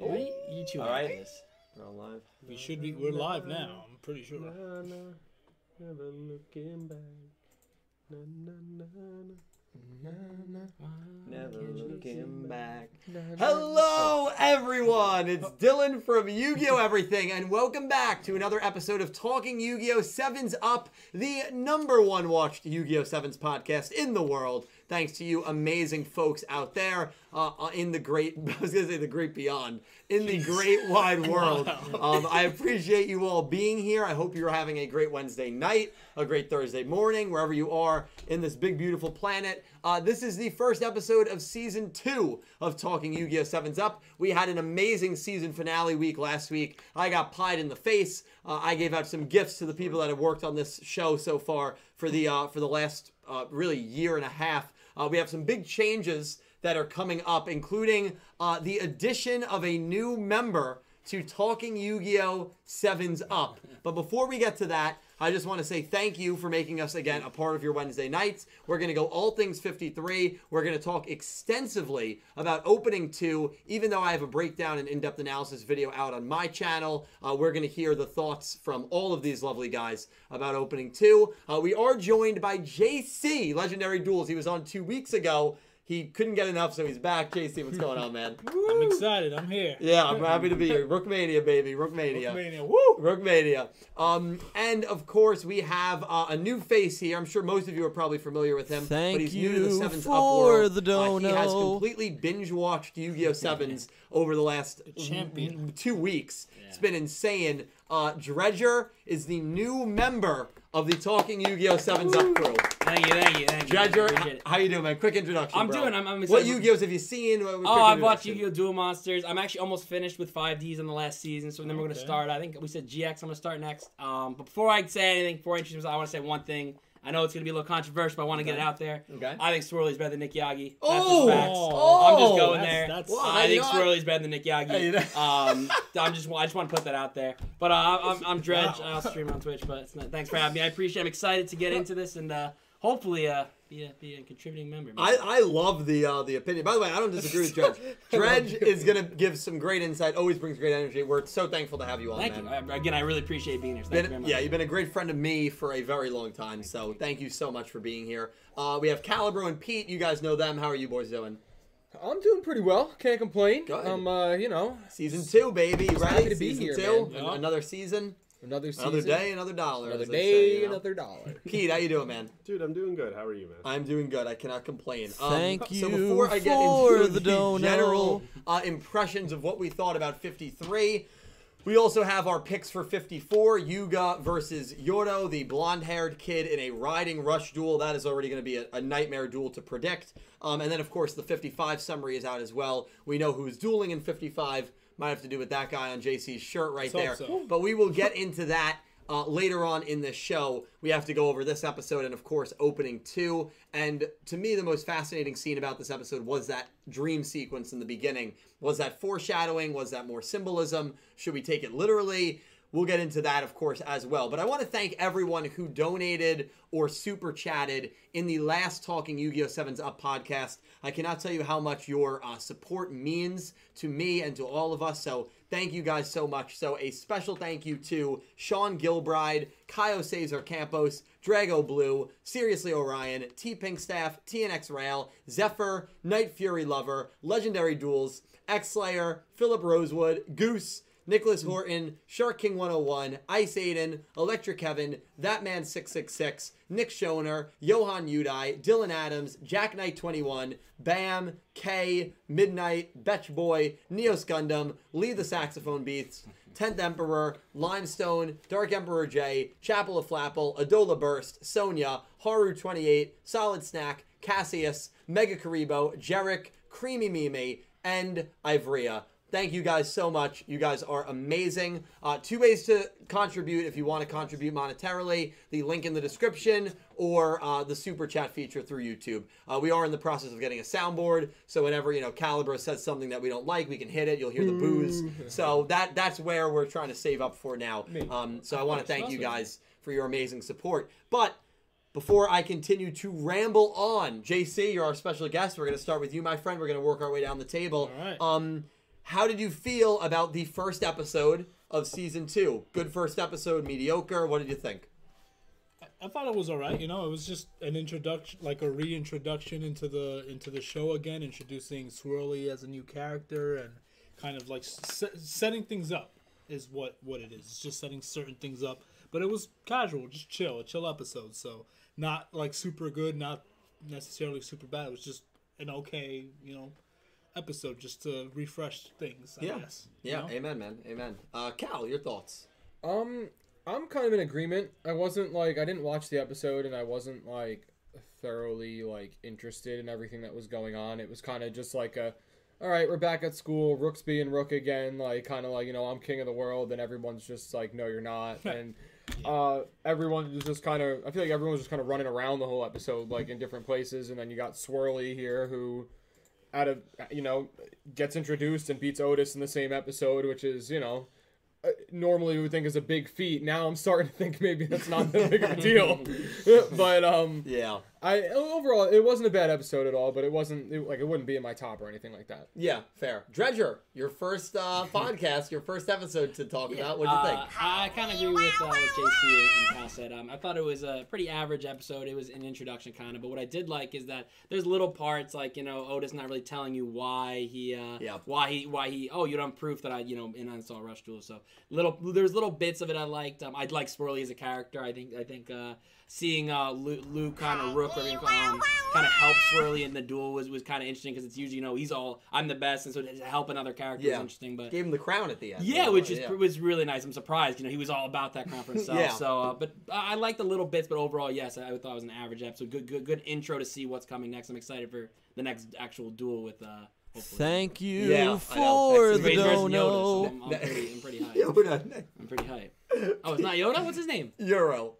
Did you All add right. this? We're on live. We should be. We're live now. I'm pretty sure. Na, na, never looking back. Na, na, na, na. Mm-hmm. Na, na, Never looking back. Hello, everyone! It's Dylan from Yu Gi Oh! Everything, and welcome back to another episode of Talking Yu Gi Oh! Sevens Up, the number one watched Yu Gi Oh! Sevens podcast in the world. Thanks to you, amazing folks out there uh, uh, in the great, I was going to say the great beyond, in the great wide world. Um, I appreciate you all being here. I hope you're having a great Wednesday night, a great Thursday morning, wherever you are in this big, beautiful planet. Uh, this is the first episode of season two of Talking Yu Gi Oh! Sevens Up. We had an amazing season finale week last week. I got pied in the face. Uh, I gave out some gifts to the people that have worked on this show so far for the uh, for the last uh, really year and a half. Uh, we have some big changes that are coming up, including uh, the addition of a new member to Talking Yu Gi Oh! Sevens Up. But before we get to that, I just want to say thank you for making us again a part of your Wednesday nights. We're going to go all things 53. We're going to talk extensively about opening two, even though I have a breakdown and in depth analysis video out on my channel. Uh, we're going to hear the thoughts from all of these lovely guys about opening two. Uh, we are joined by JC, Legendary Duels. He was on two weeks ago. He couldn't get enough, so he's back. JC, what's going on, man? I'm excited. I'm here. Yeah, I'm happy to be here. Rookmania, baby. Rookmania. Mania. Woo! Rookmania. Um, and of course, we have uh, a new face here. I'm sure most of you are probably familiar with him. Thank but he's new to the you Sevens for Uproar. the Uh, he has dono. completely binge watched Yu Gi Oh! Sevens over the last champion. two weeks. It's been insane. Uh, Dredger is the new member of the Talking Yu Gi Oh! Sevens Up crew. Thank you, thank you, thank you. Dredger, Appreciate h- it. how you doing, man? Quick introduction. I'm bro. doing- I'm- I'm What excited. Yu Gi Oh!s have you seen? What- quick Oh, I've watched introduction. Yu-Gi-Oh! Duel Monsters. I'm actually almost finished with 5Ds on the last season, so then we're gonna Okay. start. I think we said GX. I'm gonna start next. Um, but before I say anything, before I introduce, myself, I want to say one thing. I know it's gonna be a little controversial, but I want to get it out there. Okay. I think Swirly's better than Nick Yagi. That's Oh! just facts. Oh! I'm just going That's- there. that's- Well, I think Oh, you know, Swirly's better than Nick Hey, you Yagi. know- um, I'm just I just want to put that out there. But uh, I'm, I'm Dredge. I'll stream on Twitch. But it's not, thanks for having me. I appreciate. it. I'm excited to get into this and uh, hopefully uh, be a, be a contributing member. I, I love the uh, the opinion. By the way, I don't disagree with Dredge. Dredge is gonna give some great insight. Always brings great energy. We're so thankful to have you on, Thank man. you. I- Again, I really appreciate being here. Thank you very Been- much. yeah, you've been a great friend of me for a very long time. So thank you so much for being here. Uh, we have Calibro and Pete. You guys know them. How are you boys doing? I'm doing pretty well. Can't complain. Good. I'm, uh, you know, Season two, baby. You happy ready? to be season here, two. man. An- Yeah. Another season. another season, Another day. Another dollar. another as they say, day, you know? another dollar. Pete, how you doing, man? Dude, I'm doing good. How are you, man? I'm doing good. I cannot complain. Um, Thank So you before I get for into the dono. general uh, impressions of what we thought about 53, we also have our picks for 54: Yuga versus Yoro, the blonde-haired kid in a riding rush duel. That is already going to be a, a nightmare duel to predict. Um, and then, of course, the 55 summary is out as well. We know who's dueling in 55. Might have to do with that guy on JC's shirt right there. Let's hope so. But we will get into that uh, later on in this show. We have to go over this episode and, of course, opening two. And to me, the most fascinating scene about this episode was that dream sequence in the beginning. Was that foreshadowing? Was that more symbolism? Should we take it literally? We'll get into that, of course, as well. But I want to thank everyone who donated or super chatted in the last Talking Yu Gi Oh! 7's Up podcast. I cannot tell you how much your uh, support means to me and to all of us. So thank you guys so much. So a special thank you to Sean Gilbride, Kyo Cesar Campos, Drago Blue, Seriously Orion, T Pink Staff, TNX Rail, Zephyr, Night Fury Lover, Legendary Duels, X Slayer, Philip Rosewood, Goose, Nicholas Horton, Shark King 101, Ice Aiden, Electric Kevin, That Man 666, Nick Schoner, Johan Udai, Dylan Adams, Jack Knight 21, Bam, K, Midnight, Betch Boy, Neos Gundam, Lee the Saxophone Beats, 10th Emperor, Limestone, Dark Emperor J, Chapel of Flapple, Adola Burst, Sonia, Haru 28, Solid Snack, Cassius, Mega Karibo, Jarek, Creamy Mimi, and Ivrea. Thank you guys so much. You guys are amazing. Uh, two ways to contribute if you want to contribute monetarily the link in the description or uh, the super chat feature through YouTube. Uh, we are in the process of getting a soundboard, so whenever you know Calibra says something that we don't like, we can hit it. You'll hear the boos. So that that's where we're trying to save up for now. Um, so I want to thank you guys for your amazing support. But before I continue to ramble on, JC, you're our special guest. We're going to start with you, my friend. We're going to work our way down the table. All right. Um, How did you feel about the first episode of season two? Good first episode, mediocre. What did you think? I thought it was all right. You know, it was just an introduction, like a reintroduction into the into the show again, introducing Swirly as a new character and kind of like se- setting things up is what what it is. It's just setting certain things up, but it was casual, just chill, a chill episode. So not like super good, not necessarily super bad. It was just an okay, you know, episode just to refresh things. I Yeah. guess, you Yeah, know? amen, man, amen. Uh, Cal, your thoughts? Um, I'm kind of in agreement. I wasn't like I didn't watch the episode, and I wasn't like thoroughly like interested in everything that was going on. It was kind of just like a, all right, we're back at school, Rook's being Rook again, like kind of like you know I'm king of the world, and everyone's just like no, you're not, and uh, everyone was just kind of I feel like everyone was just kind of running around the whole episode like in different places, and then you got Swirly here who. Out of you know, gets introduced and beats Otis in the same episode, which is you know uh, normally we would think is a big feat. Now I'm starting to think maybe that's not that big of a deal. but um, Yeah, I overall it wasn't a bad episode at all. But it wasn't it, like it wouldn't be in my top or anything like that. yeah, fair. Dredger, your first uh, podcast, your first episode to talk about. What do you Uh, think? I kind of agree with uh, what JC and Cal said. Um, I thought it was a pretty average episode. It was an introduction kind of, but what I did like is that there's little parts like you know Otis not really telling you why he, uh, Yeah. why he, why he. Oh, you don't have proof that I, you know, and uninstall Rush Duel. So little, there's little bits of it I liked. Um, I'd like Swirly as a character. I think, I think uh, seeing uh, Lou, Lou kind of Rook, I mean, um, kind of help Swirly in the duel was was kind of interesting because it's usually you know he's all I'm the best, and so to help another character Yeah. is interesting, but. Gave him the crown at the end. Yeah, which is Yeah. was really nice. I'm surprised. You know, he was all about that conference himself. Yeah. So, uh, but I I liked the little bits, but overall, yes, I, I thought it was an average episode. Good, good, good intro to see what's coming next. I'm excited for the next actual duel with. Uh, hopefully. Thank you Yeah, I know. for That's the Wait, versus dono. Yoda, so I'm, I'm pretty, I'm pretty hype. Yoda, I'm pretty hype. Oh, it's not Yoda. What's his name? Euro.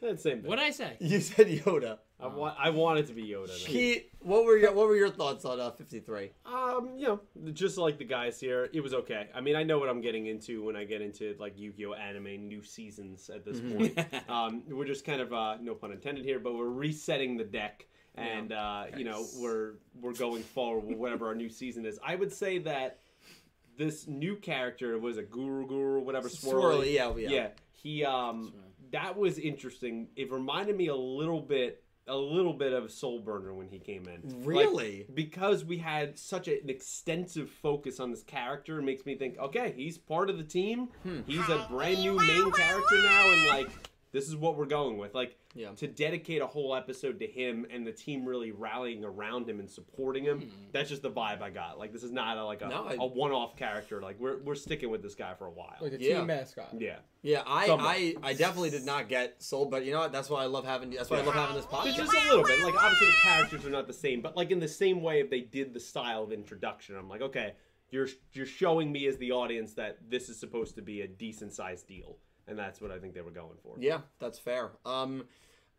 That's the Eh, same thing. What did I say? You said Yoda. I want, I want it to be Yoda. then. Pete, what were your what were your thoughts on uh, 53? Um, you know, just like the guys here, it was okay. I mean, I know what I'm getting into when I get into like Yu-Gi-Oh anime new seasons at this Mm-hmm. point. um, we're just kind of uh, no pun intended here, but we're resetting the deck, and uh, you know, we're we're going forward with whatever our new season is. I would say that this new character was a guru guru whatever Swirly, swirly. yeah, yeah. He um that was interesting. It reminded me a little bit a little bit of Soulburner when he came in. Like, Really? because we had such a- an extensive focus on this character, it makes me think, okay, he's part of the team. Hmm. He's a brand new main character now, and like, this is what we're going with. Like, Yeah. to dedicate a whole episode to him and the team really rallying around him and supporting him. That's just the vibe I got. Like, this is not a, like a, Hmm. No, I- a one-off character. Like, we're we're sticking with this guy for a while. Like the Yeah. team mascot. yeah. Yeah, Somewhat. I, I I definitely did not get sold, but you know what? That's why I love having that's why I love having this podcast. There's just a little bit. Like obviously the characters are not the same, but like in the same way if they did the style of introduction, I'm like, okay, you're you're showing me as the audience that this is supposed to be a decent sized deal. And that's what I think they were going for. Yeah, that's fair. Um,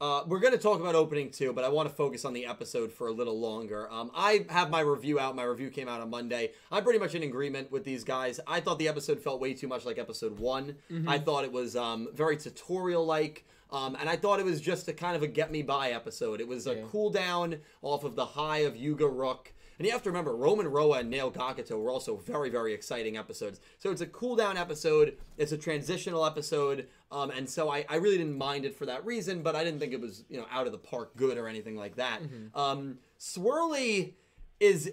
uh, we're gonna talk about opening too, but I want to focus on the episode for a little longer. Um, I have my review out. My review came out on Monday. I'm pretty much in agreement with these guys. I thought the episode felt way too much like episode one. I thought it was um, very tutorial like. Um, and I thought it was just a kind of a get me by episode. It was a cool down off of the high of Yuga Rook. And you have to remember, Roman Roa and Nail Gakuto were also very, very exciting episodes. So it's a cool down episode, it's a transitional episode, um, and so I, I really didn't mind it for that reason, but I didn't think it was, you know, out of the park good or anything like that. Um, Swirly is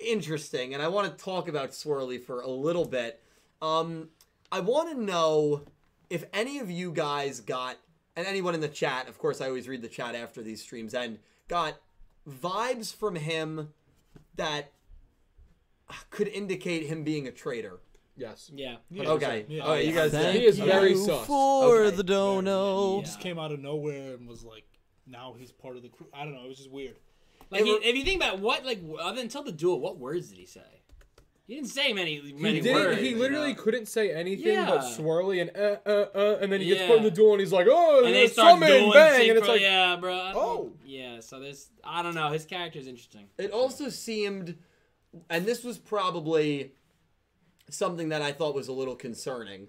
interesting, and I want to talk about Swirly for a little bit. Um, I want to know if any of you guys got, and anyone in the chat, of course, I always read the chat after these streams end, got vibes from him that could indicate him being a traitor. Yes. Yeah. Yeah, okay. yeah. Oh, you guys. Thank He is you very sus. for Okay. the dono. Yeah. Just came out of nowhere and was like, now he's part of the crew. I don't know. It was just weird. Like, he, It re- if you think about what, like, w- other until the duel, what words did he say? He didn't say many, many He didn't. words. he you literally know? couldn't say anything but Yeah. swirly and uh uh uh, and then he gets Yeah. put in the duel and he's like, oh, and they start summon, doing bang, and it's synchro- like, yeah, bro. I don't- Oh. yeah. So this, I don't know. His character's interesting. It also seemed, and this was probably something that I thought was a little concerning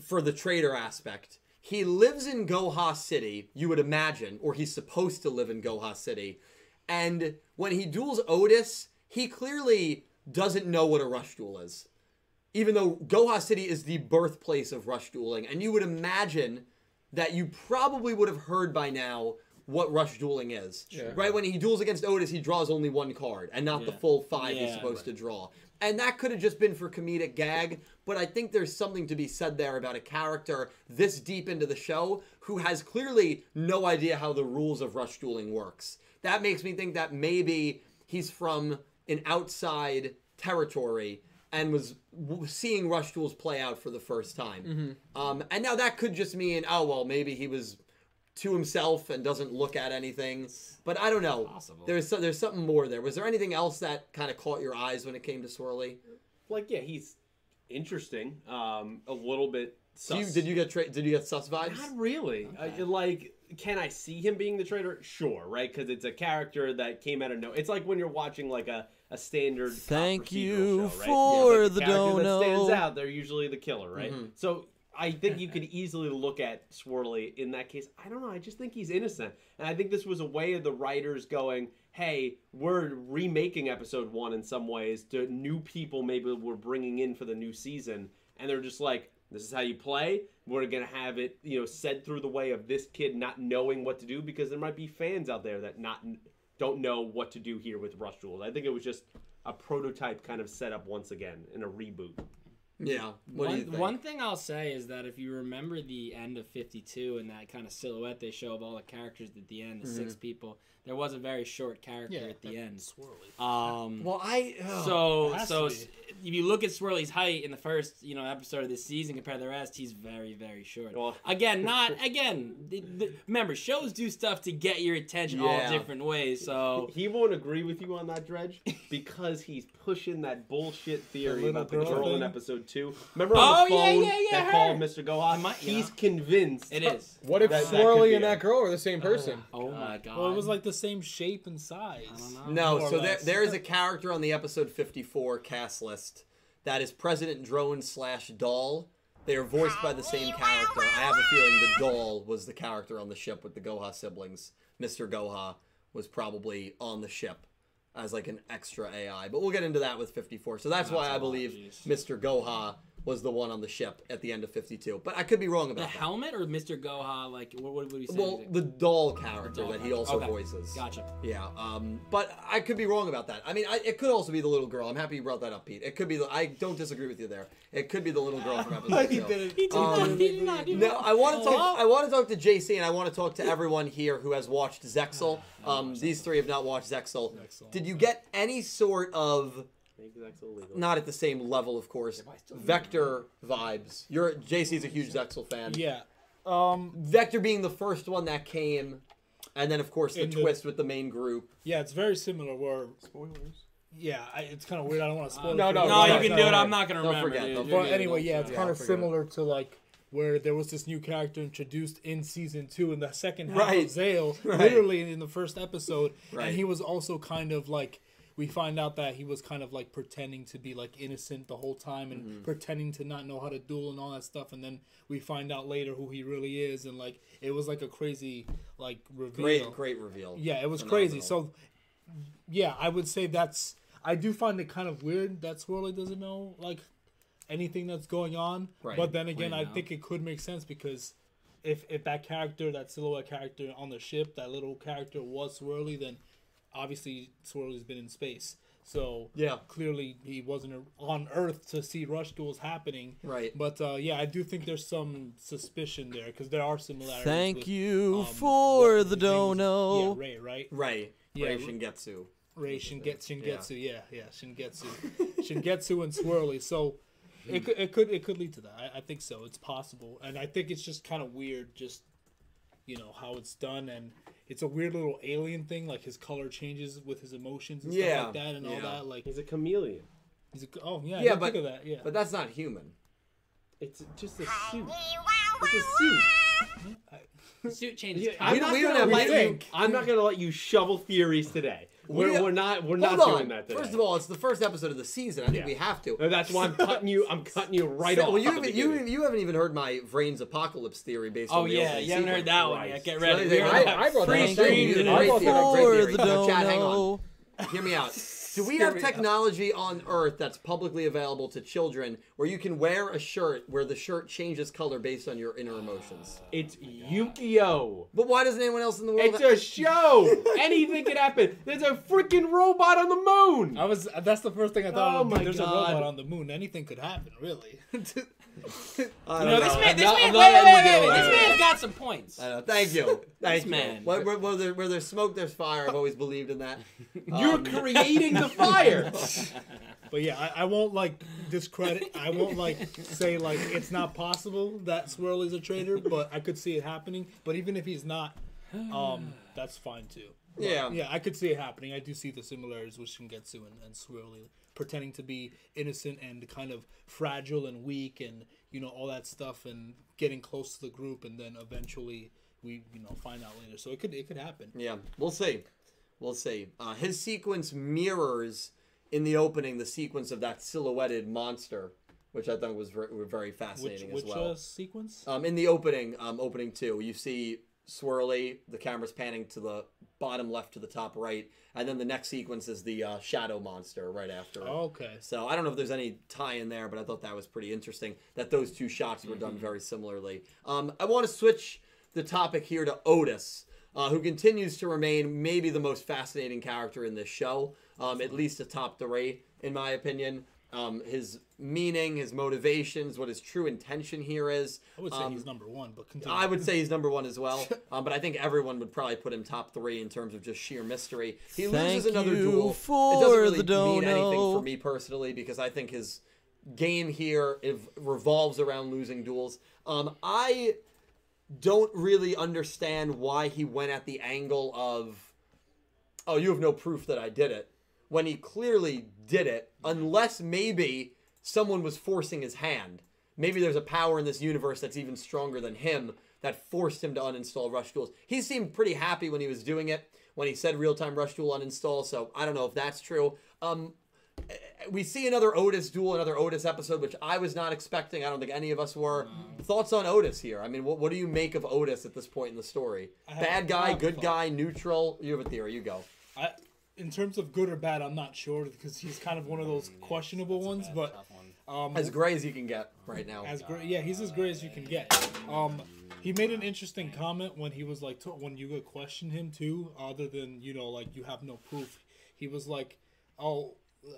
for the traitor aspect. He lives in Goha City, you would imagine, or he's supposed to live in Goha City. And when he duels Otis, he clearly doesn't know what a rush duel is. Even though Goha City is the birthplace of rush dueling, and you would imagine that you probably would have heard by now what rush dueling is. Right when he duels against Otis, he draws only one card and not the Yeah. full five he's Yeah, supposed to draw. And that could have just been for comedic gag, but I think there's something to be said there about a character this deep into the show who has clearly no idea how the rules of rush dueling works. That makes me think that maybe he's from an outside territory and was w- seeing rush duels play out for the first time. Um, and now that could just mean, oh well, maybe he was to himself and doesn't look at anything. But I don't know. Possible. There's so, there's something more there. Was there anything else that kind of caught your eyes when it came to Swirly? Like, yeah, he's interesting. Um, a little bit. Do Sus. you, did you get tra- did you get sus vibes? Not really. I, like, can I see him being the traitor? Sure, right? Because it's a character that came out of no. It's like when you're watching like a, a standard. cop Thank procedural you show, right? for Yeah, like, the character That stands dono. Mm-hmm. out. They're usually the killer, right? So I think you could easily look at Swirly in that case. I don't know. I just think he's innocent, and I think this was a way of the writers going. Hey, we're remaking episode one in some ways to new people maybe we're bringing in for the new season. And they're just like, this is how you play. We're gonna have it, you know, said through the way of this kid not knowing what to do because there might be fans out there that not don't know what to do here with Rush Rules. I think it was just a prototype kind of setup once again in a reboot. yeah. What do you One, think? one thing I'll say is that if you remember the end of 52 and that kind of silhouette they show of all the characters at the end, the six Mm-hmm. people, there was a very short character Yeah, at the end. Swirly. Um, Well, I so It has so to s- if you look at Swirly's height in the first you know episode of this season compared to the rest, he's very very short. Well- again, not again. The, the, remember, shows do stuff to get your attention Yeah. all different ways. So He won't agree with you on that dredge because he's pushing that bullshit theory little about the girl girl in thing? episode two. Remember on the Oh, yeah, phone yeah, yeah, that her. called Mr. Gohan? Am I- he's yeah. convinced it is. What if That- that could Swirly be and it. that girl are the same person? Oh my god. Well, it was like the same shape and size. I don't know. no. Um, More or So there, less. there is a character on the episode 54 cast list that is President Drone slash Doll. They are voiced by the same character. I have a feeling the doll was the character on the ship with the Goha siblings. Mr. Goha was probably on the ship as like an extra AI, but we'll get into that with 54. So that's why I believe Mr. Goha was the one on the ship at the end of 52. But I could be wrong about the that. helmet or Mr. Goha? Like what, what would we say? Well, the doll character doll that he character. also Okay. voices. gotcha. Yeah, um, but I could be wrong about that. I mean, I, it could also be the little girl. I'm happy you brought that up, Pete. It could be. The, I don't disagree with you there. It could be the little girl from episode two. He Um, He did not do No, that. I want to talk. I want to talk to JC, and I want to talk to everyone here who has watched Zexel. Ah, Um, these three have not watched Zexel. Did you get any sort of Make Zaxxel illegal. not at the same level, of course, Vector vibes? You're JC's a huge Zexel fan. Yeah. Um, Vector being the first one that came, and then of course the In the- twist with the main group. yeah, it's very similar. Where yeah, I, it's kind of weird. I don't want to spoil. No, it for no, you. No, Sorry, you can do it. I'm not gonna Don't remember. forget, dude. don't You're But Yeah, good. anyway, yeah, it's yeah, kind I of forgot. similar to like where there was this new character introduced in season two in the second half Right. of Zale, Right. literally in the first episode, Right. and he was also kind of like. We find out that he was kind of like pretending to be like innocent the whole time and Mm-hmm. pretending to not know how to duel and all that stuff, and then we find out later who he really is, and like it was like a crazy like reveal. Great, great reveal. Yeah, it was crazy. Phenomenal. So, yeah, I would say that's. I do find it kind of weird that Swirly doesn't know like anything that's going on. Right. uh, But then again, Wait, I no. think it could make sense because if if that character, that silhouette character on the ship, that little character was Swirly, then obviously Swirly's been in space. So Yeah. clearly he wasn't a- on Earth to see rush duels happening. Right. But uh, yeah, I do think there's some suspicion there because there are similarities. Thank with, you um, for what the his name was- dono. Yeah, Ray, right? Ray. Yeah, Ray Ru- Shingetsu. Ray Shingetsu, Shingetsu, yeah, yeah, Shingetsu, Shingetsu and Swirly. So it could, it could, it could lead to that. I, I think so. It's possible, and I think it's just kind of weird, just you know how it's done, and it's a weird little alien thing. Like his color changes with his emotions and Yeah, stuff like that, and yeah. all that. Like He's a chameleon. he's a, oh yeah, Yeah, yeah, but- think of that. Yeah, But that's not human. It's just a suit. It's a suit. suit changes. Yeah, color. I'm We don't- not we don't gonna have let Mike. you- I'm not gonna let you shovel theories today. We're, don't- we're not we're not Hold doing on. that today. First of all, it's the first episode of the season. I think Yeah. we have to. No, that's why I'm cutting you. I'm cutting you right So- off. well, you at the haven't, you, beginning. you haven't even heard my Vrain's apocalypse theory based Oh on the yeah, opening you haven't sequence. heard that one yet. Christ. Get So ready. they- We're I- gonna I brought that up. pre-stream Thank you. today. I brought that up. Great For theory. the No, Chad, hang on. dono. Hear me out. Do we have technology on Earth that's publicly available to children where you can wear a shirt where the shirt changes color based on your inner emotions? It's Yu-Gi-Oh. But why doesn't anyone else in the world? It's a show. Anything can happen. There's a freaking robot on the moon. I was. That's the first thing I thought. Oh of. my There's a God. robot on the moon. Anything could happen, really. I No, don't this know. man, I'm this not- I'm man, wait, not wait, letting wait, you wait, go wait, This there. man's got some points. I know. Thank you. Thank you. man. Where, where, where, there, where there's smoke, there's fire. I've always believed in that. You're Um, creating the fire. But yeah, I, I won't like discredit. I won't like say like it's not possible that Swirly's a traitor, but I could see it happening. But even if he's not, um, that's fine too. But, Yeah. yeah, I could see it happening. I do see the similarities with Shingetsu and, and Swirly pretending to be innocent and kind of fragile and weak and you know all that stuff and getting close to the group and then eventually we you know find out later. So it could it could happen. Yeah, we'll see. We'll see. Uh, his sequence mirrors in the opening the sequence of that silhouetted monster, which I thought was ver- were very Which fascinating which as well. uh, sequence? Um, in the opening, um, opening two, you see Swirly. The camera's panning to the bottom left to the top right, and then the next sequence is the uh, shadow monster right after. Oh, it. Okay. So I don't know if there's any tie in there, but I thought that was pretty interesting that those two shots were Mm-hmm. done very similarly. Um, I want to switch the topic here to Otis, uh, who continues to remain maybe the most fascinating character in this show, um, at least a top three, in my opinion. Um, his meaning, his motivations, what his true intention here is. I would say Um, he's number one, but continue. I would say he's number one as well, um, but I think everyone would probably put him top three in terms of just sheer mystery. He loses another you duel. it for doesn't really the mean anything for dono. me personally because I think his game here it revolves around losing duels. Um, I don't really understand why he went at the angle of, oh, you have no proof that I did it, when he clearly did it, unless maybe someone was forcing his hand. Maybe there's a power in this universe that's even stronger than him that forced him to uninstall Rush Duels. He seemed pretty happy when he was doing it, when he said real time Rush Duel uninstall, so I don't know if that's true. Um, we see another Otis duel, another Otis episode, which I was not expecting. I don't think any of us were. Mm. Thoughts on Otis here? I mean, what, what do you make of Otis at this point in the story? have- Bad I guy, have a good thought. guy, neutral. You have a theory. You go. I, in terms of good or bad, I'm not sure because he's kind of one of those questionable ones. But um, As gray as you can get right now. as great, yeah, he's as great as you can get. Um, he made an interesting comment when he was like, to, when Yuga questioned him too, other than you know, like you have no proof. He was like, oh.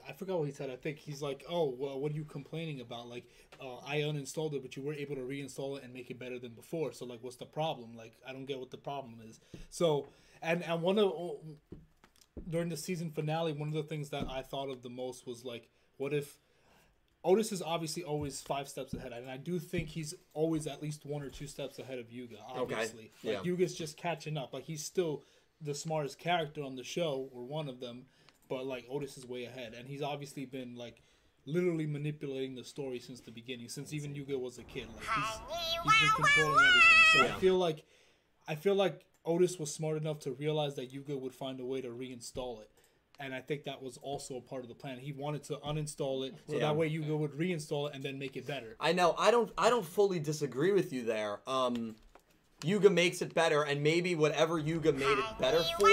I forgot what he said. I think he's like, "Oh, well, what are you complaining about? Like, uh, I uninstalled it, but you were able to reinstall it and make it better than before. So, like, what's the problem? Like, I don't get what the problem is." So, and and one of during the season finale, one of the things that I thought of the most was like, what if Otis is obviously always five steps ahead, and I do think he's always at least one or two steps ahead of Yuga. Obviously, yeah. like Yuga's just catching up. Like he's still the smartest character on the show, or one of them, but like Otis is way ahead, and he's obviously been like literally manipulating the story since the beginning, since even Yuga was a kid. Like he's, he's been controlling everything. So I feel like I feel like Otis was smart enough to realize that Yuga would find a way to reinstall it. And I think that was also a part of the plan. He wanted to uninstall it so Yeah. that way Yuga would reinstall it and then make it better. I know. I don't. I don't fully disagree with you there. Um, Yuga makes it better, and maybe whatever Yuga made it better for,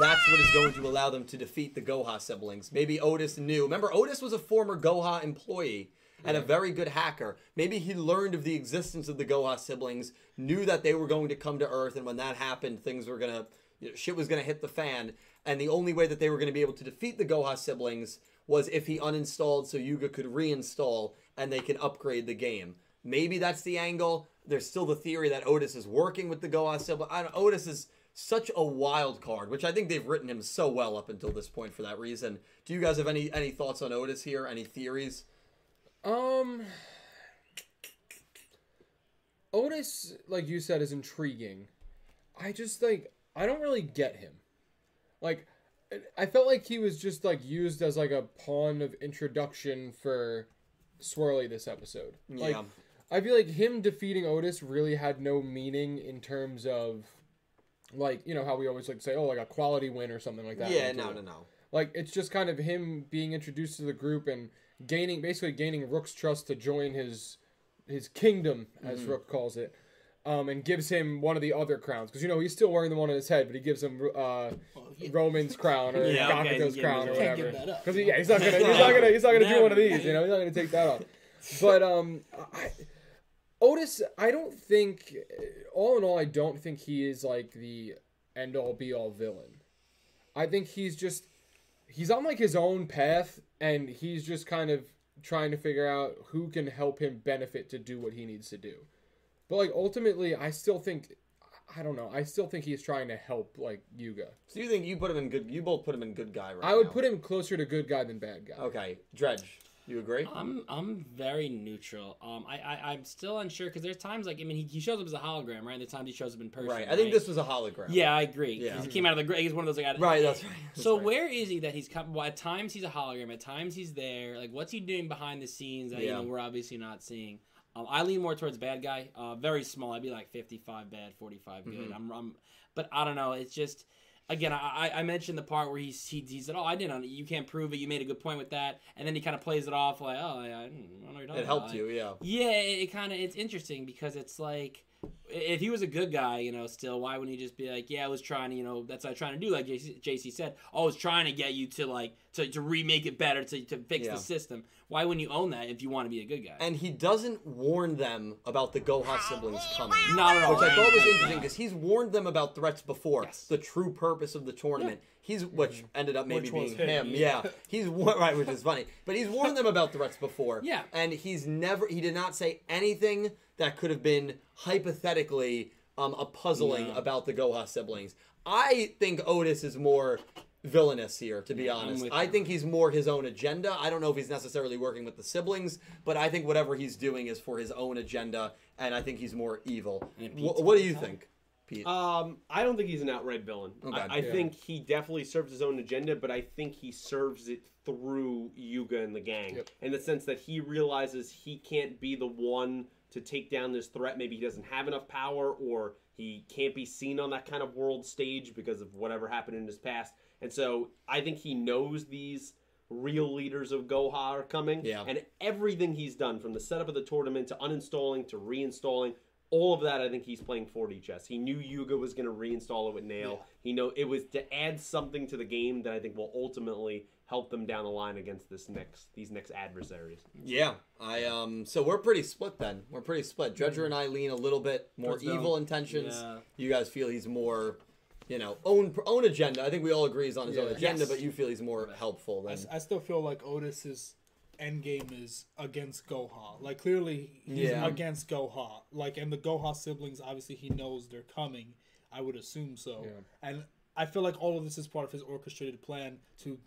that's what is going to allow them to defeat the Goha siblings. Maybe Otis knew. Remember, Otis was a former Goha employee and a very good hacker. Maybe he learned of the existence of the Goha siblings, knew that they were going to come to Earth, and when that happened, things were gonna, you know, shit was gonna hit the fan, and the only way that they were gonna be able to defeat the Goha siblings was if he uninstalled so Yuga could reinstall and they can upgrade the game. Maybe that's the angle. There's still the theory that Otis is working with the Goa sibling. I don't, Otis is such a wild card, which I think they've written him so well up until this point for that reason. Do you guys have any any thoughts on Otis here? Any theories? Um, Otis, like you said, is intriguing. I just like I don't really get him. Like, I felt like he was just like used as like a pawn of introduction for Swirly this episode. Like, Yeah. I feel like him defeating Otis really had no meaning in terms of, like, you know how we always like say, oh, like a quality win or something like that. yeah, into no, it. no, no. Like it's just kind of him being introduced to the group and gaining basically gaining Rook's trust to join his his kingdom as Rook calls it. um, and gives him one of the other crowns because you know he's still wearing the one on his head, but he gives him uh, Roman's crown or Yeah, okay, Gakuto's you crown or can't whatever. give that up. Because yeah, he's not gonna, he's not gonna, he's not gonna do Never. one of these. You know, he's not gonna take that off. But um, I, Otis, I don't think, all in all, I don't think he is like the end all be all villain. I think he's just he's on like his own path, and he's just kind of trying to figure out who can help him benefit to do what he needs to do. But like ultimately, I still think. I don't know. I still think he's trying to help, like Yuga. So you think you put him in good? You both put him in good guy, right? I would now. put him closer to good guy than bad guy. Okay, Dredge. You agree? I'm I'm very neutral. Um, I, I I'm still unsure because there's times like I mean he, he shows up as a hologram, right? There's times he shows up in person. right. I think this was a hologram. Yeah, I agree. 'cause Yeah. he came out of the grave. He's one of those like. out of- Right. That's right. That's so right. where is he that he's come? Well, at times he's a hologram. At times he's there. Like what's he doing behind the scenes that you Yeah. know we're obviously not seeing? Um, I lean more towards bad guy. Uh, very small. I'd be like 55 bad, 45 good. Mhm. I'm, I'm, but I don't know. It's just. Again, I, I I mentioned the part where he's, he, he's like, oh, I didn't, you can't prove it. You made a good point with that. And then he kind of plays it off like, oh, I, I don't know what you're talking it helped about. you? Yeah. Yeah, it, it kind of it's interesting because it's like i- if he was a good guy, you know, still why wouldn't he just be like, yeah, I was trying to, you know, that's what I was trying to do, like JC, JC said, "Oh, I was trying to get you to like to, to remake it better, to, to fix Yeah. the system. Why wouldn't you own that if you want to be a good guy? And he doesn't warn them about the Goha siblings coming. Not at all. Which I thought was interesting because he's warned them about threats before. Yes. The true purpose of the tournament. He's which ended up maybe Which was being him. him, Yeah. He's war- right, which is funny. But he's warned them about threats before. Yeah. And he's never. He did not say anything that could have been hypothetically um, a puzzling No. about the Goha siblings. I think Otis is more villainous here to be Yeah, I'm honest with i you. think he's more his own agenda i don't know if he's necessarily working with the siblings but i think whatever he's doing is for his own agenda and i think he's more evil And Pete's Wh- what do on you top. think pete Um, I don't think he's an outright villain. Okay. I, I Yeah. think he definitely serves his own agenda, but I think he serves it through Yuga and the gang Yep. in the sense that he realizes he can't be the one to take down this threat. Maybe he doesn't have enough power, or he can't be seen on that kind of world stage because of whatever happened in his past. And so I think he knows these real leaders of Goha are coming. Yeah. And everything he's done, from the setup of the tournament to uninstalling to reinstalling, all of that, I think he's playing 4D chess. He knew Yuga was going to reinstall it with Nail. He know it was to add something to the game that I think will ultimately help them down the line against this next these next adversaries. yeah i um so we're pretty split then we're pretty split dredger and i lean a little bit more Hmm. Towards them. evil intentions Yeah. you guys feel he's more you know own own agenda i think we all agree he's on his own Yeah. agenda Yes. but you feel he's more helpful I, than s- I still feel like Otis's end game is against Goha. Like clearly he's Yeah. against Goha. Like and the Goha siblings, obviously he knows they're coming. I would assume so. Yeah. And I feel like all of this is part of his orchestrated plan to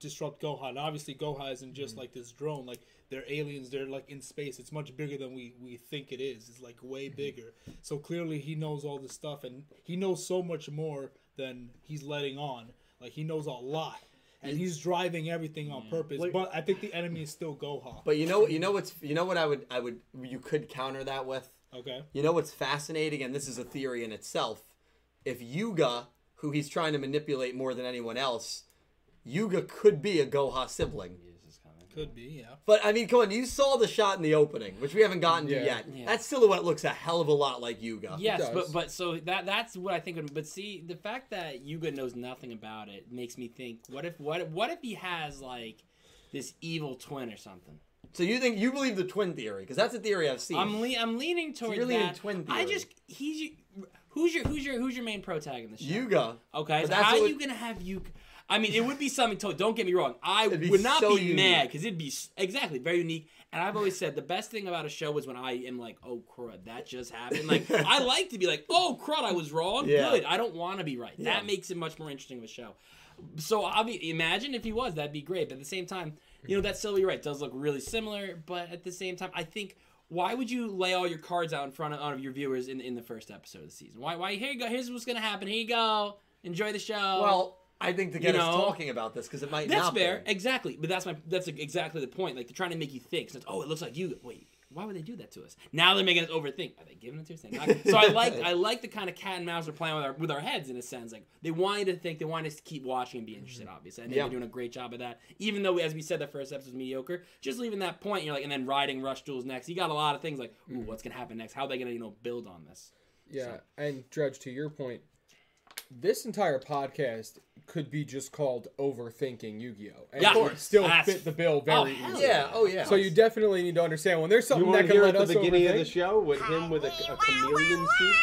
disrupt Goha. And obviously Goha isn't just Mm-hmm. like this drone. Like they're aliens. They're like in space. It's much bigger than we we think it is. It's like way Mm-hmm. bigger. So clearly he knows all this stuff, and he knows so much more than he's letting on. Like he knows a lot, and he's driving everything on purpose. But I think the enemy is still Goha. Mm. but you know you know what's you know what i would i would you could counter that with okay. You know what's fascinating, and this is a theory in itself. If Yuga, who he's trying to manipulate more than anyone else, Yuga could be a Goha sibling. Could be. Yeah. But I mean, come on, you saw the shot in the opening, which we haven't gotten to Yeah. yet. Yeah. That silhouette looks a hell of a lot like Yuga. Yes, does. but but so that that's what I think. Of, but see, the fact that Yuga knows nothing about it makes me think: what if what if- what if he has like this evil twin or something? So you think you believe the twin theory? Because that's a theory I've seen. I'm le- I'm leaning towards you're leaning that. twin I theory. just he's who's your who's your who's your main protagonist? Shaq? Yuga. Okay, But so that's how are what- you gonna have you? I mean, it would be something. To, don't get me wrong. I It'd be would not so be unique. mad because it'd be s- exactly very unique. And I've always said the best thing about a show is when I am like, "Oh crud, that just happened." Like I like to be like, "Oh crud, I was wrong." Yeah. Good. I don't want to be right. Yeah. That makes it much more interesting of a show. So obviously, imagine if he was, that'd be great. But at the same time, you know that Sylvia Wright does look really similar. But at the same time, I think why would you lay all your cards out in front of, out of your viewers in in the first episode of the season? Why? Why? Here you go. Here's what's gonna happen. Here you go. Enjoy the show. Well, I think to get Oh. You us know, talking about this because it might that's not. fair, Be. exactly. But that's my that's exactly the point. Like they're trying to make you think. So it's, oh, it looks like you. Wait, why would they do that to us? Now they're making us overthink. Are they giving it to us? They're not. so I like I like the kind of cat and mouse they're playing with our with our heads in a sense. Like they wanted to think, they want us to keep watching and be interested. Obviously, I think Mm-hmm. Yeah. they're doing a great job of that. Even though, as we said, the first episode was mediocre. Just leaving that point, you're like, and then riding Rush Duels next. You got a lot of things like, ooh, Mm-hmm. what's gonna happen next? How are they gonna you know build on this? Yeah, and Dredge, to your point, this entire podcast could be just called overthinking Yu-Gi-Oh, and Yeah. it would Of course. still That's- fit the bill very hell easily. Yeah. Oh yeah. So you definitely need to understand when there's You something want that to can hear at let the us beginning of the overthink- show with him with a, a chameleon suit?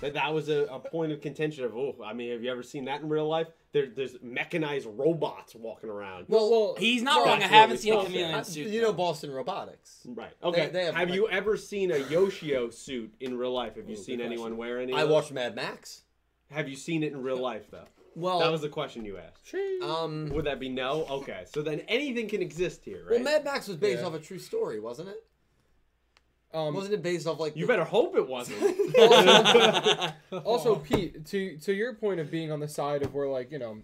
That that was a, a point of contention of oh, I mean, have you ever seen that in real life? There, there's mechanized robots walking around. Well, well, He's not Well, wrong. I that's haven't what seen we a saw. chameleon Uh, suit. you know Boston Robotics. right. Okay. they have have, like- you ever seen a Yoshio suit in real life? Have you seen anyone wear any? of I those? watched Mad Max. Have you seen it in real life though? Well, that was the question you asked. um. Would that be no? Okay. So then anything can exist here, right? Well, Mad Max was based Yeah. off a true story, wasn't it? um, Wasn't it based off like? you the- better hope it wasn't. also Pete, to to your point of being on the side of where like you know,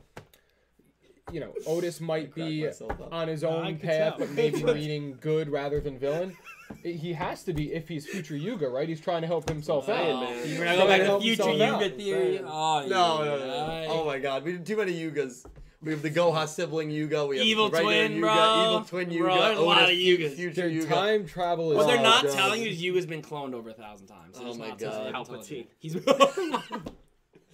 you know Otis might cracked be myself up. on his I own could path, tell. but maybe leaning good rather than villain. He has to be if he's future Yuga, right? He's trying to help himself out. Saying, man. You're He's gonna trying go back to the help future himself out. Yuga theory. Oh, No, yeah. no, no, no. Oh my God, we did too many Yugas. We have the Goha sibling Yuga. We have Evil the regular twin, Yuga, bro. Evil twin Bro, Yuga. there's a lot Otis, of Yugas. Future Their Yuga. time travel is What they're Oh, not God. telling you is Yuga's been cloned over a thousand times. Oh There's my not something God. they haven't told you. Palpatine. He's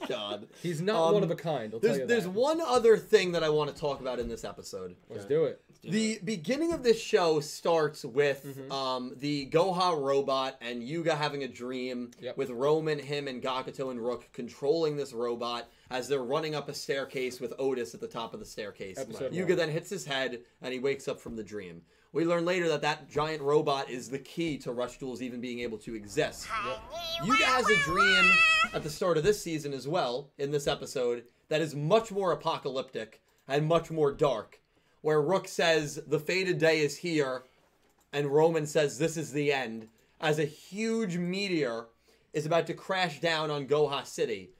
God. He's not Um, one of a kind. I'll tell There's you there's that. one other thing that I want to talk about in this episode. Let's do it. The beginning of this show starts with um, the Goha robot and Yuga having a dream Yep. with Roman, him, and Gakuto and Rook controlling this robot as they're running up a staircase with Otis at the top of the staircase. Episode Yuga one. then hits his head and he wakes up from the dream. We learn later that that giant robot is the key to Rush Duels even being able to exist. Yuga has a dream at the start of this season as well, in this episode, that is much more apocalyptic and much more dark, where Rook says, The fated day is here, and Roman says, This is the end, as a huge meteor is about to crash down on Goha City.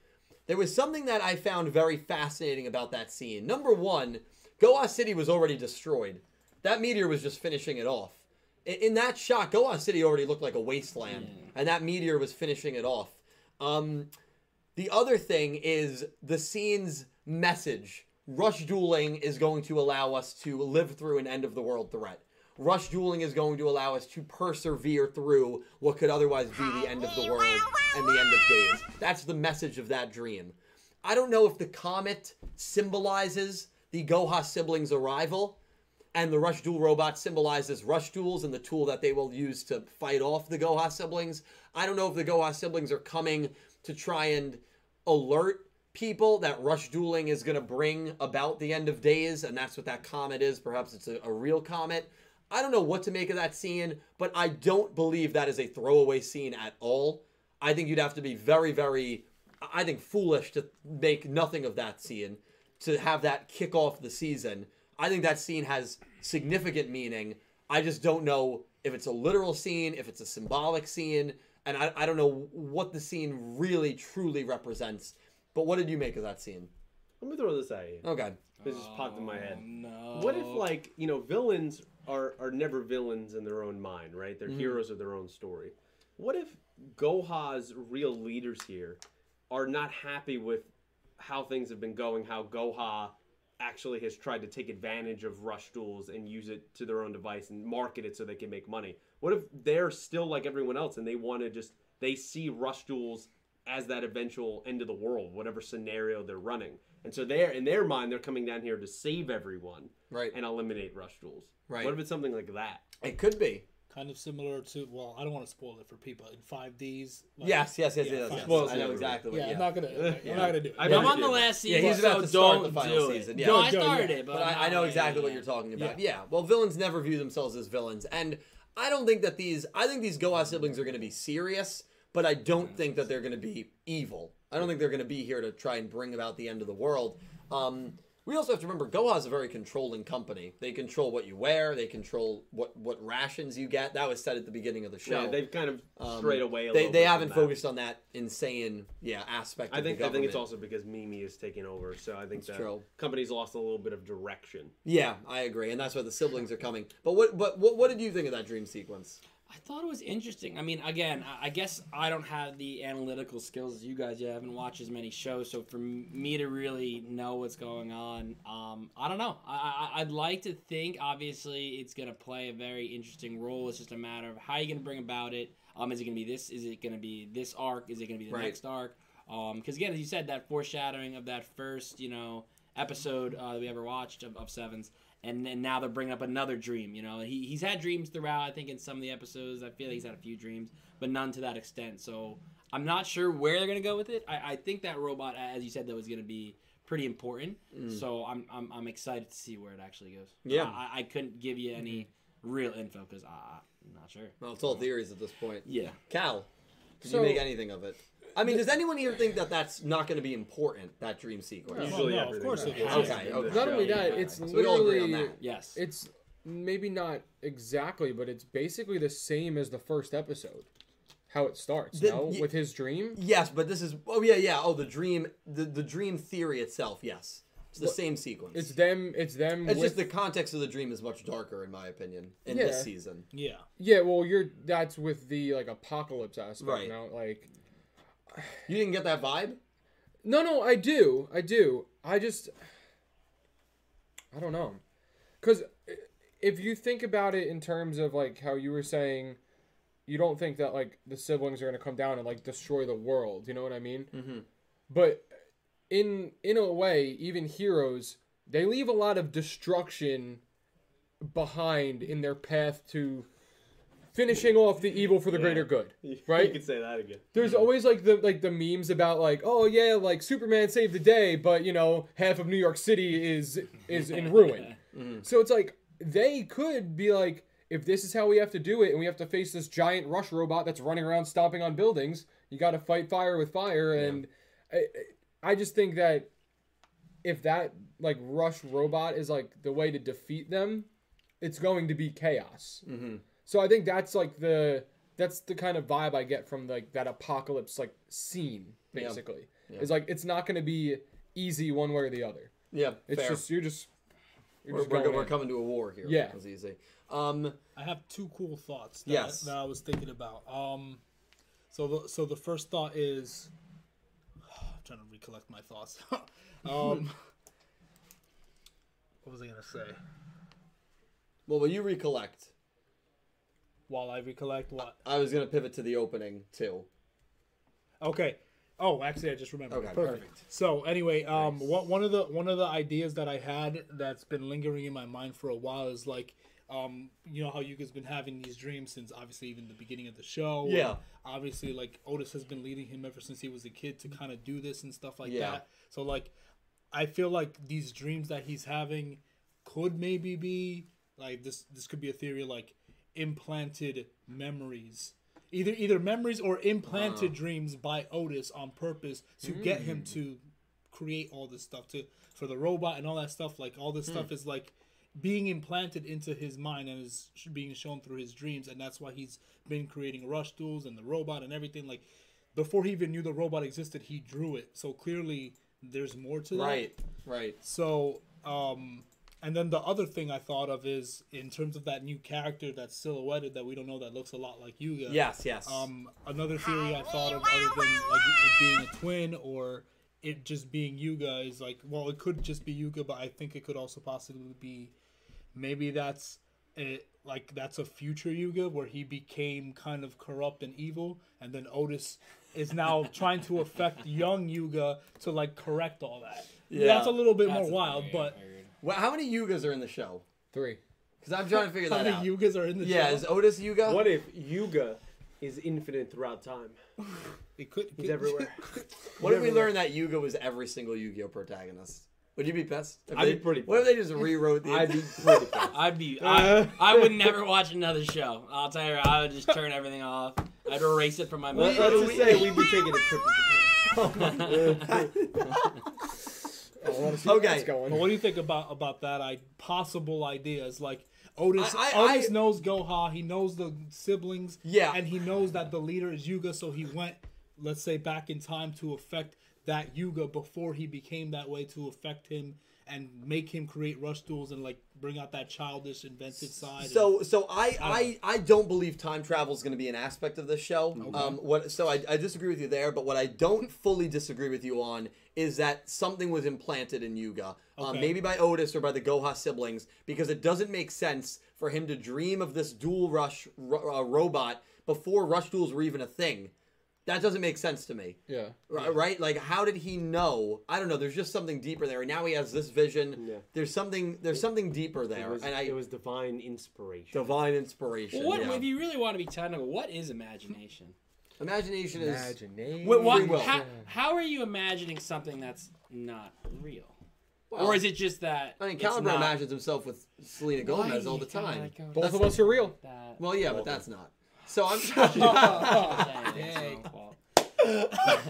There was something that I found very fascinating about that scene. Number one, Goa City was already destroyed. That meteor was just finishing it off. In, in that shot, Goa City already looked like a wasteland, and that meteor was finishing it off. Um, the other thing is the scene's message. Rush dueling is going to allow us to live through an end of the world threat. Rush dueling is going to allow us to persevere through what could otherwise be the end of the world and the end of days. That's the message of that dream. I don't know if the comet symbolizes the Goha siblings' arrival, and the Rush Duel robot symbolizes Rush Duels and the tool that they will use to fight off the Goha siblings. I don't know if the Goha siblings are coming to try and alert people that Rush Dueling is going to bring about the end of days, and that's what that comet is. Perhaps it's a, a real comet. I don't know what to make of that scene, but I don't believe that is a throwaway scene at all. I think you'd have to be very, very, I think, foolish to make nothing of that scene to have that kick off the season. I think that scene has significant meaning. I just don't know if it's a literal scene, if it's a symbolic scene, and I, I don't know what the scene really truly represents. But what did you make of that scene? Let me throw this at you. Okay. This just popped in my Oh, head. no. What if like you know villains are are never villains in their own mind, Mm-hmm. right? They're heroes of their own story. What if Goha's real leaders here are not happy with how things have been going, how Goha actually has tried to take advantage of rush duels and use it to their own device and market it so they can make money. What if they're still like everyone else and they want to just they see rush duels as that eventual end of the world, whatever scenario they're running. And so they're in their mind they're coming down here to save everyone Right. and eliminate rush duels. Right. What if it's something like that? It could be. kind of similar to well, I don't want to spoil it for people in five Ds. like- Yes, yes, yes, Yeah, yes. fine. yes. Spoils I know everything. exactly what. Yeah, Yeah, I'm not gonna. I'm not gonna do it. I I'm bet on you the do. last Yeah, season, he's about so to start don't the final do it. season, yeah. No, Don't I do it, started yeah. it, but, But I, I know yeah, exactly yeah, what you're talking about. Yeah. Well, villains never view themselves as villains, and I don't think that these. I think these Goa siblings are going to be serious, but I don't think that they're going to be evil. I don't think they're going to be here to try and bring about the end of the world. Um, we also have to remember Goa is a very controlling company. They control what you wear. They control what what rations you get. That was said at the beginning of the show. Yeah, they've kind of Um, strayed away. A they little they bit from haven't that. focused on that insane yeah aspect. I of the think I think it's government. also because Mimi is taking over, so I think That's the true. company's lost a little bit of direction. Yeah, I agree, and that's why the siblings are coming. But what, but what, what did you think of that dream sequence? I thought it was interesting. I mean, again, I- I guess I don't have the analytical skills as you guys. do. I haven't watched as many shows, so for m- me to really know what's going on, um, I don't know. I, I I'd like to think obviously it's going to play a very interesting role. It's just a matter of how you going to bring about it. Um, is it going to be this? Is it going to be this arc? Is it going to be the Right. next arc? Um, because again, as you said, that foreshadowing of that first, you know, episode uh, that we ever watched of, of Sevens and then now they're bringing up another dream. You know, he, he's had dreams throughout. I think in some of the episodes, I feel like he's had a few dreams, but none to that extent. So I'm not sure where they're gonna go with it. I, I think that robot, as you said, that was gonna be pretty important. So I'm, I'm I'm excited to see where it actually goes. Yeah. I, I couldn't give you any real info because I'm not sure. Well, it's all theories at this point. Yeah, Cal, did So- you make anything of it? I mean, does anyone here think that that's not going to be important? That dream sequence. No. Usually Well, of everything course that it happens is. Okay, in okay. the Not show only that, happens. it's So we all agree on literally that. yes, it's maybe not exactly, but it's basically the same as the first episode. How it starts, The- no? y- With his dream? Yes, but this is. Oh yeah, yeah. Oh, the dream, the the dream theory itself. Yes, it's the same sequence. It's them it's them It's with just the context of the dream is much darker, in my opinion, in Yeah. this season. Yeah. Yeah, well you're that's with the like apocalypse aspect, Right. no? Like You didn't get that vibe. No, no, I do. I do. I just I don't know. Cuz if you think about it in terms of like how you were saying you don't think that like the siblings are going to come down and like destroy the world, you know what I mean? Mm-hmm. But in in a way, even heroes, they leave a lot of destruction behind in their path to finishing off the evil for the greater good, right? You could say that again. There's always like the like the memes about like oh yeah like Superman saved the day but you know half of New York City is is in ruin. So it's like they could be like if this is how we have to do it and we have to face this giant rush robot that's running around stomping on buildings, you got to fight fire with fire and I, I just think that if that like rush robot is like the way to defeat them, it's going to be chaos. So I think that's like the that's the kind of vibe I get from like that apocalypse like scene basically. It's like it's not going to be easy one way or the other. Yeah, It's fair. just you're just you're we're, just we're, going we're in. coming to a war here. Yeah. it's easy. Um, I have two cool thoughts that, Yes. that I was thinking about. Um, so the so the first thought is I'm trying to recollect my thoughts. um, what was I gonna say? well, will you recollect? While I recollect what? I was gonna pivot to the opening too. Okay. Oh, actually, I just remembered. Okay, perfect. So anyway, um, what, one of the one of the ideas that I had that's been lingering in my mind for a while is like, um, you know how Yuga's been having these dreams since obviously even the beginning of the show. and Yeah. Obviously, like Otis has been leading him ever since he was a kid to kind of do this and stuff like Yeah. that. So like, I feel like these dreams that he's having could maybe be like this. This could be a theory like implanted memories. Either, either memories or implanted dreams by Otis on purpose to get him to create all this stuff to for the robot and all that stuff like all this stuff is like being implanted into his mind and is sh- being shown through his dreams and that's why he's been creating rush tools and the robot and everything like before he even knew the robot existed he drew it so clearly there's more to that Right, right. so, um, and then the other thing I thought of is in terms of that new character that's silhouetted that we don't know that looks a lot like Yuga. Yes, yes. Um, another theory I thought of, other than like it being a twin or it just being Yuga, is like, well, it could just be Yuga, but I think it could also possibly be maybe that's it, like that's a future Yuga where he became kind of corrupt and evil, and then Otis is now trying to affect young Yuga to like correct all that. Yeah, that's a little bit more wild, but Well, how many Yugas are in the show? 3. Because I'm trying to figure how that many out. Yugas are in the yeah, show? is Otis Yuga? What if Yuga is infinite throughout time? it could, He's everywhere. What if we learned that Yuga was every single Yu-Gi-Oh protagonist? Would you be pissed? If I'd be they- pretty What if they just rewrote the? I'd be pretty pissed. I'd be. I, I would never watch another show. I'll tell you, I would just turn everything off. I'd erase it from my Let's memory. just say we'd be taking a trip. Okay. It's going. But what do you think about about that I, possible ideas? Like Otis, I- I- Otis I- knows Goha. He knows the siblings. Yeah. and he knows that the leader is Yuga. So he went, let's say, back in time to affect that Yuga before he became that way to affect him and make him create rush duels and like bring out that childish inventive side. and- So, so I, I, I don't believe time travel is going to be an aspect of this show. Um, what, so I, I disagree with you there, but what I don't fully disagree with you on is that something was implanted in Yuga, uh, Okay. maybe by Otis or by the Goha siblings, because it doesn't make sense for him to dream of this dual rush ro- uh, robot before rush duels were even a thing. That doesn't make sense to me. Yeah. Ri- Right? Like, how did he know? I don't know. There's just something deeper there, and now he has this vision. Yeah. There's something. There's something deeper It there, was, and I it was divine inspiration. divine inspiration. Well, what, yeah. if you really want to be technical, what is imagination? Imagination is Imagination. Wait, what, Free will. how, Yeah. how are you imagining something that's not real? Well, or is it just that? I mean, it's Calibra not- imagines himself with Selena Gomez Why all the you gotta time. go Both that- of us are real. that- Well, yeah, but that's not. So I'm. Oh, dang, it's Dang. my fault.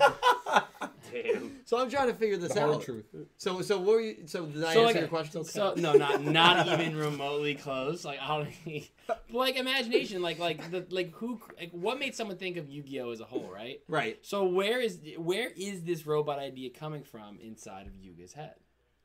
Damn. so I'm trying to figure this The hard out. truth. So, so what were you? So did I So, answer like, your question? So no, not not even remotely close. Like I don't, like imagination. Like like the like who like what made someone think of Yu-Gi-Oh as a whole, right? right. So where is where is this robot idea coming from inside of Yuga's head?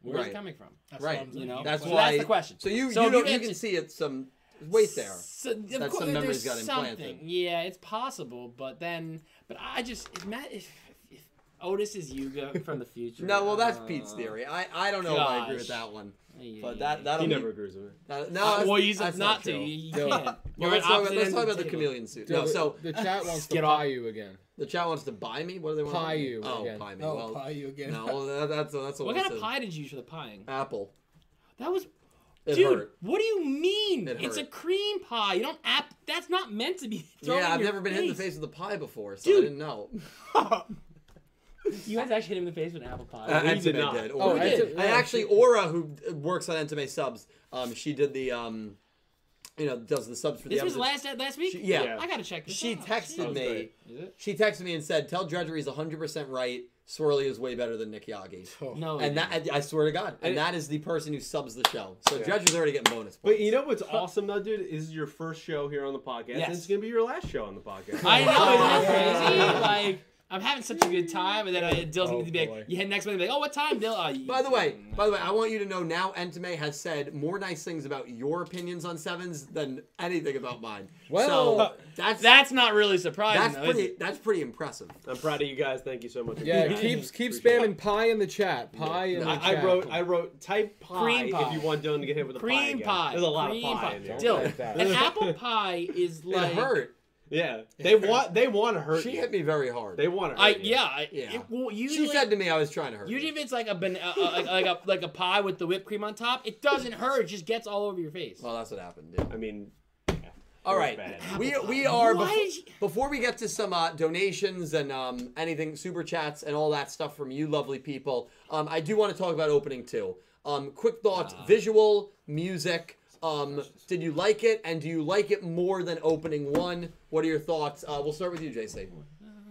Where's Right. it coming from? that's right, I'm you saying. know? Mm-hmm. That's So why. that's the question. So you, So you, if know, you you answer- can see it some weight there. So, of That course, some memories there's got implanted. something. Yeah, it's possible, but then, but I just if Matt, if, if Otis is Yuga from the future. No, well, that's uh, Pete's theory. I, I don't know if I agree with Gosh. that one. yeah, But yeah, that yeah. that'll He be- never agrees with it. that- no, Uh, that's- well, you just that's not to. true. You, you No. can't. Well, You're let's at talk, opposite about, let's ends talk of the about the table. chameleon suit. Dude, No, the- so the chat wants to Get buy off. you again. the chat wants to buy me. What do they want? to Pie buy me? you Oh, again. pie me. Oh, well, pie you again. no, well, that, that's that's What kind of says. pie did you use for the pieing? Apple. That was, It dude. hurt. What do you mean? It it's hurt. a cream pie. You don't app. That's not meant to be. thrown in Yeah, I've your never been hit in the face. face with a pie before, so I Dude. didn't know. You guys actually hit him in the face with an apple pie. Uh, we Entebbe did not. did. Oh, Aura I did. did, I yeah, actually, Aura, who uh, works on Entebbe subs, um, she did the, um, you know, does the subs for this the was episode. last last week. She- yeah. Yeah. I gotta check this. She out. texted Jeez. me. Is it? She texted me and said, "Tell Drudgery is 100 percent right. Swirly is way better than Nick Yagi." Oh. No. And that, I, I swear to God, and And- that is the person who subs the show. So Yeah. Drudgery's already getting bonus points. But you know what's awesome though, dude? This is your first show here on the podcast, Yes. and it's gonna be your last show on the podcast. I know, isn't that Yeah. crazy? Like, I'm having such a good time, and then I, Dill's Oh, gonna be boy. like, you hit next one, be like, oh, what time, Dill? Oh, you, By the way, by the way, I want you to know now Entame has said more nice things about your opinions on sevens than anything about mine. so Well, that's that's, that's not really surprising, though, is pretty it? that's pretty impressive. I'm proud of you guys. Thank you so much. Yeah, Appreciate keep it. keep Appreciate it. spamming pie in the chat. Pie in the I, chat. I wrote I wrote type pie, Cream pie. if you want Dylan to get hit with a pie. Cream again. pie. There's a lot cream of pie, in there. Don't Dill, like that. an apple pie is like. it hurt. Yeah, they want they want to hurt She you. hit me very hard. They want to hurt I, you. yeah, I, Yeah. It, well, usually, she said to me I was trying to hurt. usually her. if it's like a, ban- uh, uh, like, like a like a pie with the whipped cream on top, it doesn't hurt. It just gets all over your face. Well, that's what happened. Dude. I mean, All was right, bad. we we are Why befo- is- before we get to some uh, donations and um, anything super chats and all that stuff from you lovely people. Um, I do want to talk about opening two. Um, quick thoughts: visual, music. Um, did you like it, and do you like it more than opening one? What are your thoughts? Uh, we'll start with you, JC.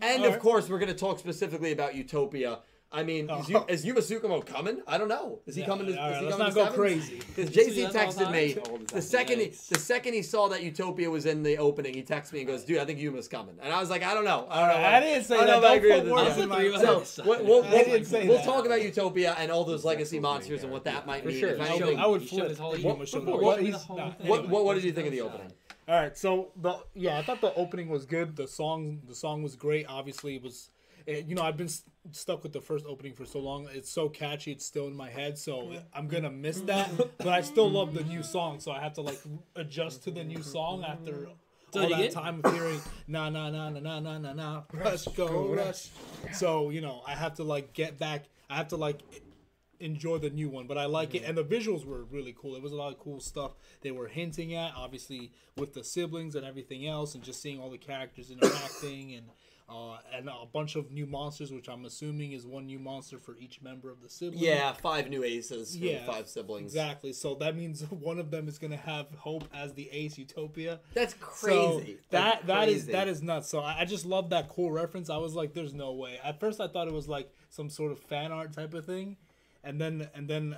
And All of right. course, we're going to talk specifically about Utopia. I mean, is, you, Oh. is Yuma Tsukumo coming? I don't know. Is he Yeah, coming? To, all is right, he let's coming not to go Sevens? crazy. Because JC Do that all the texted time? me All the the time. second he, Yikes. the second he saw that Utopia was in the opening, he texted me and goes, "Dude, I think Yuma's coming." And I was like, "I don't know, I don't know." I didn't say I that. don't know if I Don't agree put with words this. in Yeah. my So, mouth. So we'll, we'll, I we'll- didn't say we'll that. talk about Utopia and all those legacy Exactly. monsters and what that might For mean. sure. If He Showed- anything, I would he flip. showed his whole What- humor so before- much. what Showed me the he's- whole nah. thing. what what, what did you Anyway, think of the shot. opening? All right, so the yeah, I thought the opening was good. The song, the song was great. Obviously, it was, it, you know, I've been st- stuck with the first opening for so long. It's so catchy. It's still in my head. So I'm gonna miss that. but I still love the new song. So I have to like adjust to the new song after So all you that get- time of hearing na na na na na na na na rush go rush. So you know, I have to like get back. I have to like enjoy the new one, but I like it. And the visuals were really cool. It was a lot of cool stuff they were hinting at, obviously with the siblings and everything else, and just seeing all the characters interacting and uh, and a bunch of new monsters, which I'm assuming is one new monster for each member of the siblings. Yeah, five new aces from Yeah, five siblings. Exactly. So that means one of them is gonna have Hope as the ace, Utopia. That's So crazy. that that is crazy. that is nuts. So I, I just love that cool reference. I was like, there's no way. At first I thought it was like some sort of fan art type of thing, and then and then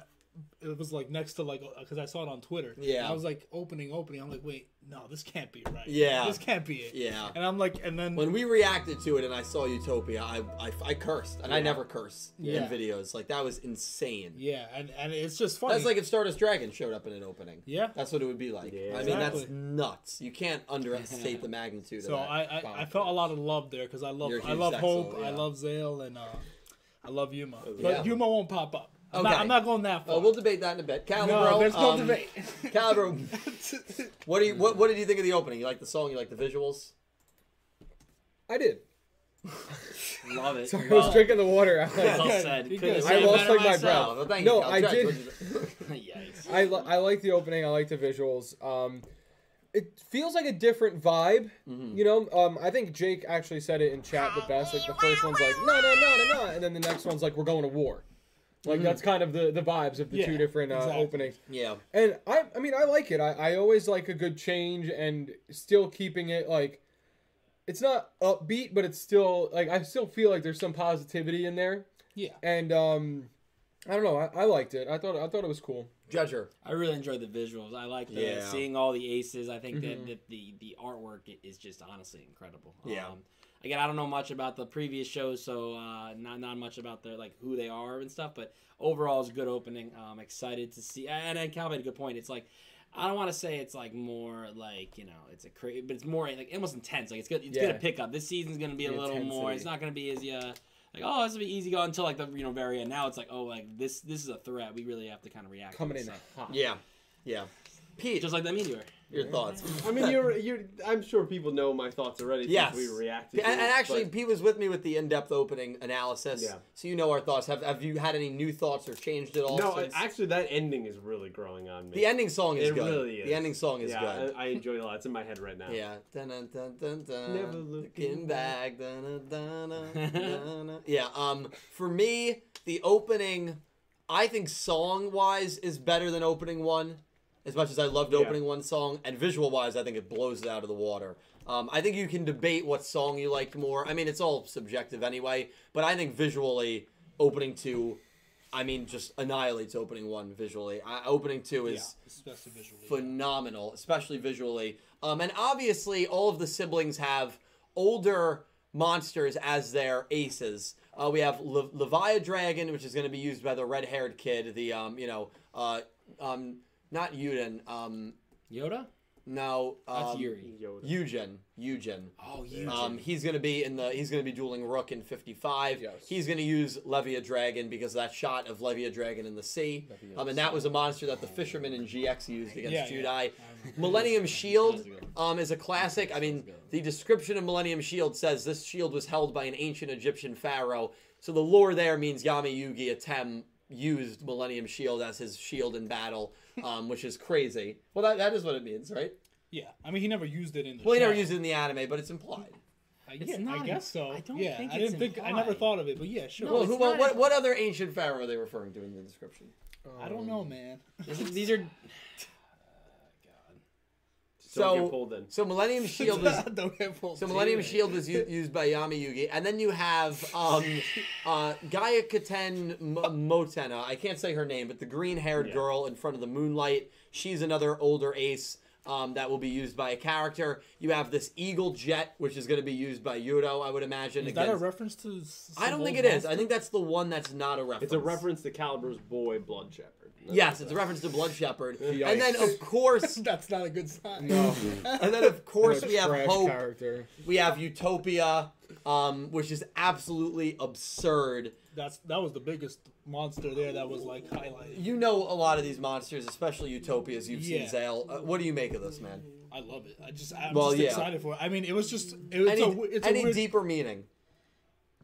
it was like next to like because I saw it on Twitter. Yeah. I was like opening, opening. I'm like, wait, no, this can't be right. Yeah. this can't be it. Yeah. and I'm like, and then When we reacted to it and I saw Utopia, I I, I cursed and I never curse Yeah. in videos. Like that was insane. yeah, and and it's just funny. That's like if Stardust Dragon showed up in an opening. yeah. That's what it would be like. Yeah. I mean, that's Exactly. nuts. You can't underestimate the magnitude So of that. I, I I felt a lot of love there because I love You're a I huge love Zaxxel, Hope, yeah. Oh, I love Zale, and uh, I love Yuma. Yeah. But Yuma won't pop up. I'm, not, Okay. I'm not going that far. Uh, we'll debate that in a bit. Calibro, no, there's no um, debate. Calibro, what do you what, what did you think of the opening? You like the song? You like the visuals? I did. Love it. Sorry, I well, was drinking the water. I, well good. said. You're Couldn't good. have said I it lost, better like, my myself. Oh, well, thank No, you. I Jack, did- what'd you- Yikes. I, li- I like the opening. I like the visuals. Um, it feels like a different vibe. You know, um, I think Jake actually said it in chat the best. Like the first one's like no no no no no, and then the next one's like we're going to war. Like that's kind of the the vibes of the two Yeah, different uh, exactly. openings. yeah. And I, I mean, I like it. I, I always like a good change and still keeping it like, it's not upbeat, but it's still like I still feel like there's some positivity in there. yeah. And um, I don't know. I, I liked it. I thought I thought it was cool. Judger. I really enjoyed the visuals. I like the Yeah. seeing all the aces. I think Mm-hmm. that, that the the artwork i- is just honestly incredible. Yeah. Um, again, I don't know much about the previous shows, so uh, not not much about their like who they are and stuff. But overall, it's a good opening. I'm excited to see. And then Cal made a good point. It's like I don't want to say it's like more like you know it's a cra- but it's more like almost intense. Like it's good. It's Yeah. gonna pick up. This season's gonna be a The little more. intensity. It's not gonna be as uh, like oh this will be easy go until like the you know very end. Now it's like oh like this this is a threat. We really have to kind of react. to Coming this in stuff. hot. Yeah, yeah. Pete, Just like that meteor. your thoughts. I mean, you're you're. I'm sure people know my thoughts already. since Yes. we reacted. And, to and it, actually, but- Pete was with me with the in-depth opening analysis, Yeah. so you know our thoughts. Have Have you had any new thoughts or changed at all? no, since- actually, that ending is really growing on me. the ending song is it good. really is. The ending song is yeah, good. I, I enjoy it a lot. It's in my head right now. yeah. Dun, dun, dun, dun, dun. Never looking back. Dun, dun, dun, dun, dun, dun. Yeah. Um. For me, the opening, I think song wise is better than opening one. As much as I loved Yeah. opening one song, and visual wise, I think it blows it out of the water. Um, I think you can debate what song you liked more. I mean, it's all subjective anyway, but I think visually, opening two, I mean, just annihilates opening one visually. I, opening two is Yeah, especially visually. phenomenal, especially visually. Um, and obviously, all of the siblings have older monsters as their aces. Uh, we have Le- Levia Dragon, which is going to be used by the red-haired kid. The um, you know, uh, um, not Yuden. Um, Yoda? no, um, That's Yuri. Yoda. Eugen. Eugen. Oh, Yuri. Um, he's gonna be in the he's gonna be dueling Rook in fifty five. Yes. He's gonna use Levia Dragon because of that shot of Levia Dragon in the sea. Um, and that was a monster that the fishermen in GX used against Yeah, Judai. yeah. Millennium Shield That was good. um, is a classic. I mean, the description of Millennium Shield says this shield was held by an ancient Egyptian pharaoh. So the lore there means Yami Yugi Atem used Millennium Shield as his shield in battle, um, which is crazy. Well, that, that is what it means, right? yeah, I mean, he never used it in the. Well, he never show. used it in the anime, but it's implied. Uh, It's yeah, not I guess so. imp- I don't yeah, think I it's didn't think I never implied. thought of it, but yeah, sure. No, Well, it's who, what, not what, in- what other ancient pharaoh are they referring to in the description? I don't know, man. This is- these are. Don't so- get pulled in. So Millennium Shield is Don't get full so Millennium tear. Shield is u- used by Yami Yugi, and then you have um, uh, Gaia Katen M- Motena. I can't say her name, but the green-haired Yeah. girl in front of the moonlight. She's another older ace. Um, that will be used by a character. You have this Eagle Jet, which is going to be used by Yudo, I would imagine. Is that a against- reference to? s- I don't some think it old is. I monster? think that's the one that's not a reference. It's a reference to Caliber's boy, Blood Shepherd. Yes, it's a reference to Blood Shepherd. And then, Yikes. of course, that's not a good sign. No, and then of course What a we have trash hope. character. We have Utopia, um, which is absolutely absurd. That's that was the biggest monster there that was like highlighted. You know a lot of these monsters, especially Utopias. You've Yeah. seen Zale. Uh, what do you make of this, man? I love it. I just I'm Well, just yeah. excited for it. I mean, it was just it, it's Any, a w- it's a any weird, deeper meaning?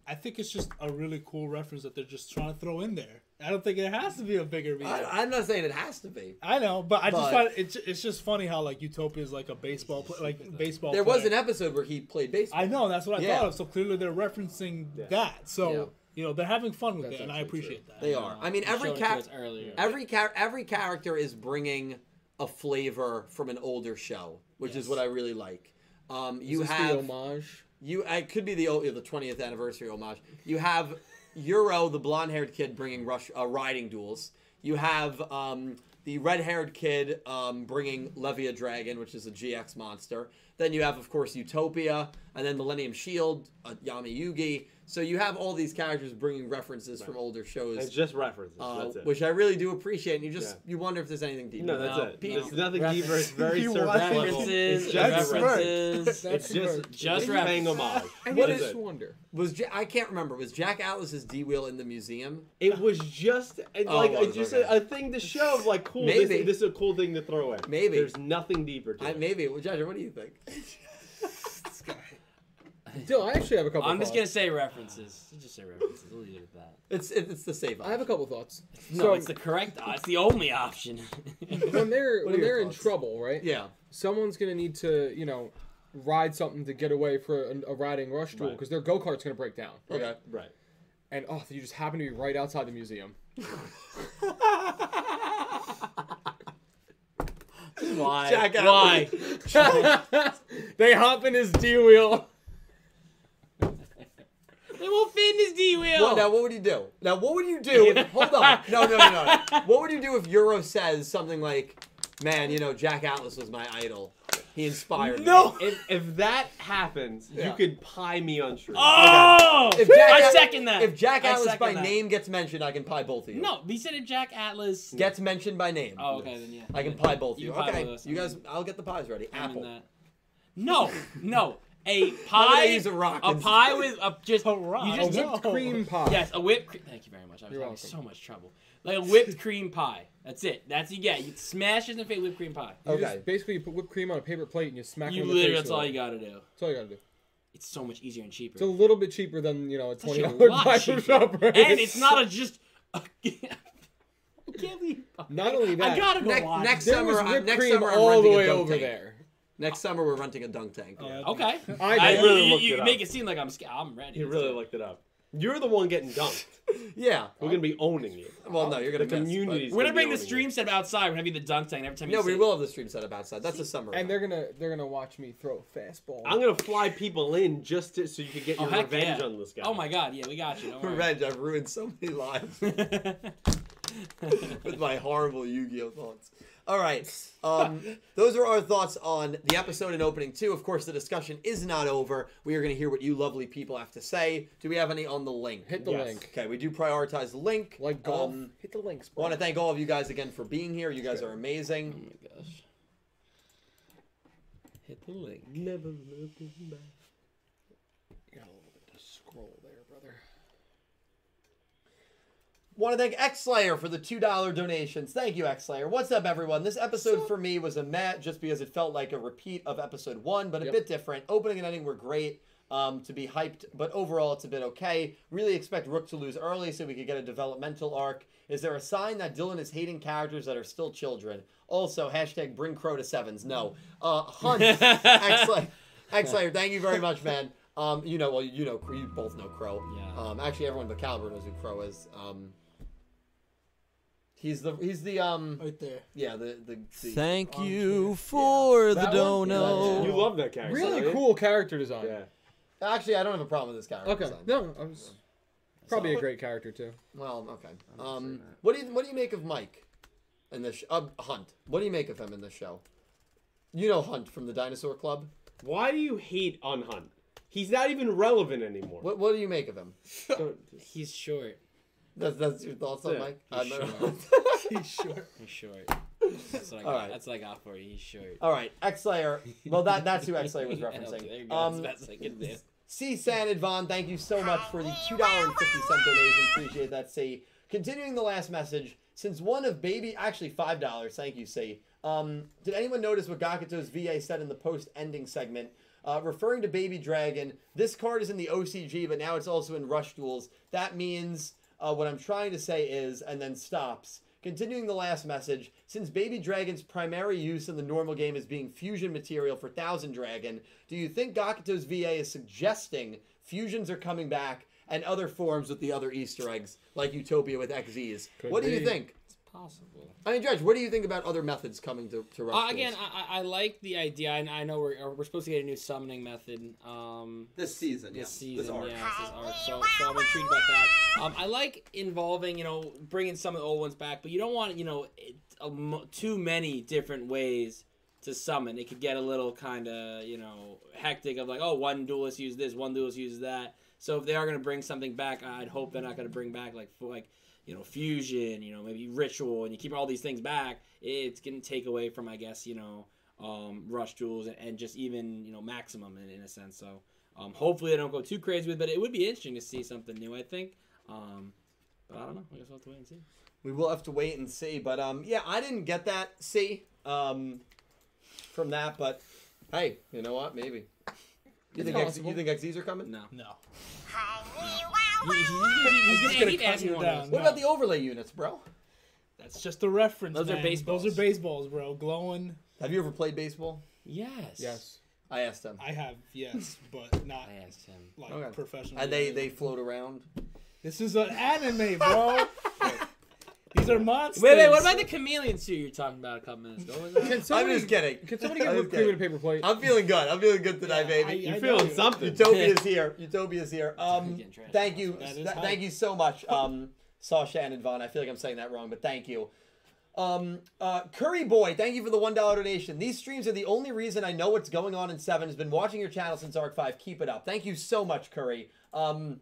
I think it's just a really cool reference that they're just trying to throw in there. I don't think it has to be a bigger meaning. I, I, I'm not saying it has to be. know, but I But- just find it's it's just funny how like Utopia is like a baseball pla- like baseball. There was an player. episode where he played baseball. I know that's what I Yeah. thought of. So clearly they're referencing that. So Yeah. you know they're having fun with That's it, and I actually appreciate that. they are. I mean, every showed it to cat, us earlier. every car, every character is bringing a flavor from an older show, which is what I really like. Um, you Is this the have homage. You, I could be the old, the twentieth anniversary homage. You have Euro, the blonde-haired kid, bringing rush uh, riding duels. you have um, the red-haired kid um, bringing Levia Dragon, which is a GX monster. Then you have, of course, Utopia, and then Millennium Shield, uh, Yami Yugi. So you have all these characters bringing references from older It's shows, just references. uh, that's it. which I really do appreciate. And you just you wonder if there's anything deep. no, that's No, it. no. There's nothing Reference. deeper. It's very He surface watches- level. References, It's just references. That's It's just smart. Just it's paying references. homage. I What is just it? wonder. was ja- I can't remember. Was Jack Atlas's D wheel in the museum? It was just it, Oh, like it it was, just okay. a, a thing to show of like cool. Maybe. This, this is a cool thing to throw away. Maybe. there's nothing deeper to I, it. maybe. Well, Judge, what do you think? Dylan, I actually have a couple. I'm just gonna thoughts. say references. Just say references. We'll leave it at that. It's it, it's the safe. I have a couple thoughts. No, so it's the correct. op- It's the only option. when they're What are when your they're thoughts? in trouble, right? yeah. Someone's gonna need to you know ride something to get away for a, a riding rush tool Right. because their go kart's gonna break down. right? Okay. Right. And oh, you just happen to be right outside the museum. Why? Jack Why? they hop in his D wheel. They won't fit in his D Well, wheel. now what would you do? Now what would you do? If, hold on. No, no, no, no. What would you do if Euro says something like, "Man, you know, Jack Atlas was my idol. He inspired me." If, if that happens, Yeah. you could pie me on truth. Oh! If Jack I Atlas- second that. If Jack I Atlas second by that. name gets mentioned, I can pie both of you. No, he said if Jack Atlas. Gets mentioned by name. Oh, okay, then yeah. I can pie both of You you. can pie Okay. both of us. You guys, I'll get the pies ready. I'm in Apple. that. No, no. A How would I pie. use a rock? A instead? pie with a just. A rock? You A just No. whipped cream pie. Yes, a whipped. Cre- Thank you very much. I was You're having welcome. so much trouble. Like a whipped cream pie. That's it. That's you get. You smash it in the face. Whipped cream pie. You just Okay. basically you put whipped cream on a paper plate and you smack You it. in the literally. face That's with all it. you gotta do. That's all you gotta do. It's so much easier and cheaper. It's a little bit cheaper than you know a twenty Actually, a dollar lot pie cheaper. from shop. right? And it's not a just. I can't believe. Not only that, I gotta go Next, watch. next there summer, was I'm- whipped next cream summer I'm all the renting a way dunk over tank. there. Next summer we're renting a dunk tank. Oh, Okay. I I, did. really you, looked you it up. make it seem like I'm scared. I'm ready. He Let's really do it. looked it up. You're the one getting dunked. Yeah. We're gonna be owning you. Well, no, you're gonna The miss, but- community's We're gonna be bring the owning stream set up outside. We're gonna be the dunk tank every time. No, you we see will have the stream set up outside. That's a summer. And event. they're gonna they're gonna watch me throw a fastball. I'm gonna fly people in just to, so you can get It. Oh your heck revenge yeah. on this guy. Oh my god, yeah, we got you. Don't worry. Revenge, I've ruined so many lives with my horrible Yu-Gi-Oh thoughts. All right, um, those are our thoughts on the episode and opening two. Of course, the discussion is not over. We are going to hear what you lovely people have to say. Do we have any on the link? Hit the Yes. link. Okay, we do prioritize the link. Like golf. Um, hit the links. want to thank all of you guys again for being here. You guys are Mm. Oh amazing. my gosh. Hit the link. Never looking back. You got a little bit to scroll there, brother. Want to thank X Slayer for the two dollar donations. Thank you, X Slayer. What's up, everyone? This episode for me was a mat just because it felt like a repeat of episode one, but a Yep. bit different. Opening and ending were great. Um, to be hyped, but overall it's a bit okay. Really expect Rook to lose early so we could get a developmental arc. Is there a sign that Dylan is hating characters that are still children? Also, hashtag bring Crow to sevens. No, uh, Hunt X Slayer, X Slayer. Thank you very much, man. Um, you know, well, you know, you both know Crow. Yeah. Um, actually, everyone but Caliber knows who Crow is. Um, He's the he's the um right there. yeah the the, the Thank Arm you chair. for the That one? Yeah, dono. You love that character. Really don't you? cool character design. Yeah. actually I don't have a problem with this character. Okay. design. No, I was probably So- a great character too. Well, okay. Um, what do you what do you make of Mike in this sh- uh, Hunt? What do you make of him in this show? You know Hunt from the Dinosaur Club. Why do you hate on Hunt? He's not even relevant anymore. What what do you make of him? Don't- He's short. That's that's your thoughts on Yeah. Mike. Uh, He's I don't short. know. He's short. He's short. That's what I got. Alright. That's what I got for you. He's short. All right, X Slayer. Well, that that's who X Slayer was Yeah, referencing. There you go. Um, That's the best I can do. C. San and Vaughn, thank you so much for the $2.50 donation. Appreciate that, C. Continuing the last message, since one of Baby, actually $5, thank you, C. Um, did anyone notice what Gakuto's VA said in the post ending segment? Uh, referring to Baby Dragon, this card is in the OCG, but now it's also in Rush Duels. That means uh, what I'm trying to say is, and then stops. Continuing the last message, since Baby Dragon's primary use in the normal game is being fusion material for Thousand Dragon, do you think Gakuto's VA is suggesting fusions are coming back and other forms with the other Easter eggs, like Utopia with XZs? Could what do you be. think? possible. I mean, Dredge, what do you think about other methods coming to, to Rush Uh, Tools? again, I, I- I like the idea, and I know we're, we're supposed to get a new summoning method. Um, this season, this yeah. season. arc. yeah, this is art. So, so I'm intrigued about that. Um, I like involving, you know, bringing some of the old ones back, but you don't want, you know, it, a mo- too many different ways to summon. It could get a little kind of, you know, hectic of like, oh, one duelist used this, one duelist used that. So if they are going to bring something back, I'd hope they're not going to bring back like, fu- like, you know, fusion, you know, maybe ritual, and you keep all these things back. It's going to take away from, I guess, you know. Um, rush jewels and, and just even you know maximum in, in a sense so um, hopefully, I don't go too crazy with, it, but it would be interesting to see something new. I think. Um, but I don't know. I guess I'll have to wait and see. We will have to wait and see. But um, yeah, I didn't get that C um, from that. But hey, you know what? Maybe. You think, X, possible. you think XZs are coming? No. No. He- he's gonna keep- he's gonna gonna keep cut asking you one of down. those. What about the overlay units, bro? That's just a reference. Those are man. baseballs. Those are baseballs, bro. Glowing. Have you ever played baseball? Yes. Yes. I asked them. I have yes, but not I asked him. like Okay. professional. And they, they float around. This is an anime, bro. These are monsters. Wait, wait. What about the chameleon suit you were talking about a couple minutes ago? What was that? Can somebody, I'm just kidding. Can somebody get I'm whipped just cream in a kidding. paper plate? I'm feeling good. I'm feeling good tonight, Yeah, baby. I- You're I feeling know. something. Utopia's here. Utopia's here. Um, Getting trashed. thank you. That is Th- hype. thank you so much, um, Saw Shannon Vaughn. I feel like I'm saying that wrong, but thank you. Um, uh, Curry Boy, thank you for the $1 donation. These streams are the only reason I know what's going on in 7. Has been watching your channel since Arc 5. Keep it up. Thank you so much, Curry. Um,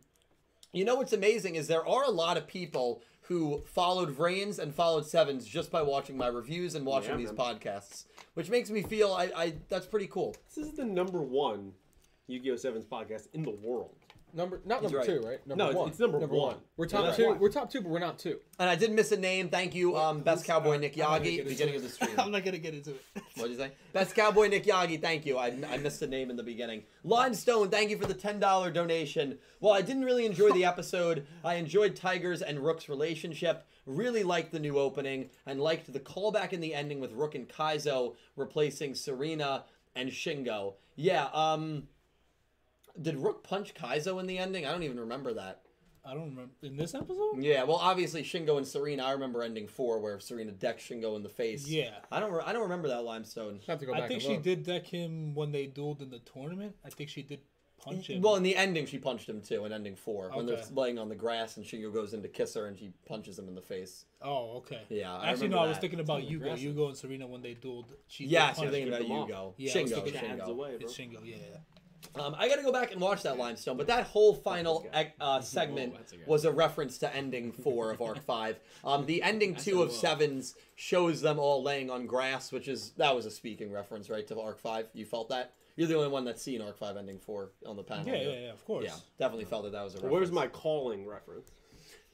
you know what's amazing is there are a lot of people who followed Vrains and followed Sevens just by watching my reviews and watching Yeah, these man. podcasts, which makes me feel I, I that's pretty cool. This is the number one Yu-Gi-Oh! Sevens podcast in the world. Number not number right. two, right? Number No, it's- it's number one. We're top That's two. why. We're top two, but we're not two. And I did miss a name. Thank you, um, Best Cowboy Nick I'm gonna Yagi, get beginning of into the it. stream. I'm not gonna get into it. What did you say? Best Cowboy Nick Yagi, thank you. I, I missed the name in the beginning. Limestone, thank you for the $10 donation. Well, I didn't really enjoy the episode. I enjoyed Tigers and Rook's relationship, really liked the new opening, and liked the callback in the ending with Rook and Kaizo replacing Serena and Shingo. Yeah, um. Did Rook punch Kaizo in the ending? I don't even remember that. I don't remember in this episode. Yeah, well, obviously Shingo and Serena. I remember ending four where Serena decks Shingo in the face. Yeah. I don't. Re- I don't remember that limestone. Have to go back I think and she look. did deck him when they dueled in the tournament. I think she did punch him. Well, in the ending, she punched him too. In ending four, when they're Okay. laying on the grass and Shingo goes in to kiss her and she punches him in the face. oh, okay. Yeah, I Actually, remember no. I was that. thinking about Yugo. aggressive. Yugo and Serena when they dueled. She did Yes, punch you're thinking him. about them off. Yugo. Yeah, I was Shingo. thinking Shingo. Ads away, bro. It's Shingo. Yeah, yeah. Um, I gotta go back and watch that limestone, but that whole final guy. ec- uh, segment Whoa, that's a guy. was a reference to ending four of arc five. Um, the ending That's two a of whoa. sevens shows them all laying on grass, which is that was a speaking reference, right, to arc five. You felt that? You're the only one that's seen arc five ending four on the panel. Yeah, here. yeah, yeah. Of course. Yeah, definitely felt that that was a reference. Where's my calling reference?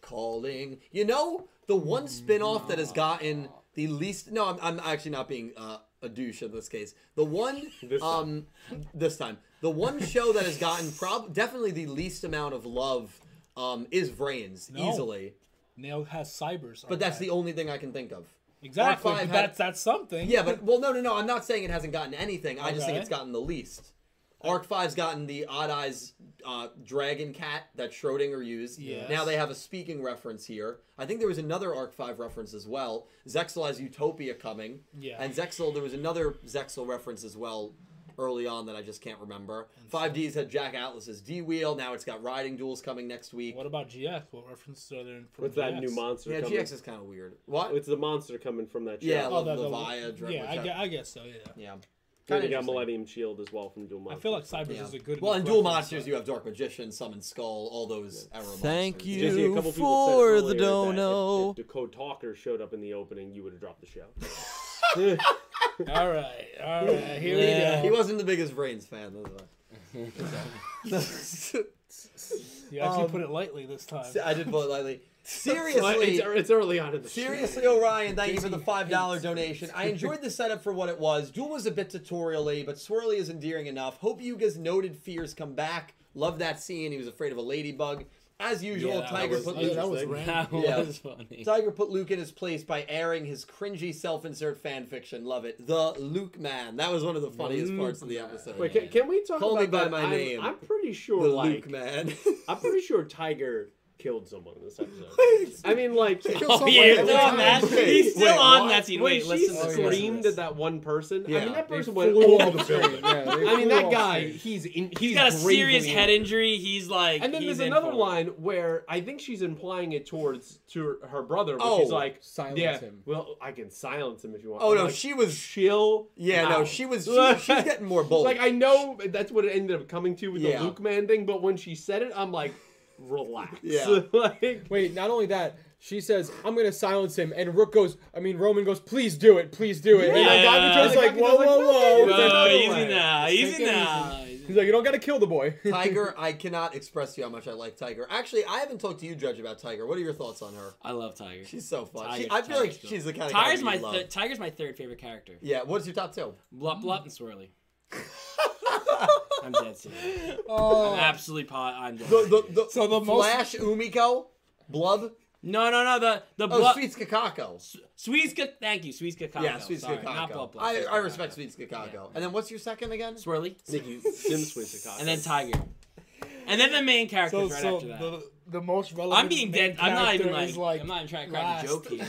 calling? You know, the one spin off that has gotten the least. No, I'm, I'm actually not being uh, a douche in this case. The one, This um, this time, the one show that has gotten prob- definitely the least amount of love um, is Vrains, No. easily. Now has cybers. But that's the only thing I can think of. exactly. Arc five but had- that's that's something. Yeah, but well, no, no, no. I'm not saying it hasn't gotten anything. I just think Okay. it's gotten the least. Arc Five's gotten the Odd Eyes uh, dragon cat that Schrodinger used. Yes. Now they have a speaking reference here. I think there was another Arc Five reference as well. Zexel has Utopia coming. Yeah. And Zexel, there was another Zexel reference as well early on that I just can't remember. Five Ds had Jack Atlas's D wheel. Now it's got riding duels coming next week. What about GX? What references are there in? from What's that GX? new monster yeah, coming? Oh, GX is kind of weird. What? It's the monster coming from that show. Yeah, Oh, the, the, Leviathan, yeah, I, whichever. gue- I guess so. Yeah. yeah. Then Kinda you got interesting. Millennium Shield as well from Dual I Monster. feel like cybers Yeah. is a good. well, in enough Dual reference, Monsters, but- you have Dark Magician, Summon Skull, all those arrow Thank monsters. you. Just a couple people said for the earlier that if- dono. If, the Code Talker showed up in the opening, you would have dropped the show. All right, all right. Here Yeah. we He go. wasn't the biggest Brains fan, that's why. You actually Um, put it lightly this time. I did vote lightly. But Seriously, it's, it's early on in the show. Seriously, Orion, thank you for the five dollar donation. I enjoyed the setup for what it was. Duel was a bit tutorially, but Swirly is endearing enough. Hope you guys noted fears come back. Love that scene. He was afraid of a ladybug. As usual, Yeah, that Tiger was- put yeah, Luke. that was interesting. random. That Yeah. was funny. Tiger put Luke in his place by airing his cringy self-insert fanfiction. Love it. The Luke Man. That was one of the funniest Luke parts of the episode. Wait, can, can we talk Call me about by my that? I'm- name. I'm pretty the sure, Luke like, Man. I'm pretty sure Tiger killed someone in this episode. I mean, like Oh, someone yeah, he's every still on time. that. Wait, He's still wait, on what? that scene. When Wait, she listen. to this. yeah. screamed at that one person. I Yeah. mean, that They person flew went all off the the building. screen, yeah, they I mean, flew that off guy, screen. he's in. He's, He's got a serious gravely head injury. He's like. And then he's there's in another for it. line where I think she's implying it towards to her, her brother, where Oh, she's like, silence yeah, him. Well, I can silence him if you want. Oh I'm no, like, she was. chill. Yeah, no, out. she was. She, she's getting more bold. Like I know that's what it ended up coming to with Yeah. the Luke man thing, but when she said it, I'm like, relax. Yeah. like Wait, not only that, she says, I'm going to silence him. And Rook goes, I mean, Roman goes, please do it, please do it. And Yeah. Nagamitou's Yeah. like, whoa, whoa, whoa. Whoa, There's Whoa, no easy way. now. Easy now. He's like, you don't got to kill the boy. Tiger, I cannot express to you how much I like Tiger. Actually, I haven't talked to you, Judge, about Tiger. What are your thoughts on her? I love Tiger. She's so fun. Tiger- she, I feel Tiger's like dope. she's the kind of Tiger's character my you love. th- Tiger's my third favorite character. yeah. What's your top two? Blup blup and swirly. I'm dead serious. Oh. I'm absolutely pot. I'm dead. The, the, serious. the, So the most- Flash Umiko, Blub. no, no, no. The the Oh, blup. Sweets Kakako. Sweetska, thank you, Sweetska Kakao. Yeah, Sweets Sorry, Not Kakako. blup blup. I, Sweets I respect Kakao. Sweets Kakako. And then what's your second again? Swirly, Nikki. Jim Swisakaka. and then Tiger, and then the main So, characters right so after that. the, the most relevant. I'm being dead. main I'm not even character like, is, like. I'm not even trying to crack a last. joke here.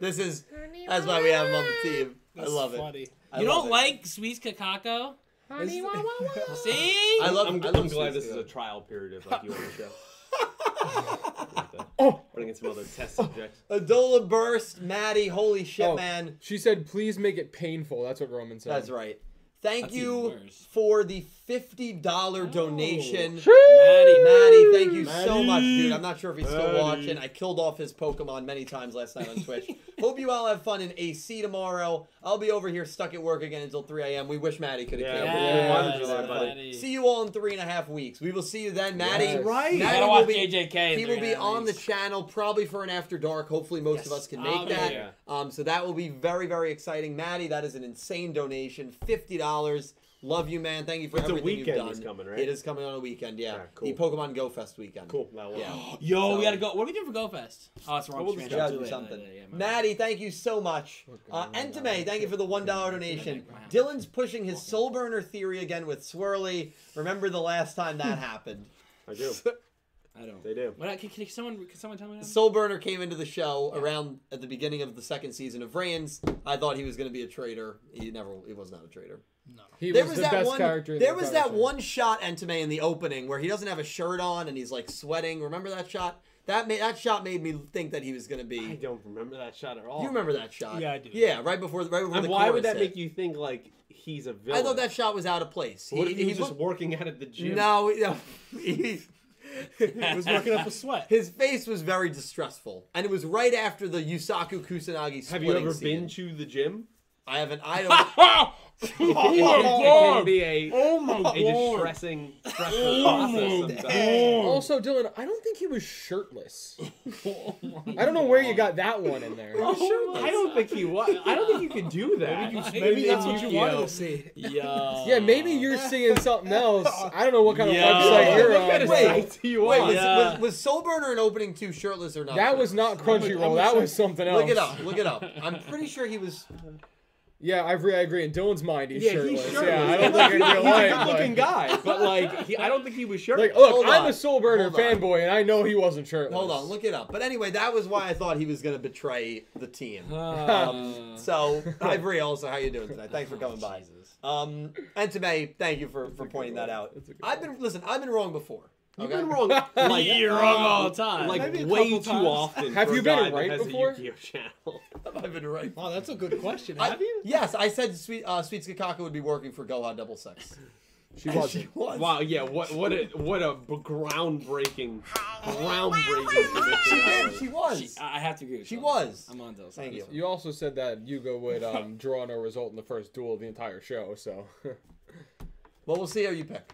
this is. That's why we have him on the team. I That's love it. funny. I You love don't it. like Sweets Kakako? Honey, wah, wah, wah. See? I love. I'm, I I'm love glad Sweets this is a Kakako. trial period of like you on the show. Like that. Oh. Running into some other test subjects. Adola Burst, Maddie. Holy shit, Oh. man. She said, please make it painful. That's what Roman said. That's right. Thank That's you even worse. Oh. for the fifty dollar donation. Maddie, Maddie, thank you so Maddie. much, dude. I'm not sure if he's still Maddie. watching. I killed off his Pokemon many times last night on Twitch. Hope you all have fun in AC tomorrow. I'll be over here stuck at work again until 3 a.m. We wish Maddie could have Yeah, came. we We wanted wanted to you have there, fun. buddy. See you all in three and a half weeks. We will see you then, Maddie. Yes. Right. Maddie You I gotta gotta will watch be- JJK. in He three will be and a half on the weeks. channel probably for an after dark. Hopefully, most of Yes. us can make I'll be that. there. Um, so that will be very, very exciting. Maddie, that is an insane donation. Fifty dollars. Love you, man. Thank you for It's a everything you've weekend done. it's coming, right? It is coming on a weekend. Yeah, Ah, cool. the Pokemon Go Fest weekend. Cool. That one. Yeah. Yo, So- we gotta go. What are we doing for Go Fest? Oh, it's wrong. We'll Smash. discuss Too Judge or late. something. Yeah, yeah, my bad. Maddie, thank you so much. Uh, Okay, and my Tomei, bad. thank you for the one dollar donation. Wow. Dylan's pushing his soul burner theory again with Swirly. Remember the last time that happened? I do. I don't. They do. What, can, can someone can someone tell me that? Soul Burner came into the show around at the beginning of the second season of Reigns. I thought he was going to be a traitor. He never. He was not a traitor. He There was, was, the that best one. character. in There the was entire that show. one shot Entame in the opening where he doesn't have a shirt on and he's like sweating. Remember that shot? That made that shot made me think that he was going to I be. don't remember that shot at all. You remember that shot? Yeah, I do. Yeah, right before right before And the why chorus would that hit. make you think like he's a villain? I thought that shot was out of place. What if he, was just looked- working out at the gym? no, no. he- He was working up a sweat. his face was very distressful, and it was right after the Yusaku Kusanagi. Have you splitting ever scene. been to the gym? I haven't. I don't. It can- it can be a, Oh my Oh a distressing, stressful process sometimes. Also, Dylan, I don't think he was shirtless. Oh I don't know where you got that one in there. I don't think he was. I don't think you could do that. Maybe that's in what you Yu-Gi-Oh. wanted to see. Yo. Yeah, maybe you're seeing something else. I don't know what kind of Yo. website you're What on. kind of Wait, sites do you Wait, want? was, Yeah. was, was Soul Burner an opening two shirtless or not? That was not shirtless? Crunchyroll. That was something else. Look it up. Look it up. I'm pretty sure he was. Yeah, I agree. I agree. In Dylan's mind, he's Yeah, shirtless. he's Yeah, I shirtless. don't think in He's a real life. good-looking Like, guy, but like, he, I don't think he was shirtless. like, oh, look, Hold I'm on. a Soul Burner Hold on. fanboy, and I know he wasn't shirtless. Hold on, look it up. But anyway, that was why I thought he was going to betray the team. Uh, Um, So, Ivory, also, how you doing tonight? Thanks for coming by. Jesus. Um, and Tomei, thank you for, for pointing that out. That's a good I've been listen. I've been wrong before. You've okay? been wrong. Like, You're wrong all the time. Like Maybe a way too couple times. often. Have for you a been guy that right has a before? Yu-Gi-Oh channel. I've been right. Wow, that's a good question. I- Have you? yes, I said Sweet uh, Sweet Skakaka would be working for Goha Double Six. She wasn't. She was. Wow, yeah, what what a what a b- groundbreaking, groundbreaking She prediction. that did. was. She was. She- I I have to agree with She Dylan. was. I'm on Dylan. Thank you. You also said that Yugo would um, draw no result in the first duel of the entire show, so. well, we'll see how you pick.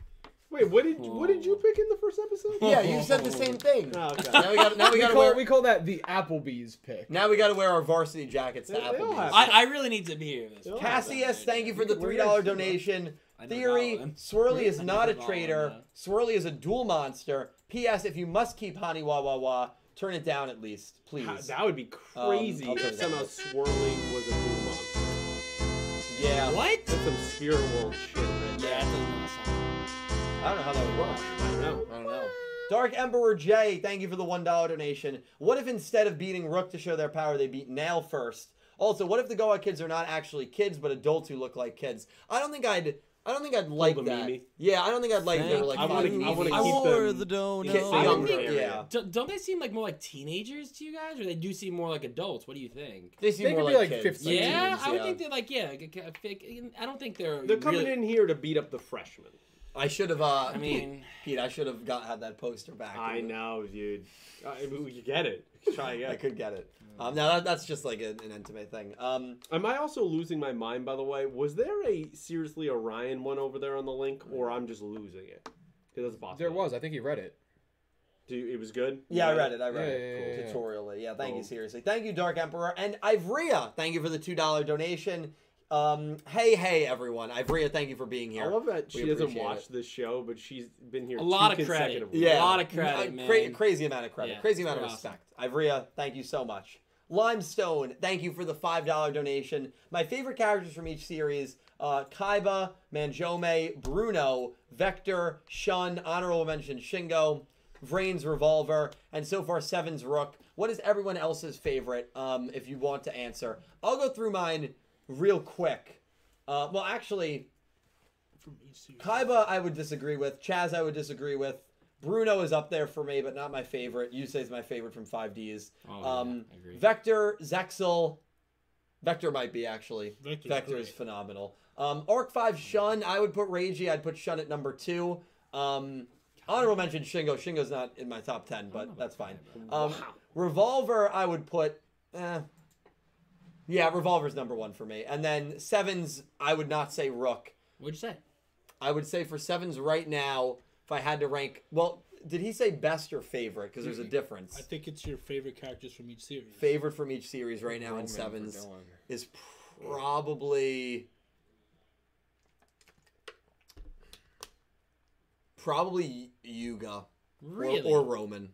Wait, what did what did you pick in the first episode? Yeah, you said the same thing. Oh, okay. Now we got. Now we we, got to call, wear. we call that the Applebee's pick. Now we got to wear our varsity jackets to They- they all Applebee's. have- I, I really need to be here. This Yeah. Cassius, thank you for the We're three dollar next, you know. donation. I never Theory, got one. Swirly is I not never a got traitor. one, Swirly is a dual monster. P.S. If you must keep Hani Wah Wah Wah, turn it down at least, God, please. that would be crazy Um, I'll if turn it somehow down. Swirly was a blue monster. Yeah. What? That's some spirit world shit, man. Yeah, I don't know. I don't know how that would work. I don't know. I don't know. Dark Emperor J, thank you for the $1 donation. What if instead of beating Rook to show their power, they beat Nail first? Also, what if the Goa kids are not actually kids, but adults who look like kids? I don't think I'd. I don't think I'd like them, that. Mimi. Yeah, I don't think I'd like Thank that. We're like, I wanna- fuck I wanna Mimi. I keep were them the Oh, donut. kids I younger. don't think- yeah. D- don't they seem like more like teenagers to you guys, or they do seem more like adults? What do you think? They seem They more could be, like, like, kids. 15. teens, yeah, I would yeah. think they're like yeah. like, uh, fake- I don't think they're. They're coming really- in here to beat up the freshmen. I should have. Uh, I mean, Pete, I should have got had that poster back. I know, dude. I, we could get it. Try I again. could get it. Um, now that, that's just like an, an intimate thing. Um, Am I also losing my mind? By the way, was there a seriously Orion one over there on the link, or I'm just losing it? Because that's possible. There was. I think he read it. Do you- it was good. yeah, I read it. I read Yeah, it yeah, yeah, yeah. tutorially. Yeah, thank you Cool. seriously. Thank you, Dark Emperor and Ivrea. Thank you for the two dollar donation. Um, hey, hey, everyone, Ivrea, thank you for being here. I love that We she doesn't appreciate watch it. this show, but she's been here A lot two of credit. consecutive weeks. Yeah, A lot of credit, Uh, man. crazy amount of credit. Yeah, crazy amount of pretty awesome. respect. Ivrea, thank you so much. Limestone, thank you for the five dollar donation. My favorite characters from each series: uh, Kaiba, Manjome, Bruno, Vector, Shun, honorable mention Shingo, Vrain's Revolver, and so far Seven's Rook. What is everyone else's favorite? Um, if you want to answer, I'll go through mine real quick. Uh, well, actually, from each series. Kaiba, I would disagree with. Chaz, I would disagree with. Bruno is up there for me, but not my favorite. Yusei is my favorite from 5Ds. Oh, yeah, um, I agree. Vector, Zexel. Vector might be, actually. Vector's Vector is great. phenomenal. Um, Arc 5 Shun, I would put Reiji. I'd put Shun at number two. Um, honorable mention Shingo. Shingo's not in my top 10, but that's fine. Um, Revolver, I would put. Eh, yeah, Revolver's number one for me. And then Sevens, I would not say Rook. what'd you say? I would say for sevens right now, if I had to rank, well, did he say best or favorite? Because Mm-hmm. there's a difference. I think it's your favorite characters from each series. favorite from each series right now in Roman for sevens Dylan. is probably probably Yuga or- Really? or, Roman.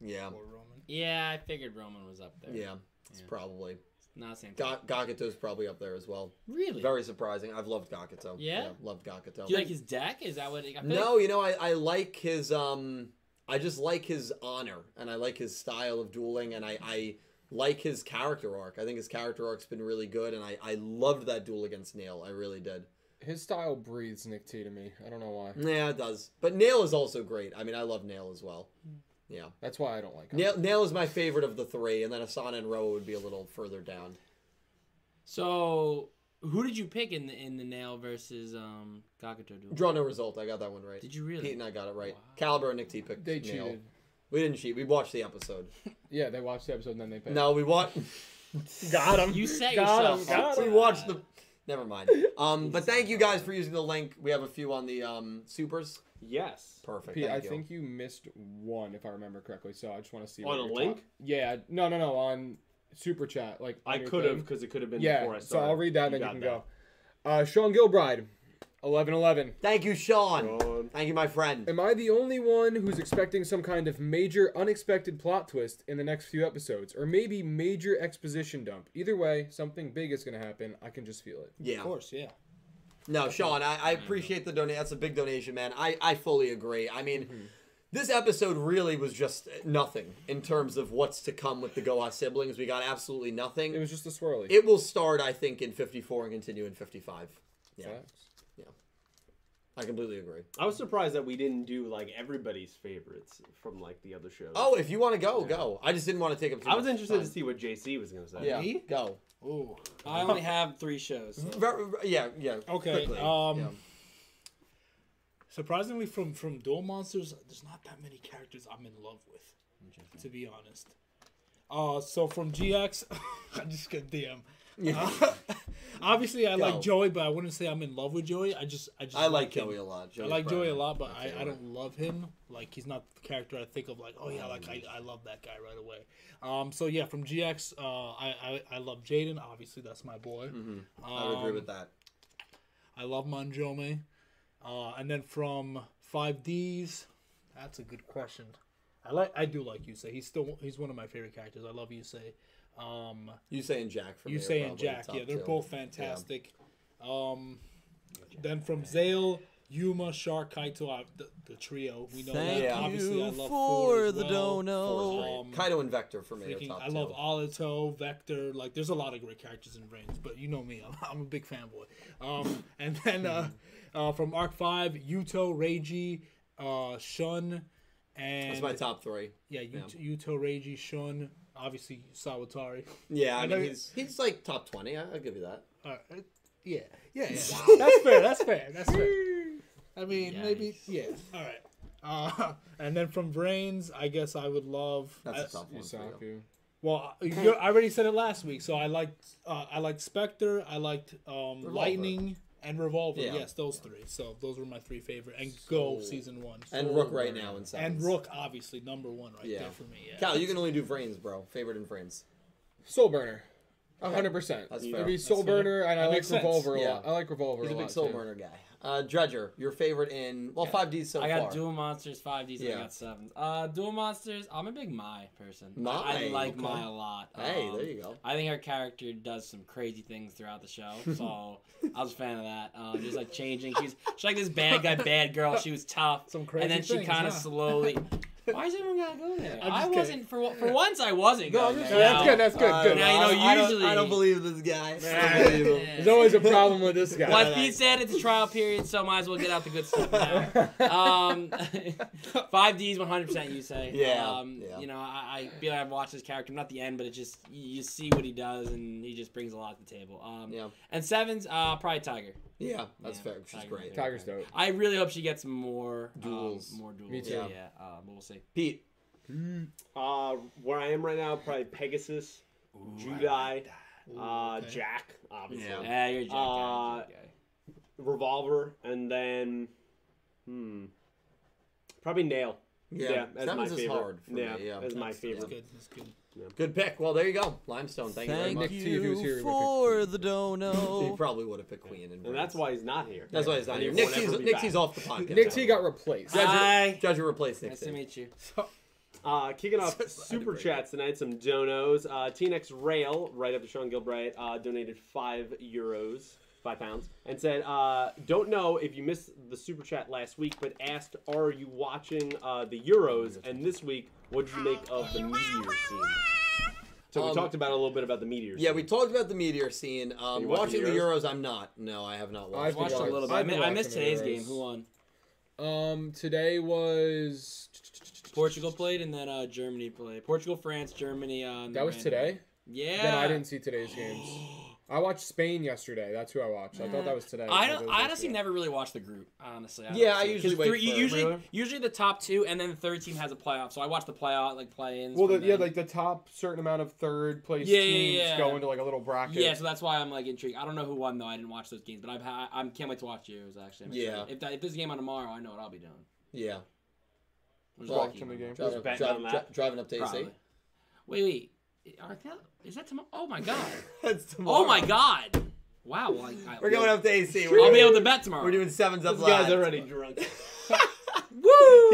Yeah, or Roman. yeah, I figured Roman was up there. yeah, it's probably not saying. Ga- Gakuto's probably up there as well. really? Very surprising. I've loved Gakuto. Yeah? loved Gakuto. Do you like his deck? Is that what? I feel No, Like, you know, I, I like his um I just like his honor and I like his style of dueling and I, I like his character arc. I think his character arc's been really good and I, I loved that duel against Nail. I really did. His style breathes Nick T to me. I don't know why. Yeah, it does. But Nail is also great. I mean I love Nail as well. Yeah. That's why I don't like him. Nail Nail is my favorite of the three, and then Asana and Roa would be a little further down. so who did you pick in the in the nail versus um Gakuto duel? Draw no result. I got that one right. Did you really? Pete and I got it right. Caliber and Nick T picked They Nail. cheated. We didn't cheat. We watched the episode. Yeah, they watched the episode and then they picked. No, we watched. got him. You set Got yourself. him, got up him. for we watched that. the never mind um but thank you guys for using the link we have a few on the um supers Yes. perfect Pete, thank I you. think you missed one if I remember correctly. So I just want to see On what a your link? top- Yeah, no, no, no, on super chat. Like I on your could have thing. because it could have been before Yeah, I so started. I'll read that and then you got can that. go. Uh, Sean Gilbride, eleven eleven. thank you sean Sean. thank you my friend Am I the only one who's expecting some kind of major unexpected plot twist in the next few episodes, or maybe major exposition dump? Either way, something big is gonna happen. I can just feel it. Of yeah course, yeah. no sean i, I appreciate the donation that's a big donation man i i fully agree i mean Mm-hmm. This episode really was just nothing in terms of what's to come with the Goa siblings. We got absolutely nothing. It was just a swirly. It will start, I think, in 54 and continue in 55. Yeah, Facts. I completely agree. I was surprised that we didn't do like everybody's favorites from like the other shows. Oh, if you want to go, go. I just didn't want to take up too I was much interested to time. see what JC was gonna say. Yeah, Me? go. Ooh. Mm-hmm. I only have three shows. so- Ver- ver- yeah, yeah. Okay. quickly. Um. Yeah. Surprisingly, from from Duel Monsters, there's not that many characters I'm in love with, to be honest. Uh, so from GX, I just got DM. Uh, obviously, I Go. like Joey, but I wouldn't say I'm in love with Joey. I just, I just, I like him. Joey a lot. I Joey's like Joey a probably lot, but my I, I favorite. don't love him. Like he's not the character I think of. Like oh yeah, like I, I love that guy right away. Um, so yeah, from GX, uh, I I, I love Jaden. Obviously, that's my boy. Mm-hmm. I would agree Um, with that. I love Manjome. Uh, and then from 5Ds, that's a good question. I like I do like Yusei. He's still he's one of my favorite characters. I love Yusei. Um You saying Jack for me. are Yusei and probably the Jack, top yeah, they're two. both fantastic. Um then from Zale, Yuma, Shark, Kaito, I, the, the trio. We know Thank that. Yeah. Obviously, I you love for four as the well. dono. Um, Oh, Kaido and Vector for me are freaking, top I two. love Alito, Vector. Like, there's a lot of great characters in Reigns, but you know me, I'm, I'm a big fanboy. Um, and then uh, Hmm. uh, from Arc Five, Yuto, Reiji, uh, Shun, and That's my top three. yeah, Yuto, Yuto, Reiji, Shun. Obviously, Sawatari. Yeah, I I know mean you- he's he's like top twenty. I, I'll give you that. Uh, yeah, yeah, yeah. that's fair. That's fair. That's fair. I mean, maybe yeah. All right. Uh, and then from Brains, I guess I would love. That's I- a top one. For you. Yusaku. Well, I- you I already said it last week. So I liked, uh, I liked Spectre, I liked um, Lightning and Revolver. Yeah. Yes, those three. So those were my three favorite. And Go season one. And Rook right now in seven. and Rook, obviously number one right Yeah. there for me. Yeah. Cal, you can only do Vrains, bro. Favorite in Vrains. Soul Burner. A hundred percent. That's fair. It'd be That's Soul fair. Burner, and I That like makes sense. Revolver a Yeah. lot. I like Revolver He's a a lot. big soul too. burner guy. Uh, Dredger, your favorite in well five Ds so I far. got dual monsters, five Ds, and Yeah. I got sevens. Uh, dual monsters. I'm a big Mai person. I- I Mai, like okay. Mai a lot. Hey, Um, there you go. I think her character does some crazy things throughout the show, so I was a fan of that. Um, just like changing, she's she's like this bad guy, bad girl. She was tough, Some crazy and then she things, kind huh? of slowly. Why is everyone gotta go there? I'm I just wasn't for for once. I wasn't. No, going I'm just- there, you that's know? good. That's good. Uh, good. Now you know I don't- I usually- don't believe this guy. I Man. don't believe him. There's always a problem with this guy. Once Pete said it's a trial period, so might as well get out the good stuff now. um, five D's, one hundred percent. You say, Yeah, Um, yeah. You know, I, I feel like I've watched his character, not the end, but it just you, you see what he does, and he just brings a lot to the table. Um, Yeah, And sevens, uh, probably Tiger. yeah, that's Yeah, fair. She's Tiger, great. Tiger. Tiger's dope. I really hope she gets more Duels. um, more duels. Me too. Yeah, yeah. Uh, but we'll see. Pete, Uh, where I am right now, probably Pegasus, Judai, uh, okay. Jack, obviously, Yeah. Yeah, you're a jack guy, Uh, jack guy. Revolver, and then, hmm, probably Nail. yeah, that as my one's just favorite. hard for yeah, me. Yeah, as my That's- That's favorite. good. That's good. good pick. Well, there you go, Limestone. Thank, you very Thank much. Nick T, who's here, you would pick for the He dono. probably would have picked Queen, and, And that's why he's not here. that's why he's not And he here. Nick won't ever T's, be Nick back. T's off the podcast. Nick T got replaced. Judge- Hi. Judge will replace Nick Nice to T. meet you. Uh, kicking off Just had to super break it. chats tonight, some donos. Uh, TNX Rail, right after Sean Gilbright, uh, donated five euros, five pounds, and said, uh, "Don't know if you missed the super chat last week, but asked, are you watching uh, the Euros? And this week, what did you make of the meteor scene? So we Um, talked about a little bit about the meteor. Yeah, scene. we talked about the meteor scene. Um, you watching watching the Euros? Euros, I'm not. No, I have not watched. I've I watched a watching- little bit. I've I, mi- been I watching missed the today's Euros. game. Who won? Um, today was Portugal played, and then uh, Germany played. Portugal, France, Germany. Uh, and That then was Iran. today. Yeah. Then I didn't see today's games. I watched Spain yesterday. That's who I watched. I thought that was today. I but don't. that was I honestly yesterday. never really watch the group. Honestly. don't Yeah, I see it. 'Cause usually wait three- for- usually Really? usually the top two, and then the third team has a playoff. So I watch the playoff like play-ins. Well, from the, yeah, then. like the top certain amount of third place Yeah, yeah, teams yeah. go into like a little bracket. Yeah, so that's why I'm like intrigued. I don't know who won though. I didn't watch those games, but I've ha- I can't wait to watch yours actually. I'm Yeah. excited. If, that, if there's a game on tomorrow, I know what I'll be doing. Yeah, I'm just Well, lucky. watching the game. driving, betting drive- on that. dri- driving up to AC. Probably. Wait, wait. Are that, is that tomorrow? Oh my god. That's tomorrow. oh my god. Wow. Well, I, I, We're going up to AC. We're I'll be doing- able to bet tomorrow. We're doing sevens up This guy's live. already drunk. Woo!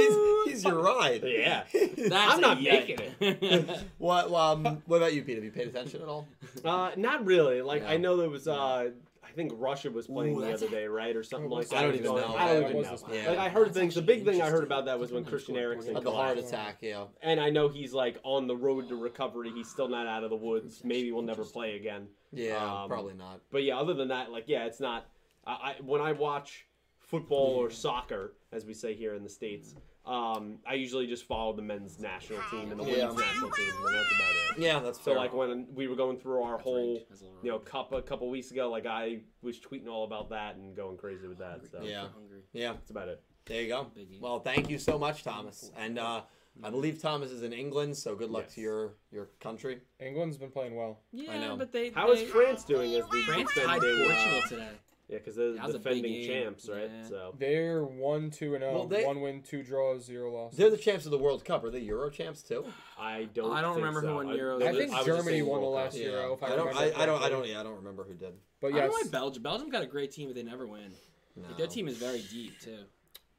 He's, he's your ride. yeah. That's I'm a not yay. making it. What um, what about you, Pete? Have you paid attention at all? Uh, not really. Like No. I know there was. Uh, I think Russia was playing Ooh, the that's other a- day, right, or something That like was- that. I don't even Going- know. I don't That even was know. this morning. Like, I heard things. The big thing I heard about that was when That's Christian actually Eriksen Of the collapsed. heart attack, yeah. And I know he's like on the road to recovery. He's still not out of the woods. Maybe we'll never play again. Yeah, Um, probably not. But yeah, other than that, like yeah, it's not. I, I when I watch football Mm. or soccer, as we say here in the states, um, I usually just follow the men's national team and the Yeah. women's national team, and that's about it. Yeah, that's So fair. like when we were going through our whole, range. That's a lot of you know, range. cup a couple weeks ago, like I was tweeting all about that and going crazy with that. So yeah, hungry. yeah. that's about it. There you go. Biggie. Well, thank you so much, Thomas. And uh, I believe Thomas is in England, so good luck Yes. to your your country. England's been playing well. Yeah, know. but they. How is they- France doing as the France tied defending, uh, Portugal today. Yeah, because they're That the was a big defending game. champs, right? Yeah. So They're one, two, and zero. Well, they- one win, two draws, zero losses. They're the champs of the World Cup. Are they Euro champs too? I don't. I don't think remember who so. won I- Euros. that I was- think was just Germany saying won the World Cup. last year. Euro, if I I don't. remember I, I don't. I correctly. don't. Yeah, I don't remember who did. But I yes, don't know why Belgium. Belgium got a great team, but they never win. Like, their No. team is very deep too.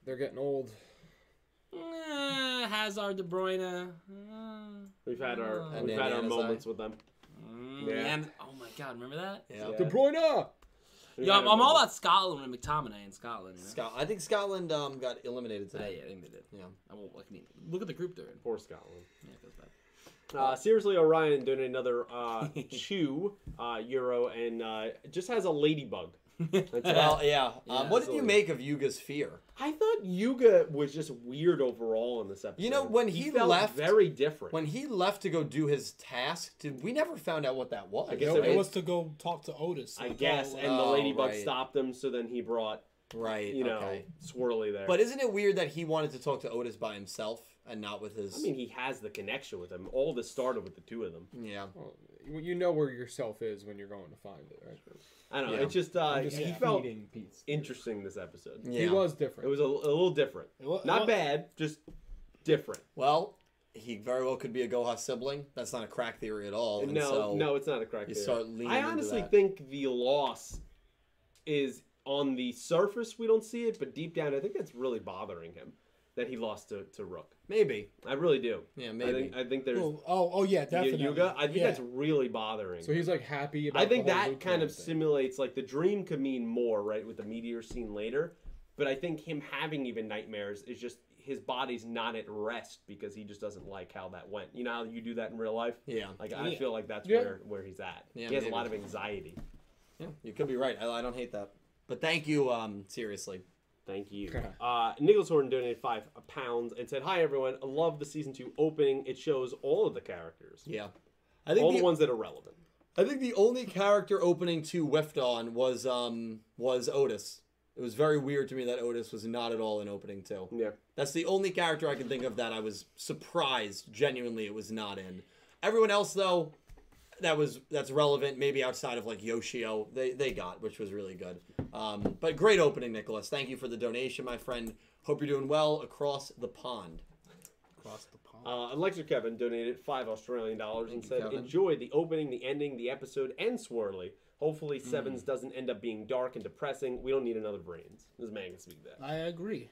they're getting old. Eh, Hazard, De Bruyne. We've had our Oh. And we've had our Nana's moments with them. Mm, Yeah. And oh my God, remember that? Yeah. Yeah. De Bruyne. Yeah, I'm, I'm all about Scotland and McTominay in Scotland. You know? Scot- I think Scotland um, got eliminated Uh, today. yeah, I think they did. Yeah. I won't, I mean, look at the group they're in. Poor Scotland. Yeah, it feels bad. Uh, seriously, Orion donated another uh, two uh, euro and uh, just has a ladybug. That's Ah, it. Well, yeah. um, what did you absolutely. make of Yuga's fear? I thought Yuga was just weird overall in this episode. You know, when he felt left- very different. When he left to go do his task, did we never found out what that was? I guess Nope. it it It's- was to go talk to Otis. I like, guess, oh, and the Oh, ladybug right. stopped him, so then he brought right. you know okay. swirly there. But isn't it weird that he wanted to talk to Otis by himself and not with his? I mean, he has the connection with him. All this started with the two of them. yeah. Well, you- you know where yourself is when you're going to find it, right? I don't know. Yeah. It just, uh, I'm just he felt feeding Pete's. interesting this episode. Yeah. He was It different. was a, a little different. It wa- it Not wa- bad, just different. Well, he very well could be a Goha sibling. That's not a crack theory at all. and no, so, no, it's not a crack. you theory. start leaning I into honestly that. think the loss is on the surface. We don't see it, but deep down, I think that's really bothering him that he lost to, to Rook. Maybe. I really do. Yeah, I maybe. think, I think there's Oh, oh, oh, yeah, yeah, definitely. Yuga. I think yeah. that's really bothering. so he's like happy about. I think the whole that Luke kind of thing. simulates like the dream could mean more, right? With the meteor scene later, but I think him having even nightmares is just his body's not at rest because he just doesn't like how that went. You know how you do that in real life? Yeah. Like I Yeah. feel like that's Yeah. where where he's at. Yeah, he has maybe. a lot of anxiety. Yeah, you could be right. I, I don't hate that. But thank you, um, seriously. Thank you. uh, Nicholas Horton donated five pounds and said, "Hi everyone, I love the season two opening. It shows all of the characters, Yeah. I think all the, the ones that are relevant." I think the only character opening to whiffed on was um was Otis. It was very weird to me that Otis was not at all in opening two. Yeah. That's the only character I can think of that I was surprised genuinely it was not in. Everyone else though, that was that's relevant, maybe outside of like Yoshio, they they got, which was really good. Um, but great opening, Nicholas. Thank you for the donation, my friend. Hope you're doing well across the pond. Across the pond. Uh, Alexa Kevin donated five Australian dollars and you, said, Kevin. "Enjoy the opening, the ending, the episode, and swirly. Hopefully, Sevens doesn't end up being dark and depressing. We don't need another brains." This man can speak that. I agree.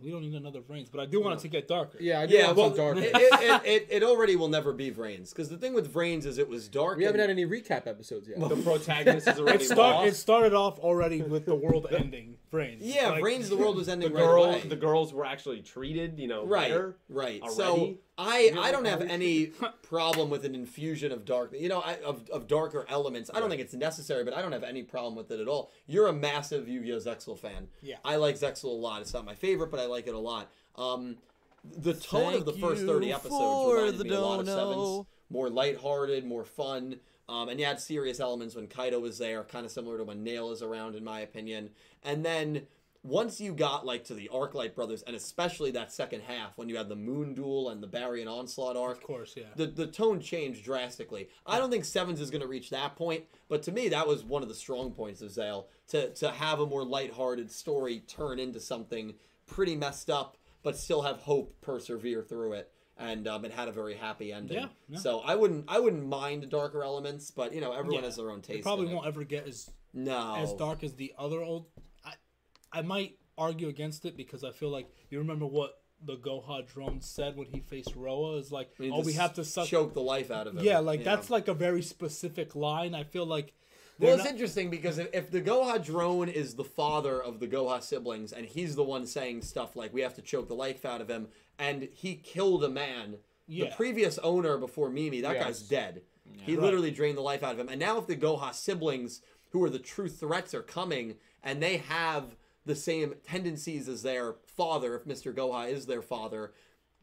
We don't need another brains, but I do want it to get darker. Yeah, I do Yeah, want well, some dark. it, it, it, it already will never be Vrains because the thing with Vrains is it was dark. we haven't and- had any recap episodes yet. The protagonist is already It, start, it lost. started off already with the world ending brains. Yeah, Like, Vrains the world was The ending right away. girls, the girls were actually treated, you know, right, better. right. So already. I I don't have any problem with an infusion of dark, you know, I, of of darker elements. I don't think it's necessary, but I don't have any problem with it at all. You're a massive Yu-Gi-Oh Zexal fan. Yeah. I like Zexal a lot. It's not my favorite, but I like it a lot. Um, the tone of the first thirty episodes reminded me a lot of sevens. More lighthearted, more fun. Um, and you had serious elements when Kaido was there, kind of similar to when Nail is around, in my opinion. And then once you got like to the Arclight Brothers, and especially that second half when you had the Moon Duel and the Barry and Onslaught arc, Of course, yeah. the the tone changed drastically. I don't think Sevens is going to reach that point, but to me, that was one of the strong points of Zale to to have a more lighthearted story turn into something pretty messed up, but still have hope persevere through it. And um, it had a very happy ending. Yeah, yeah. So I wouldn't I wouldn't mind darker elements, but you know everyone Yeah. has their own taste. It probably in it. Oh. won't ever get as No. as dark as the other old. I, I might argue against it because I feel like you remember what the Goha drone said when he faced Roa is like, I mean, oh, we just have to suck. choke the life out of it. yeah, like you know? that's like a very specific line. I feel like. Well, they're it's not- interesting because if, if the Goha drone is the father of the Goha siblings, and he's the one saying stuff like "we have to choke the life out of him," and he killed a man, the Yeah. previous owner before Mimi, that Yes. guy's dead. he literally drained the life out of him, and now if the Goha siblings, who are the true threats, are coming, and they have the same tendencies as their father, if Mister Goha is their father.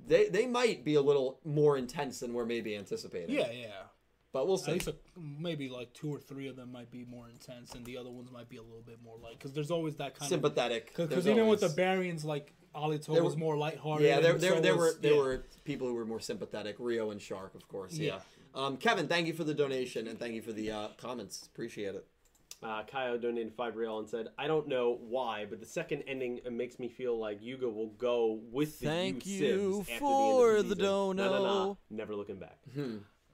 They, they might be a little more intense than we're maybe anticipating. yeah, yeah. But we'll At see. least a, maybe like two or three of them might be more intense, and the other ones might be a little bit more light. Because there's always that kind of. Sympathetic. Because There's even with the always- Barians, like Alito There was were- more lighthearted. Yeah, there, and there, so there was- were there yeah. were people who were more sympathetic. Rio and Shark, of course. Yeah. Yeah. Um, Kevin, thank you for the donation and thank you for the uh, comments. Appreciate it. Uh, Kyle donated five real and said, "I don't know why, but the second ending uh, makes me feel like Yuga will go with the Thank U-Sibs you after for the, end of the season. Nah, nah, nah. dono. Never looking back.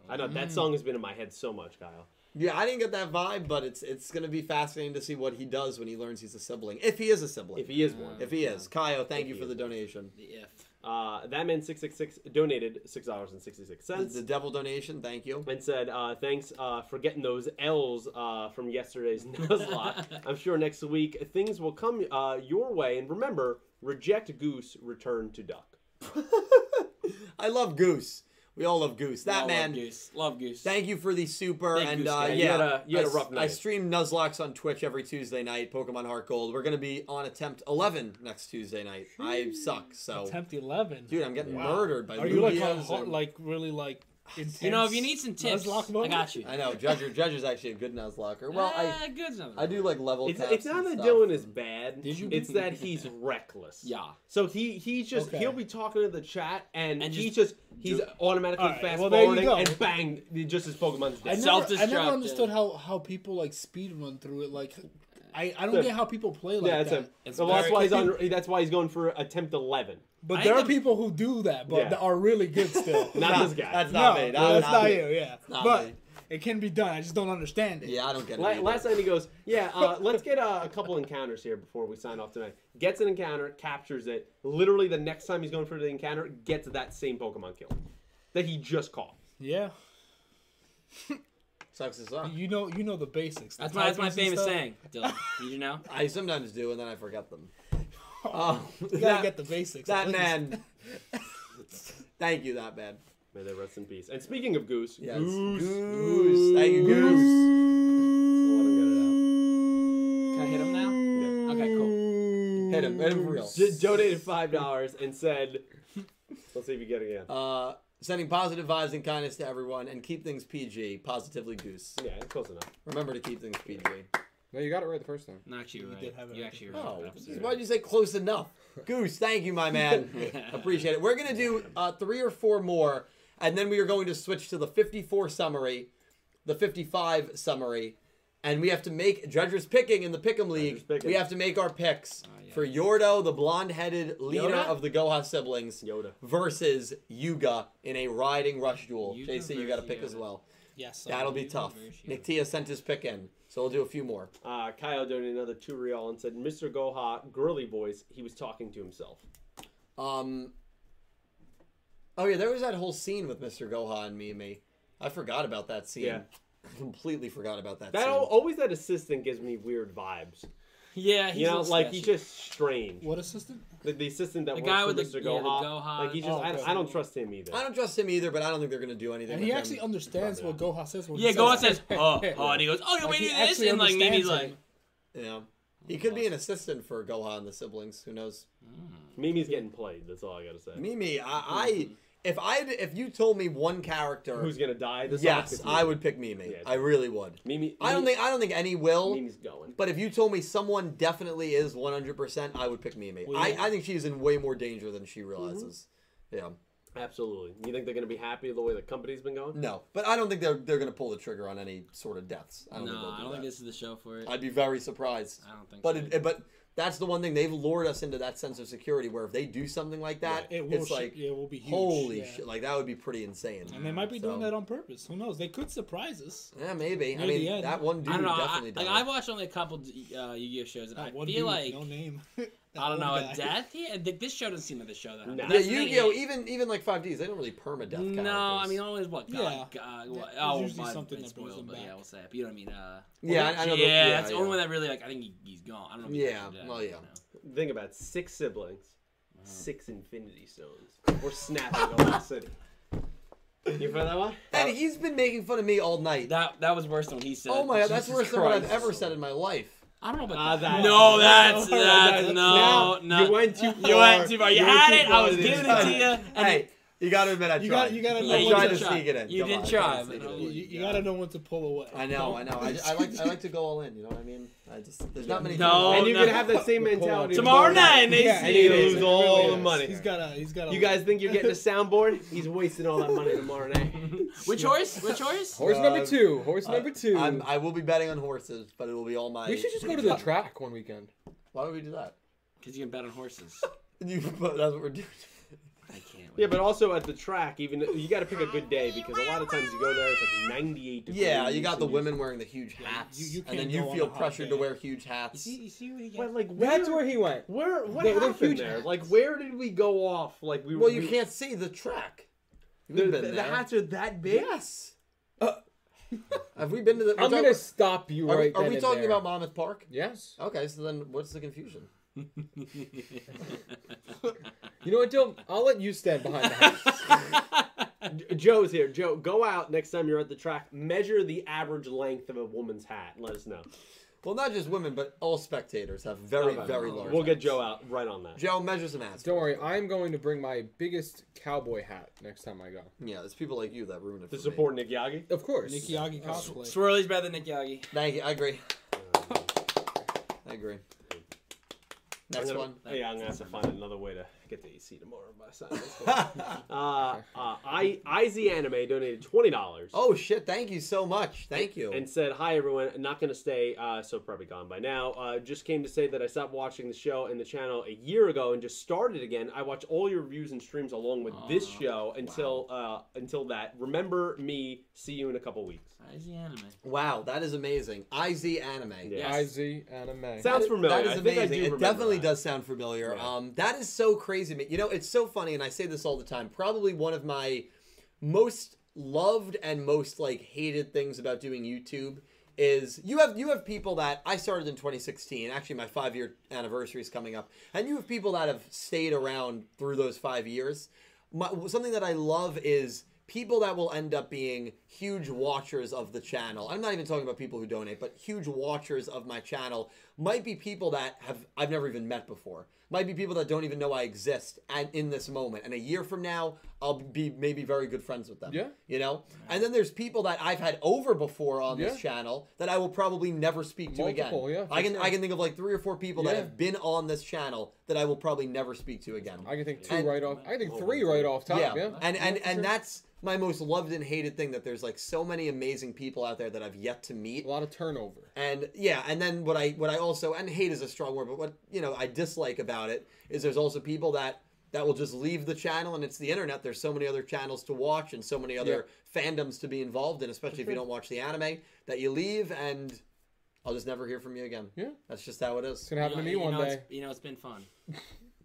I know that song has been in my head so much, Kyle. Yeah, I didn't get that vibe, but it's it's gonna be fascinating to see what he does when he learns he's a sibling, if he is a sibling. If he is one. If he is, Kyo, thank If you he for is the donation. The if. Uh, that man six six six donated six dollars and sixty six The, cents. the devil donation, thank you. and said, uh, "Thanks uh, for getting those L's uh, from yesterday's Nuzlocke. I'm sure next week things will come uh, your way. And remember, reject goose, return to duck." I love Goose. We all love Goose. I That love man. Goose. Love Goose. Thank you for the super Thank and you, uh, Stan. yeah, You had a- you had a I- rough I night. stream Nuzlocke's on Twitch every Tuesday night. Pokemon Heart Gold. We're gonna be on attempt eleven next Tuesday night. I suck, so Attempt eleven. dude, I'm getting Wow. murdered by Are you like on, Lugias hot, or- like really like intense? you know, if you need some tips, Nuzlocke I moment? got you. I know Judger. Judger's actually a good Nuzlocker. Well, I Ah. Eh, good enough. I do like level. It's, caps it's and not that stuff. Dylan is bad. Did you- It's that he's reckless. Yeah. So he he's just Okay. he'll be talking to the chat and, And he just- just he's Ju- automatically Alright, fast well, there you forwarding go. and bang, it just his Pokemon's I dead. never, I never Self-destructive. understood how how people like speed run through it. Like, I I don't The- get how people play like yeah, that's that. him. It's So that's very- why he's on. That's why he's going for attempt eleven. But I there are think the- people who do that, but Yeah. that are really good still. Not this guy. That's not no, me. no, that's not me. you. Yeah, not but me. it can be done. I just don't understand it. Yeah, I don't get it. La- either. last night he goes, yeah, uh, let's get uh, a couple encounters here before we sign off tonight. Gets an encounter, captures it. Literally the next time he's going for the encounter, gets that same Pokemon kill that he just caught. yeah. sucks his up. You know, you know the basics. the That's my, that's my typings and famous stuff. saying, Dylan. Did you know? I sometimes do, and then I forget them. Oh, You gotta that, get the basics. that at least. man. Thank you, that man. May they rest in peace. And speaking of Goose, Yes. Goose. Goose. Thank you, Goose. I'll let him Can I hit him now? get it out. Yeah. Okay, cool. Hit him. Hit him for real. D- donated five dollars and said, "Let's see if you get it again." Uh, sending positive vibes and kindness to everyone, and keep things PG. Positively Goose. yeah, close enough. Remember to keep things PG. No, you got it right the first time. No, actually, you were right. did have it you right. actually were Oh, right. why would you say close enough? Goose, thank you, my man. Appreciate it. We're gonna do uh, three or four more, and then we are going to switch to the 54 summary, the 55 summary, and we have to make Dredger's picking in the Pick'em League. Dredger's Pick'em. We have to make our picks yeah. for Yordo, the blonde-headed leader Yoda? of the Goha siblings, Yoda. versus Yuga in a riding rush duel. Yuga JC, you got to versus pick as Yoda. well. Yes. That'll be tough. Nick Tia sent his pick in, so we'll do a few more. Uh, Kyle donated another two real and said, "Mr. Goha, girly voice. He was talking to himself." Um. Oh yeah, there was that whole scene with Mr. Goha and Mimi. I forgot about that scene. Yeah. I completely forgot about that, That scene. al- always that assistant gives me weird vibes. Yeah, he's You know, like he he's just strange. What assistant? The, the assistant that The works guy for with the- Mr. yeah, the Gohan, Gohan. like he's just Oh, okay. I, I don't trust him either. I don't trust him either, but I don't think they're gonna do anything. And with he him. actually understands what Goha says. When Yeah, he Gohan says says, oh, oh, and he goes, oh, no, Like, wait, he do this, actually and like Mimi's understands like, him. Yeah. He could be an assistant for Goha and the siblings. Who knows? Mimi's getting played. That's all I gotta say. Mimi, I, I if I if you told me one character, Who's gonna die? This arc yes, is I Mimi. would pick Mimi. Yeah. I really would. Mimi. I don't Mimi- think I don't think any will. Mimi's going. But if you told me someone definitely is 100%, I would pick Mimi. Well, I, yeah. I think she's in way more danger than she realizes. Yeah. Mm-hmm. Absolutely. You think they're gonna be happy with the way the company's been going? No, but I don't think they're, they're going to pull the trigger on any sort of deaths. I no, don't think they'll I do don't think that. this is the show for it. I'd be very surprised. I don't think But so. it, but that's the one thing they've lured us into that sense of security where if they do something like that, It will. it's shit- like yeah, it will be huge. holy yeah. shit, like that would be pretty insane. And they might be doing So- that on purpose. Who knows? They could surprise us. Yeah, maybe. I Near the mean, end. that one dude I don't know. I, definitely like, died. I watched only a couple uh, Yu-Gi-Oh shows, and That I feel one dude with like no name. That I don't one know guy. a death. Yeah, th- this show doesn't seem like the show that. No. yeah, that's the thing, Yu-Gi-Oh, it- even even like 5Ds, they don't really permadeath characters. No, I mean always what God, Yeah. God, Yeah, what, there's oh, usually my, something it's that brings spoiled, them but yeah, back. we'll say it. But you know what I mean? Uh, yeah, I, I know. yeah, the- that's the only one that really like I think he, he's gone. I don't know. if he Yeah, actually died, well, yeah. you know. Think about it. six siblings, six Infinity Stones. We're snapping the whole city. You for that one? And he's been making fun of me all night. That that was worse than what he said. oh my god, that's Jesus worse than what I've Christ. ever said in my life. I don't know Ah, about that- that. No, that's Alright, that's that's- no, no. You went too far. You went too far. You went had too it. far I was this giving it time. to you. and Hey, you gotta admit I tried. You gotta- you gotta I know when tried to to try. sneak it in. You Come did on, I try, tried to but sneak it in. You, you Yeah. gotta know when to pull away. I know, I know. I, I like I like to go all in. You know what I mean? I just there's not many. Oh, No. and things you're gonna have that same The pull-up. mentality Tomorrow night, and they Yeah, And see you it is. lose It you. all really the is. money. He's got a. He's got a. You guys think you're getting a soundboard? He's wasting all that money tomorrow night. Which horse? Which horse? Horse number Uh, two. Horse I- number two. I'm, I will be betting on horses, but it will be all my. we should just go to the track one weekend. Why would we do that? Because you can bet on horses. You, but that's what we're doing. I can't. can't wait. Yeah, but also at the track, even you got to pick a good day because a lot of times you go there, it's like 98 degrees. Yeah, you got the and women wearing the huge you- hats, you and can't then you go on feel a hot pressured to day. wear huge hats. you see what he But like That's where he went. Where what They- they're happened huge there? hats. Like where did we go off? Like we Well, you we- can't see the track. The, We've been the- the there. hats are that big. Yes. Uh, Have we been to the? we're I'm talking- gonna stop you are, we- right are then we and talking there. about Monmouth Park? Yes. Okay, so then what's the confusion? You know what, Dill? I'll let you stand behind the house. J- Joe's here. Joe, go out next time you're at the track. Measure the average length of a woman's hat. and Let us know. Well, not just women, but all spectators have very, Okay. very large. We'll get hats. Joe out right on that. Joe, measure some hats. Don't worry, I'm going to bring my biggest cowboy hat next time I go. Yeah, there's people like you that ruin it. to for support Nick Yagi. Of course. Oh, Nikiagi cosplay. Swirly's better than Nick Yagi. Me. Thank you. I agree. I agree. Next I'm gonna- one. Yeah, I'm gonna have to find another way to get the AC tomorrow by signing this one. uh, uh, I IZ Anime donated twenty dollars. oh shit! Thank you so much. Thank you. and said, "Hi everyone, not gonna stay, uh, so probably gone by now. Uh, just came to say that I stopped watching the show and the channel a year ago and just started again. I watch all your reviews and streams along with this Aw, show until uh, until that. Remember me. See you in a couple weeks. Is the anime? wow, that is amazing. IZ anime. Yeah. IZ anime. Sounds That- familiar. That is I think I amazing. do it remember definitely that. does sound familiar. Yeah. Um, that is so crazy. to me. You know, it's so funny, and I say this all the time. Probably one of my most loved and most like hated things about doing YouTube is you have you have people that I started in 2016. Actually, my five year anniversary is coming up, and you have people that have stayed around through those five years. My, something that I love is people that will end up being huge watchers of the channel. I'm not even talking about people who donate, but huge watchers of my channel might be people that have I've never even met before. Might be people that don't even know I exist and in this moment. And a year from now, I'll be maybe very good friends with them. Yeah. You know? And then there's people that I've had over before on this Yeah. channel that I will probably never speak to Multiple, again. yeah, for I can sure. I can think of like three or four people that Yeah. have been on this channel that I will probably never speak to again. I can think two And- right off. I can think three right off top. Yeah. And and Yeah, for sure. and that's my most loved and hated thing that there's like so many amazing people out there that I've yet to meet. a lot of turnover. And yeah, and then what I what I also and hate is a strong word, but what you know I dislike about it is there's also people that that will just leave the channel and it's the internet. There's so many other channels to watch and so many other fandoms to be involved in, especially if you don't watch the anime that you leave and I'll just never hear from you again. Yeah. That's just how it It's is. gonna happen you know, to me one you know, day. it's- You know, it's been fun.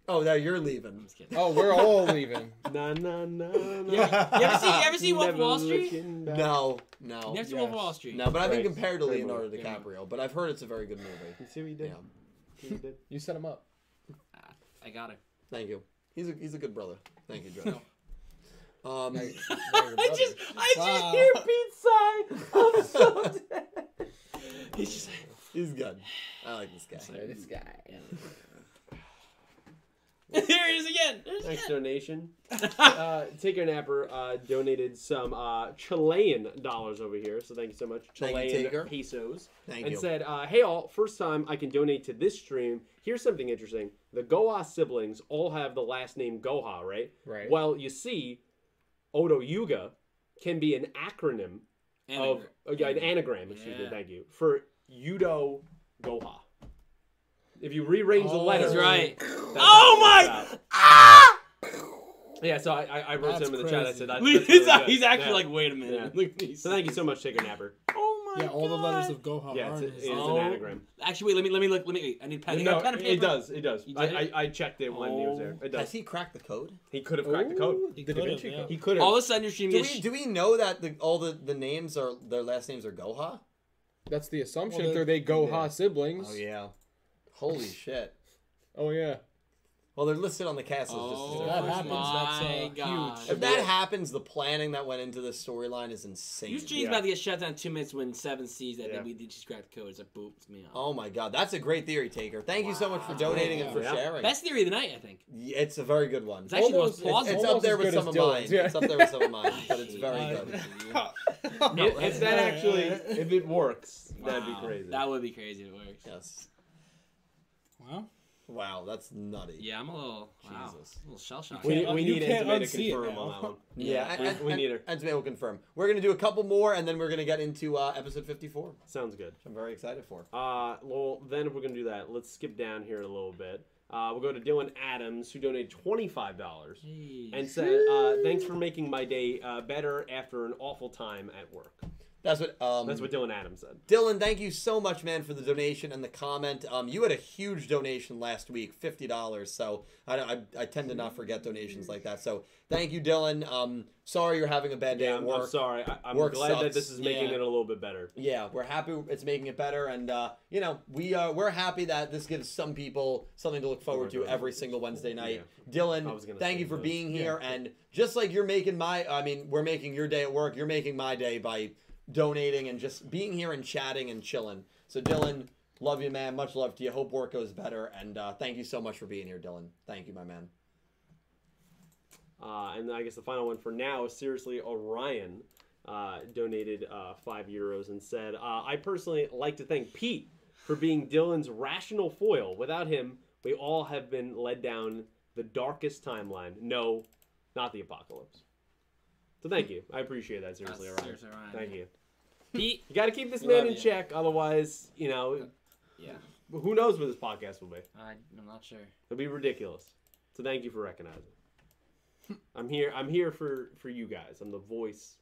Oh, now you're leaving. I'm just kidding. Oh, we're all leaving. Na na na. na. You ever see, you ever see Wolf of Never Wall Street? You looking back. No, no. ever see Wolf of Yes. Wall Street? No, but I've been Right. compared to Great Leonardo movie. DiCaprio, but I've heard it's a very good movie. You see what he did? Yeah, See what he did? You set him up. I got it. thank you. He's a he's a good brother. Thank you, Joe. Um, Now you- now you're I just, brothers. I just Wow. hear Pete sigh. I'm so dead. He's just like, he's good. I like this guy. This guy. there he is again. There's Thanks, again. donation. Uh, Taker Napper uh, donated some uh, Chilean dollars over here, so thank you so much. Thank you, Chilean Taker. pesos. Thank and you. said, uh, "Hey all, first time I can donate to this stream. Here's something interesting: the Goa siblings all have the last name Goha, right? Right. Well, you see, Odo Yuga can be an acronym of Anagram. uh, yeah, an anagram. Excuse me, Yeah. thank you for Udo Goha. If you rearrange the Oh, letters, That's right. that's Oh what it's my- about. Ah! Yeah, so I, I, I wrote to That's him in the chat. I crazy. said, that, Look, that's he's, really good. he's actually Yeah. like, wait a minute. Yeah. Look at these. So thank you so much, Taker Napper. Oh my Yeah, all the letters God. of Gohan Yeah, are it's, in it is his- it's- an Oh. anagram. Actually, wait. Let me let me look. Let me wait. I need pen. I No, got pen and it, paper. it does. It does. You I, did I, it? Oh. I checked it when he was there. It Has does. he cracked the code? He could have cracked the Ooh, code. the He Da could've, Vinci yeah. Code. He could have. All of a sudden, you're streaming. Do we do we know that the, all the the names are their last names are Goha? That's the assumption. Well, if they're they Goha yeah. siblings. Oh yeah. Holy shit. Oh yeah. Well, they're listed on the cast list. just as Oh their that last happens, names. my that's, uh, God! huge. If that happens, the planning that went into this storyline is insane. You stream's Yeah. about to get shut down in two minutes when Seven sees that Yeah. we did just grab the codes. That boops me off. Oh my god, that's a great theory, Taker. Thank you so much for donating and for Yeah. sharing. Best theory of the night, I think. Yeah, It's a very good one. It's actually the most Almost- it's- plausible. It's up almost there as with good some as of mine. Dylan's, yeah. It's up there with some of mine, but it's very Uh, good. If, if that actually, if it works, that'd be Wow. crazy. That would be crazy if it works. Yes. Wow. Wow, that's nutty. Yeah, I'm a little wow, Jesus. a little shell shocked. we can't- we you need can't Antoine to unsee it confirm now. on that one. Yeah, and, we- and, we need her. And today we'll confirm. We're gonna do a couple more, and then we're gonna get into uh, episode fifty-four, which Sounds good. I'm very excited for. Uh, well, then if we're gonna do that, let's skip down here a little bit. Uh, we'll go to Dylan Adams, who donated twenty-five dollars Jeez. and said, uh, "Thanks for making my day uh, better after an awful time at work." That's what. Um, That's what Dylan Adams said. Dylan, thank you so much, man, for the donation and the comment. Um, you had a huge donation last week, fifty dollars. So I, I, I tend to not forget donations like that. So thank you, Dylan. Um, sorry you're having a bad day Yeah, at I'm, work. I'm sorry. I, I'm Work glad that sucks. this is making Yeah. it a little bit better. Yeah, we're happy it's making it better, and uh, you know we are we're happy that this gives some people something to look forward to every single Wednesday night. I Dylan, was gonna thank say you for those. being here, and just like you're making my, I mean, we're making your day at work. You're making my day by donating and just being here and chatting and chilling. So Dylan, love you, man. Much love to you. Hope work goes better, and uh, thank you so much for being here, Dylan. Thank you, my man. Uh, and I guess the final one for now is seriously Orion uh, donated uh, five euros and said, uh, "I personally like to thank Pete for being Dylan's rational foil. Without him, we all have been led down the darkest timeline. No, not the apocalypse." So thank you. I appreciate that seriously, Uh, Orion. seriously, Orion, Thank yeah. you. Pete. You got to keep this We man love in you. check, otherwise, you know, Yeah, who knows what this podcast will be. I, I'm not sure. It'll be ridiculous. So thank you for recognizing. I'm here. I'm here for for you guys. I'm the voice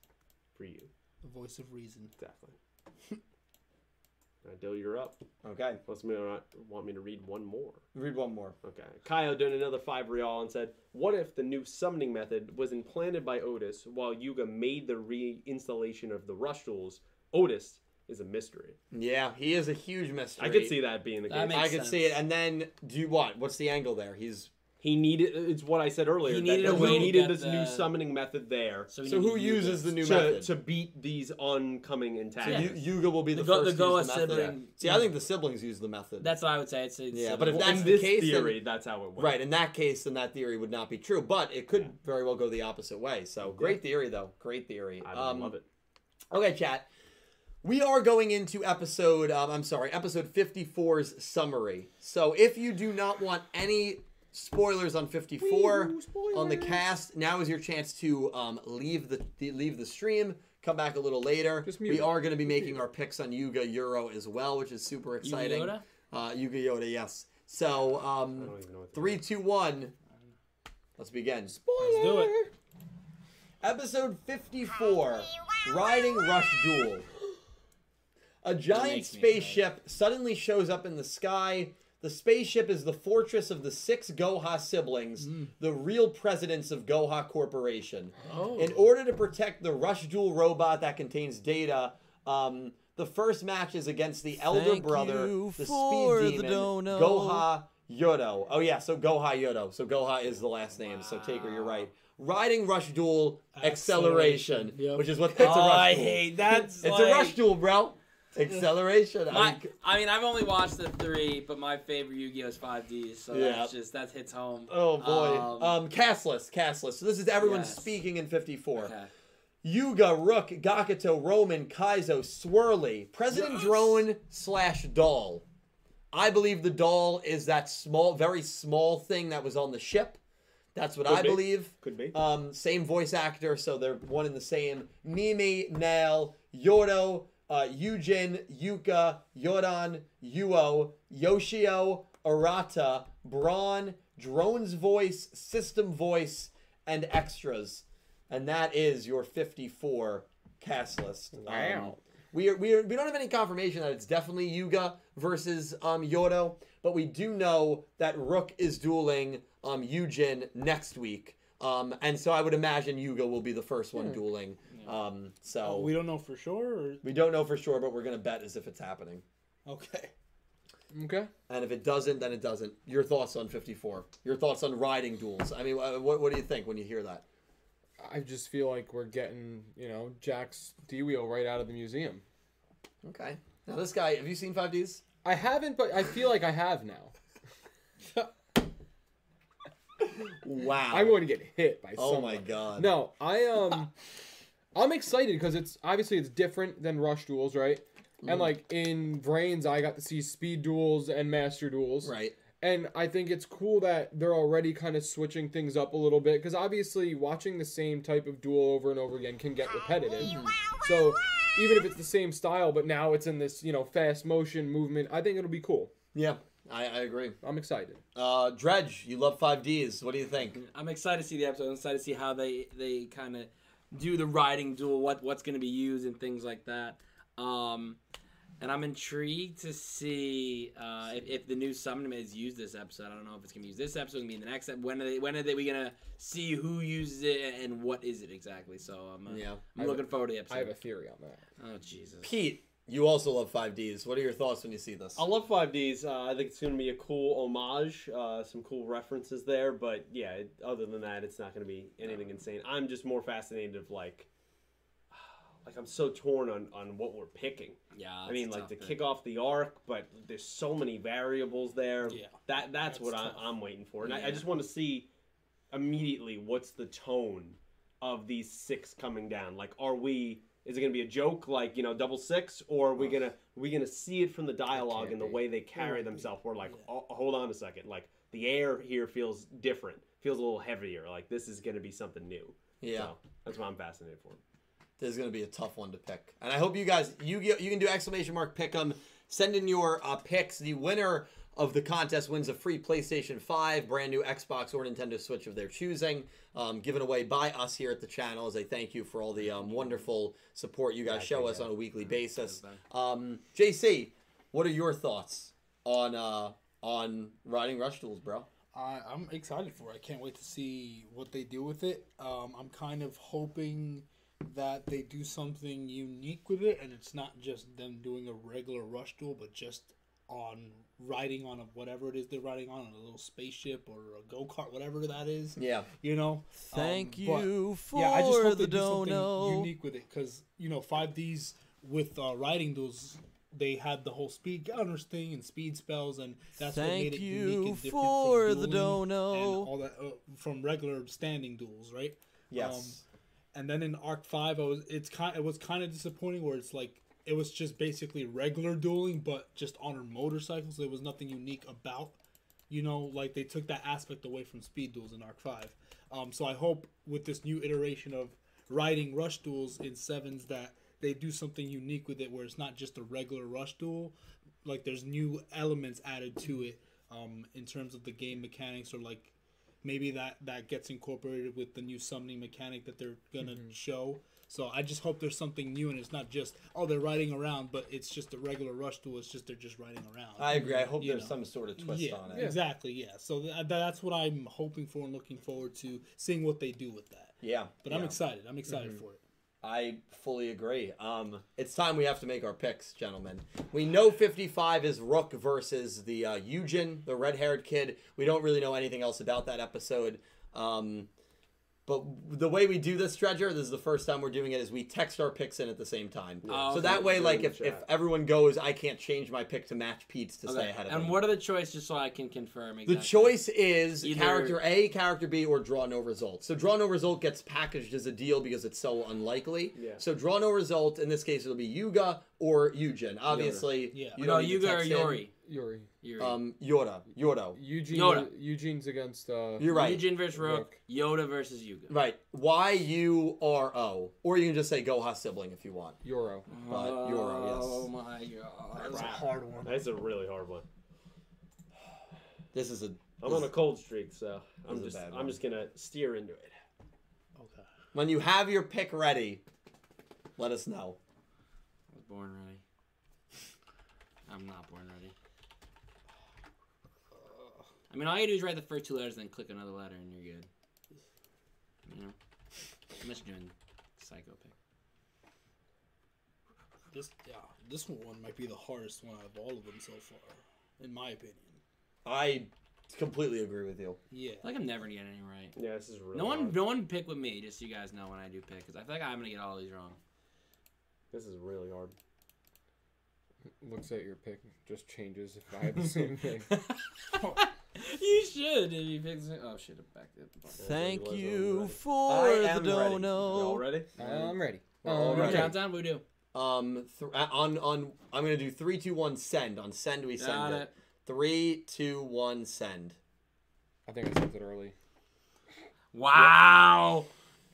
for you. The voice of reason. Exactly. All right, Dill, you're up. Okay, Unless you want- want me to read one more. read one more. Okay. Kaio donated another five real and said, "What if the new summoning method was implanted by Otis while Yuga made the reinstallation of the rush tools? Otis is a mystery. Yeah, he is a huge mystery. I could see that being the That case. makes- I could sense. see it, and then do what? What's the angle there? He's he needed. It's what I said earlier. He that needed a he way to needed get this new the- summoning method there. we So need who to use uses this. the new to, method? to beat these oncoming So antagonists. Yu- Yuga will be the, The Go- first. to the use Goa the method. sibling- See, I think the siblings use the method. That's what I would say. It's, it's uh, Yeah, but if that's in the this case, then- theory, that's how it went. right. In that case, then that theory would not be true. But it could very well go the opposite way. So great theory, though. Great theory. I Um, love it. Okay, chat. We are going into episode, um, I'm sorry, episode 54's summary. So if you do not want any spoilers on 54 on the cast, now is your chance to um, leave the, the leave the stream. Come back a little later. Just mute we it. are going to be making our picks on Yuga Euro as well, which is super exciting. Yoda? Uh, Yuga Yoda, yes. So um, I don't even know what the- three, two, one. Let's begin. Let's do it. Episode 54 Riding Rush Duel. A giant makes me spaceship suddenly shows up in the sky. The spaceship is the fortress of the six Goha siblings, Hmm. the real presidents of Goha Corporation. Oh. In order to protect the Rush Duel robot that contains data, um, the first match is against the elder Thank brother, you the for the speed demon, dono. Goha Yodo. Oh, yeah, so Goha Yodo. So Goha is the last name, so Taker, you're right. Riding Rush Duel Acceleration, Acceleration, yep. which is what it's a oh, I rush duel. hate that. It's a rush duel, bro. Acceleration. I My, mean, I mean, I've only watched the three, but my favorite Yu-Gi-Oh is 5D, so Yeah. that's just that hits home. oh boy. Um, Um, castless, castless. So this is everyone Yes. speaking in 54. okay. Yuga, Rook, Gakuto, Roman, Kaizo, Swirly, President Drone slash Doll. I believe the doll is that small, very small thing that was on the ship. That's what I be. believe. Could be. Um, same voice actor, so they're one and the same. Mimi, Nail, Yodo, uh, Yujin, Yuka, Yodan, Yuo, Yoshio, Arata, Braun, Drone's voice, System voice, and extras. And that is your 54 cast list. Um, Wow. we are, we are, we don't have any confirmation that it's definitely Yuga versus um Yodo, but we do know that Rook is dueling um Yujin next week. Um, and so I would imagine Yuga will be the first one dueling. Um, so Oh, We we, don't know for sure. Or... don't know for sure, but we're gonna bet as if it's happening. Okay. Um, Okay. And if it doesn't, then it doesn't. Your thoughts on 54? Your thoughts on riding duels? I mean, wha- what, what do you think when you hear that? I just feel like we're getting, you know, Jack's D wheel right out of the museum. Okay. Now this guy, have you seen 5Ds? I haven't, but I feel like I have now. Wow. I'm going to get hit by oh someone. my god. No, I um, I'm excited because it's obviously it's different than rush duels, right? Mm. And like in brains, I got to see speed duels and master duels, Right. And I think it's cool that they're already kind of switching things up a little bit because obviously watching the same type of duel over and over again can get repetitive. So even if it's the same style, but now it's in this you know fast motion movement, I think it'll be cool. Yeah. I, I agree. I'm excited. Uh, Dredge, you love five Ds. What do you think? I'm excited to see the episode. I'm excited to see how they they kind of do the riding duel. What what's going to be used and things like that. Um, and I'm intrigued to see uh, if, if the new summon is used this episode. I don't know if it's going to be used this episode, going to be in the next. ep- When are they? When are they? We going to see who uses it and what is it exactly? So I'm uh, Yeah. I I'm have looking forward to the I have a episode. theory on that. Oh Jesus! Pete, you also love five Ds. What are your thoughts when you see this? I love 5Ds. Uh, I think it's going to be a cool homage, uh, some cool references there. But yeah, it, other than that, it's not going to be anything insane. I'm just more fascinated of like, like I'm so torn on on what we're picking. Yeah, I mean, like to the kick off the arc, but there's so many variables there. Yeah. that That's that's, what I, tough. I'm waiting for, and I, Yeah. I just want to see immediately what's the tone of these six coming down. Like, are we? Is it going to be a joke, like you know, double six, or are we gonna we gonna see it from the dialogue can't and the be. way they carry themselves? We're like, oh, hold on a second, like the air here feels different, feels a little heavier. Like this is going to be something new. yeah. So, that's what I'm fascinated for. this is going to be a tough one to pick. And I hope you guys you get, you can do exclamation mark pick 'em. Send in your uh, picks. The winner of the contest wins a free PlayStation 5, brand new Xbox or Nintendo Switch of their choosing, um, given away by us here at the channel as a thank you for all the um, wonderful support you guys show us on a weekly basis. Um, JC, what are your thoughts on uh, on riding rush tools, bro? I, I'm excited for it. I can't wait to see what they do with it. Um, I'm kind of hoping that they do something unique with it, and it's not just them doing a regular rush duel, but just on riding on a, whatever it is they're riding on, a little spaceship or a go kart, whatever that is. Yeah. You know. Thank Um, but- you for yeah, I just hope the they do something dono. unique with it because you know five Ds with uh, riding duels. They had the whole speed counters thing and speed spells, and that's what made Thank it unique you and different for from the dueling dono. and all that uh, from regular standing duels, right? Yes. and then in arc 5 I was it's kind it was kind of disappointing where it's like it was just basically regular dueling but just on motorcycles there was nothing unique about you know like they took that aspect away from speed duels in arc 5 um, so i hope with this new iteration of riding rush duels in sevens that they do something unique with it where it's not just a regular rush duel like there's new elements added to it um, in terms of the game mechanics or like maybe that that gets incorporated with the new summoning mechanic that they're gonna show. So I just hope there's something new and it's not just oh they're riding around, but it's just a regular rush duel. It's just they're just riding around. I agree. I hope You there's know. some sort of twist yeah, on it. exactly. Yeah, so tha- that's what I'm hoping for and looking forward to seeing what they do with that. Yeah. But I'm yeah. Mm-hmm. excited. I'm excited for it. I fully agree. Um, it's time we have to make our picks, gentlemen. We know 55 is Rook versus the uh, Eugen, the red-haired kid. We don't really know anything else about that episode. Um, but the way we do this, Dredger, this is the first time we're doing it, is we text our picks in at the same time. Oh, so okay. that way, They're like, in the if, if chat. everyone goes, I can't change my pick to match Pete's to stay Okay. ahead of And him. what are the choices just so I can confirm? Exactly. The choice is Either- character A, character B, or draw no result. So draw no result gets packaged as a deal because it's so unlikely. Yeah. So draw no result in this case it'll be Yuga or Eugen. Obviously, Yeah. you don't no, need to Yuga or text in. Yori. Yuri. Yuri. Um, Yoda, Yodo. Eugene. Yoda. Eugene's against. Uh, You're right. Eugen versus Rook. Rook. Yoda versus Yuga. Right. Y U R O, or you can just say Goha sibling if you want. Euro. But Yoro, yes. Oh my god. It's a hard one. That's a really hard one. This is a I'm on a cold streak, so I'm This is just a bad one. I'm just gonna steer into it. Okay. when you have your pick ready. Let us know. I was born ready. I'm not born ready. I mean, all you do is write the first two letters, then click another letter, and you're good. You know, unless you're doing psycho pick. This yeah, this one might be the hardest one out of all of them so far, in my opinion. I completely agree with you. I Yeah. feel like I'm never gonna get any right. Yeah, this is really No one, hard. no one pick with me. Just so you guys know when I do pick, because I feel like I'm gonna get all these wrong. This is really hard. Looks at your pick, just changes if I have the same thing. you should. If you pick, oh shit, I'm back it. Thank Otherwise, you I'm for I the am ready. dono. ready? I'm ready. Well, I'm alright. ready. Countdown. We do. Um, th- on on I'm gonna do three, two, one, send. On send we send Got it. it. Three, two, one, send. I think I sent it early. Wow,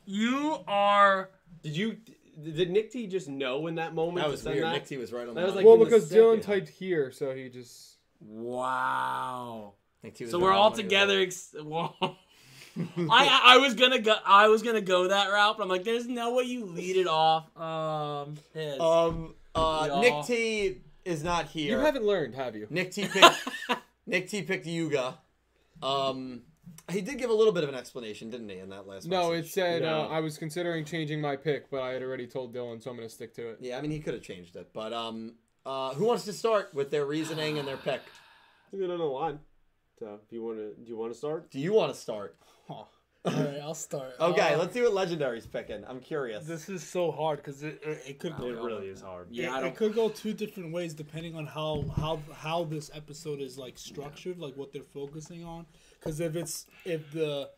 you are. Did you? Did Nick T just know in that moment? That to was send weird. That? Nick T was right on. That the was money. like- Well, in the because Dylan second. typed here, so he just. Wow. Like, he was So the we're all wrong together. Ex- wow. I I I was gonna go. I was gonna go that route, but I'm like, there's no way you lead it off. Um, way. piss. Um, uh, Y'all. Nick T is not here. You haven't learned, have you? Nick T picked Nick T picked Yuga. Um, he did give a little bit of an explanation, didn't he, in that last? No, message? it said No. Uh, I was considering changing my pick, but I had already told Dylan, so I'm gonna stick to it. Yeah, I mean, he could have changed it, but um, uh, who wants to start with their reasoning and their pick? It's been on the line. So if you want to, do you want to start? Do you want to start? All right, I'll start. Okay, Uh, let's see what legendary's picking. I'm curious. This is so hard because it, it, it could It go. really is hard. It, yeah, I it don't. could go two different ways depending on how how how this episode is like structured, like what they're focusing on. Because if it's if the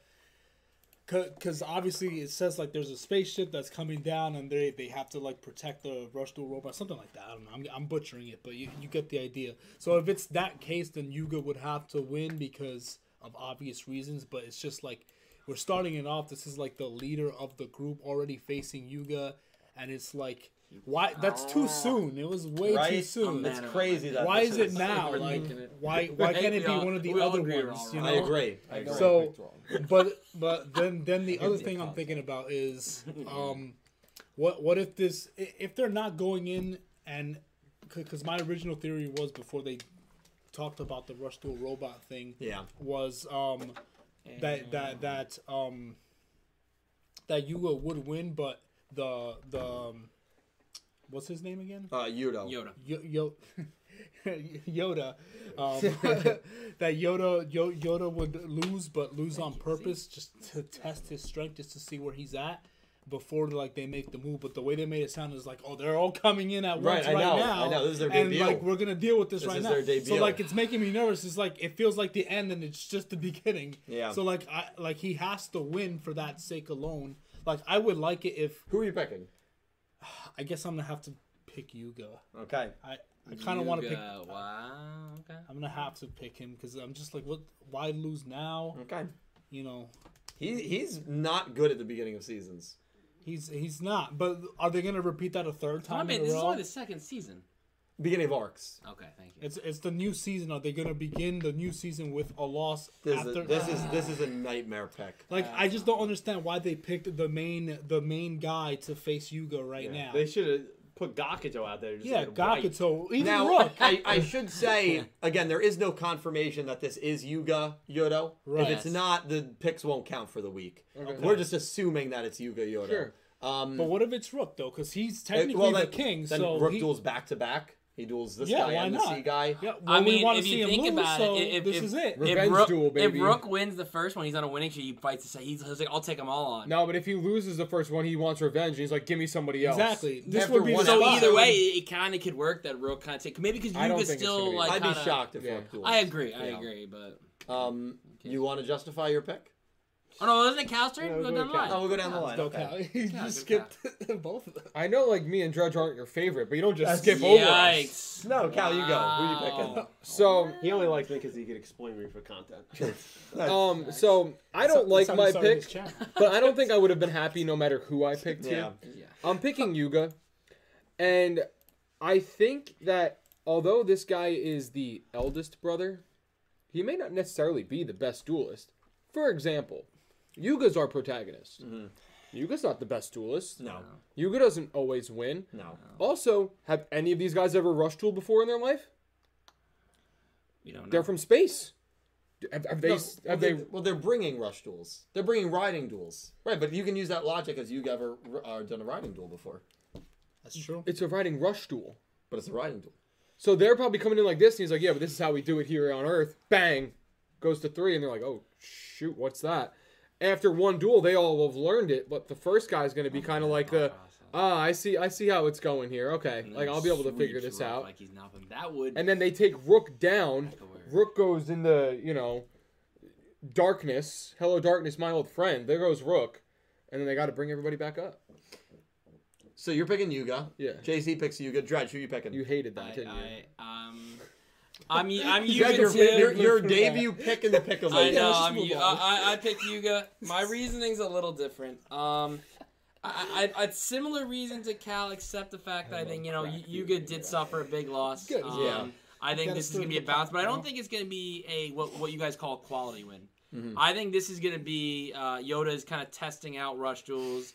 because obviously it says like there's a spaceship that's coming down and they they have to like protect the rush dual robot something like that i don't know i'm, I'm butchering it but you, you get the idea so if it's that case then yuga would have to win because of obvious reasons but it's just like we're starting it off this is like the leader of the group already facing yuga and it's like why that's too soon it was way too Right? I'm soon mad. it's crazy that why this is it now We're like making it. why why Right? can't it We be all- one of the we all other agree we're ones all you know I agree. I know I So- picked wrong. but but then then the other a thing I'm concept. thinking about is Mm-hmm. um, what what if this i- if they're not going in and because my original theory was before they talked about the rush to a robot thing Yeah. was um that that that um that Yuga would win but the the um, what's his name again Uh, Yudo. Yoda. Yo, yo, Yoda, um, that Yoda yo, Yoda would lose, but lose on purpose, just to test his strength, just to see where he's at before like they make the move. But the way they made it sound is like, oh, they're all coming in at Right, once I right, know, now. I know, this is their and debut. like we're gonna deal with this, This right is now. their So debut. like it's making me nervous. It's like it feels like the end, and it's just the beginning. Yeah. So like I like he has to win for that sake alone. Like I would like it if Who are you picking? I guess I'm gonna have to pick Yuga. Okay. I I kind of want to Yoga. pick Wow. Okay. I'm gonna have to pick him because I'm just like, what? Why lose now? Okay. You know, He he's not good at the beginning of seasons. he's he's not. But are they gonna repeat that a third I time? mean, in a this is row? only the second season. Beginning of arcs. Okay, thank you. It's it's the new season. Are they gonna begin the new season with a loss This is after? a, this is this is a nightmare pick. like I just don't understand why they picked the main the main guy to face Yuga right now. They should have put Gakuto out there. Just yeah, like, right. Gakuto, even Now, Rook. I, I should say again, there is no confirmation that this is Yuga Yodo. Right. If it's not, the picks won't count for the week. Okay. We're just assuming that it's Yuga Yodo. Sure. Um, But what if it's Rook though? Because he's eh, technically the then- king. Then so Rook he, duels back to back. He duels this yeah, guy why and not? the C guy. Yeah, well, I mean, we want if to see you him think lose, about so it, if, this if, is it. Revenge if Rook, duel, baby. if Rook wins the first one, he's on a winning streak. He fights. The, se- he's, he's like, I'll take them all on. No, but if he loses the first one, he wants revenge. And he's like, "Give me somebody else." Exactly. This After would be one the So spot. either way, it, it kind of could work that Rook kind of take maybe because I don't Yuga's think it's gonna still be- like. I'd be kinda- shocked if yeah. Rook duels. I agree. I Yeah. agree, but Um, you want to justify your pick? oh no, wasn't it Cal's turn? Go Yeah, we'll go down the Cal. line. Oh, we'll go down the line. Go okay. Cal. He Yeah, just good skipped both of them. I know, like me and Drudge aren't your favorite, but you don't just That's- skip over. us. Yikes. No, Cal, you go. Who are you picking? Wow. So, He only likes me because he could explain me for content. Oh, um, so I That's don't like how we my started this pick, chat. but I don't think I would have been happy no matter who I picked here. Yeah. Yeah. I'm picking Yuga, and I think that although this guy is the eldest brother, he may not necessarily be the best duelist. For example, Yuga's our protagonist. Yuga's not the best duelist. No. Yuga doesn't always win. No. Also, have any of these guys ever rushed duel before in their life? You don't know. They're from space. Have, have they? No, well, have they? well, they're bringing rush duels. They're bringing riding duels. Right, but you can use that logic as you've ever uh, done a riding duel before. That's true. It's a riding rush duel. But it's a riding duel. So they're probably coming in like this, and he's like, "Yeah, but this is how we do it here on Earth." Bang, goes to three, and they're like, "Oh shoot, what's that?" After one duel, they all have learned it, but the first guy's going to be kind of like the, "Ah, I see, I see how it's going here. Okay, like I'll be able to figure this Sweeps Rook out." Like he's not, but that would. And then they take Rook down. Word. Rook goes into you know, darkness. Hello, darkness, my old friend. There goes Rook, and then they got to bring everybody back up. So you're picking Yuga. Yeah. JC picks Yuga. Dredge, who you picking? You hated that, I, didn't you? I, um, I'm I'm You got Yuga your, your, too. your debut pick in the pick of I the know. let's just I'm, move Yu- on. I, I I picked Yuga. My reasoning's a little different. Um, I, I, I similar reason to Cal, except the fact that I think you know Yuga did suffer a big loss. Good. Um, Yeah. I think gotta this is throw gonna be a the bounce, top, but I you don't know? think it's gonna be a what what you guys call a quality win. Mm-hmm. I think this is gonna be uh, Yoda is kind of testing out Rush Duels,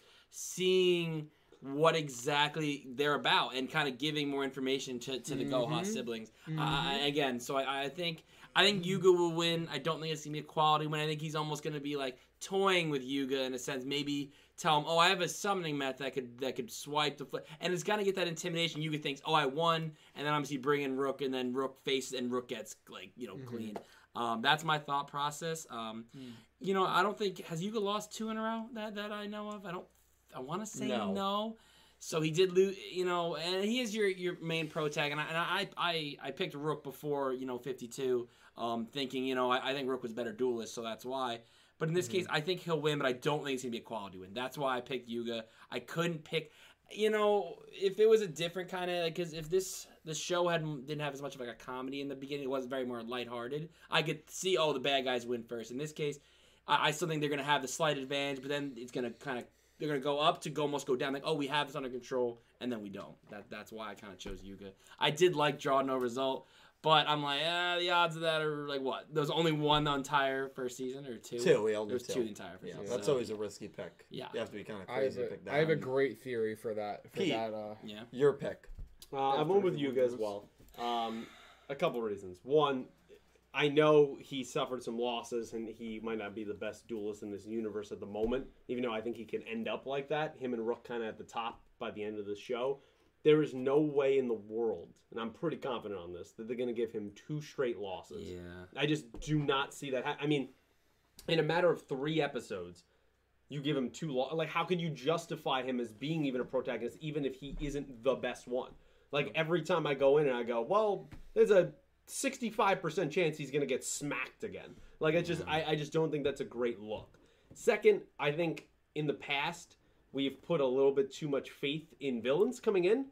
seeing what exactly they're about, and kind of giving more information to, to the Mm-hmm. Goha siblings. I I- again, so I, I think I think Yuga will win. I don't think it's gonna be a quality win. I think he's almost gonna be like toying with Yuga in a sense. Maybe tell him, "Oh, I have a summoning meth that could that could swipe the flip," and it's gonna get that intimidation. Yuga thinks, "Oh, I won," and then obviously bring in Rook, and then Rook faces, and Rook gets like you know clean. Um, that's my thought process. Um, You know, I don't think has Yuga lost two in a row that that I know of. I don't. I want to say No. no. So he did lose, you know, and he is your your main pro tag, and I and I I, I picked Rook before you know fifty two, um, thinking you know I, I think Rook was better duelist, so that's why. But in this case, I think he'll win, but I don't think it's gonna be a quality win. That's why I picked Yuga. I couldn't pick, you know, if it was a different kind of because if this the show had didn't have as much of like a comedy in the beginning, it was very more lighthearted. I could see all the bad guys win first. In this case, I, I still think they're going to have the slight advantage, but then it's going to kind of they're going to go up to go almost go down. Like, oh, we have this under control, and then we don't. That that's why I kind of chose Yuga. I did like draw no result, but I'm like, eh, the odds of that are like what? There's only one the entire first season or two. Two, we all knew There's two two. the entire first Yeah, season. that's so- always a risky pick. Yeah. You have to be kind of I have crazy to pick a, that. I have a one. great theory for that. For Pete. that, uh, yeah. Your pick. Uh, I'm going with Yuga as well. Um, a couple reasons. One, I know he suffered some losses and he might not be the best duelist in this universe at the moment, even though I think he can end up like that. Him and Rook kind of at the top by the end of the show. There is no way in the world, and I'm pretty confident on this, that they're going to give him two straight losses. Yeah. I just do not see that. hap- I mean, in a matter of three episodes, you give him two long. Like, how can you justify him as being even a protagonist, even if he isn't the best one? Like every time I go in and I go, well, there's a 65% chance he's gonna get smacked again. Like I just, I, I just don't think that's a great look. Second, I think in the past we've put a little bit too much faith in villains coming in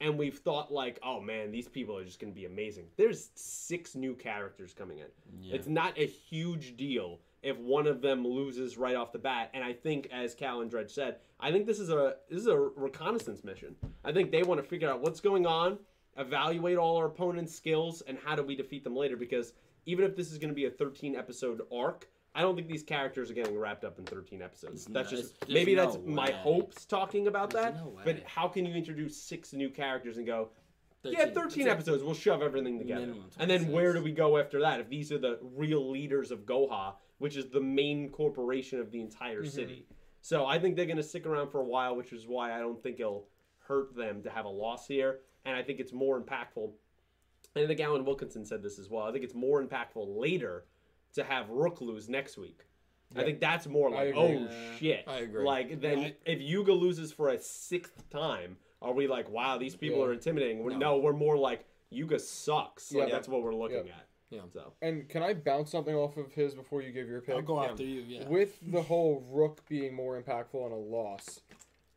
and we've thought like, oh man, these people are just going to be amazing. There's six new characters coming in. It's not a huge deal if one of them loses right off the bat. And I think, as Cal and Dredge said, I think this is a this is a reconnaissance mission. I think they want to figure out what's going on, evaluate all our opponents' skills, and how do we defeat them later. Because even if this is going to be a 13 episode arc. I don't think these characters are getting wrapped up in 13 episodes. That's no- just there's maybe that's no my way. hopes talking about There's that. no way. But how can you introduce six new characters and go, yeah, 13 episodes, we'll shove everything together. Minimum and then 26. where do we go after that if these are the real leaders of Goha, which is the main corporation of the entire city? So I think they're going to stick around for a while, which is why I don't think it'll hurt them to have a loss here. And I think it's more impactful. And I think Alan Wilkinson said this as well. I think it's more impactful later to have Rook lose next week. I think that's more like, agree. oh Yeah. shit. I agree. Like then I- if Yuga loses for a sixth time, are we like, wow, these people Yeah. are intimidating? We're, no. we're more like Yuga sucks. Like Yeah. that's what we're looking Yeah. at. Yeah. So and can I bounce something off of his before you give your pick? I'll go after you. Yeah. With the whole rook being more impactful on a loss,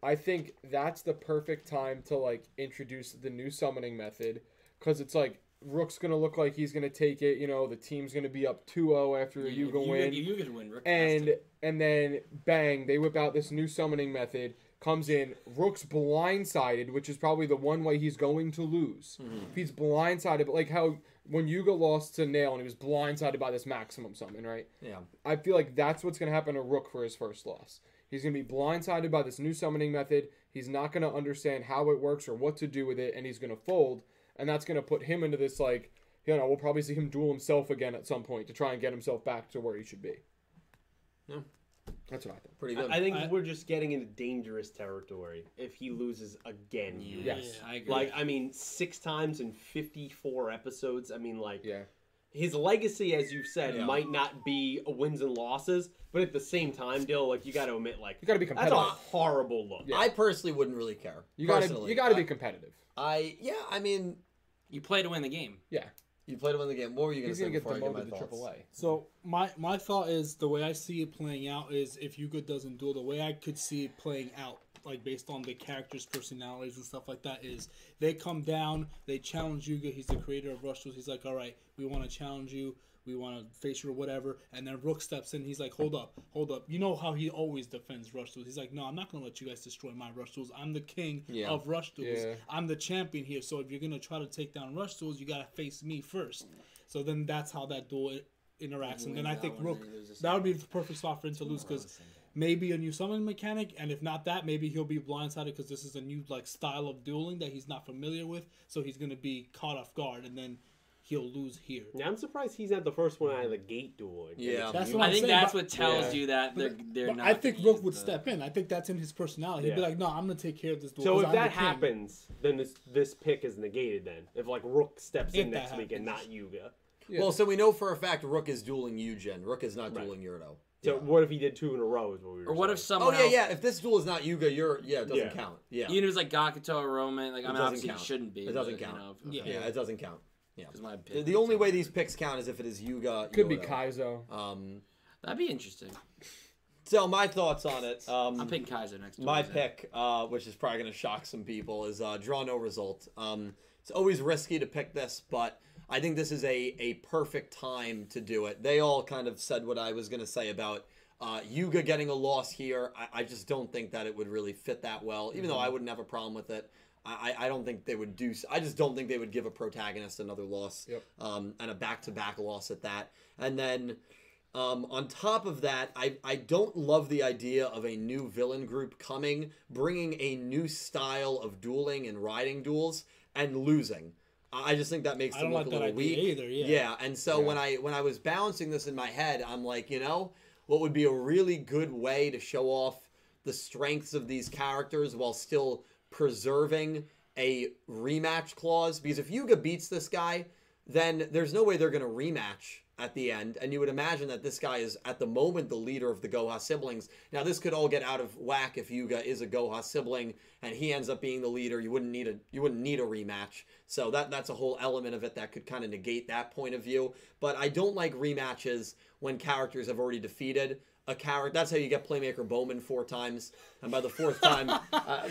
I think that's the perfect time to like introduce the new summoning method because it's like rook's gonna look like he's gonna take it. You know, the team's gonna be up 2-0 after a If Yuga Yuga- win, if Yuga can win. Rick has and to. and then bang, they whip out this new summoning method. Comes in, Rook's blindsided, which is probably the one way he's going to lose. If he's blindsided, but like how when Yuga lost to Nail and he was blindsided by this maximum summon, right? Yeah. I feel like that's what's going to happen to Rook for his first loss. He's going to be blindsided by this new summoning method. He's not going to understand how it works or what to do with it, and he's going to fold. And that's going to put him into this, like, you know, we'll probably see him duel himself again at some point to try and get himself back to where he should be. Yeah. That's what I think. Pretty good. I, I think I- we're just getting into dangerous territory if he loses again. Yuga. Yes. I agree. Like I mean, six times in fifty-four episodes. I mean, like Yeah. his legacy, as you've said, Yeah. might not be wins and losses, but at the same time, Dill, like you got to admit, like You got to be that's a competitive. horrible look. Yeah. I personally wouldn't really care. You got to personally. you got to be I- competitive. I yeah. I mean, you play to win the game. Yeah. you played win the game. What were you gonna He's say going to get before I demoted give to my thoughts? AAA. So my my thought is the way I see it playing out is if Yuga doesn't duel, the way I could see it playing out, like based on the characters' personalities and stuff like that, is they come down, they challenge Yuga. He's the creator of Rush Tools. He's like, all right, we want to challenge you. we want to face you or whatever. And then Rook steps in. He's like, hold up, hold up. You know how he always defends rush duels. He's like, no, I'm not gonna let you guys destroy my rush duels. I'm the king Yeah. of rush duels. Yeah. I'm the champion here. So if you're gonna try to take down rush duels, you gotta face me first. So then that's how that duel i- interacts. And then I think Rook, that would be the perfect spot for him to lose because maybe a new summon mechanic, and if not that, maybe he'll be blindsided because this is a new like style of dueling that he's not familiar with. So he's gonna be caught off guard, and then he'll lose here. Now I'm surprised he's not the first one out of the gate dueling. Yeah. That's You- what I think saying, that's but- what tells Yeah. you that they're But- they're but not. I think gonna Rook use would the- step in. I think that's in his personality. He'd be Yeah. like, "No, I'm gonna take care of this duel." So 'cause if I'm the that king." happens, then this this pick is negated. Then if like Rook steps If in that next week and not happens. Yuga, Yeah. Well, so we know for a fact Rook is dueling Eugen. Rook is not Right. dueling Yurdo. so what if he did two in a row? Is what we were Or what if saying. Oh someone? yeah, else, yeah. If this duel is not Yuga, you're yeah, it doesn't Yeah. count. Yeah, Even if it's like Gakuto or Roman, like I mean, doesn't obviously count. it shouldn't be. It doesn't but, you count. know, if- Yeah. yeah, it doesn't count. Yeah, It's my the, opinion. the only way these picks count is if it is Yuga. Could be Yurdo. Kaizo. Um, That'd be interesting. so my thoughts on it. Um, I'm picking Kaiser next. My Tuesday. pick, uh, which is probably going to shock some people, is uh, draw no result. Um, it's always risky to pick this, but I think this is a, a perfect time to do it. They all kind of said what I was going to say about uh, Yuga getting a loss here. I, I just don't think that it would really fit that well, even though I Mm-hmm. wouldn't have a problem with it. I, I I don't think they would do. s- I just don't think they would give a protagonist another loss Yep. um, and a back to back loss at that. And then um, on top of that, I, I don't love the idea of a new villain group coming, bringing a new style of dueling and riding duels and losing. I I just think that makes I them don't look like a that little idea weak. either. Yeah. Yeah, and so when I when I was balancing this in my head, I'm like, you know, what would be a really good way to show off the strengths of these characters while still preserving a rematch clause? Because if Yuga beats this guy, then there's no way they're going to rematch at the end. And you would imagine that this guy is at the moment the leader of the Goha siblings. Now this could all get out of whack if Yuga is a Goha sibling and he ends up being the leader. You wouldn't need a you wouldn't need a rematch. So that that's a whole element of it that could kind of negate that point of view. But I don't like rematches when characters have already defeated a character. That's how you get playmaker Bowman four times, and by the fourth time, uh,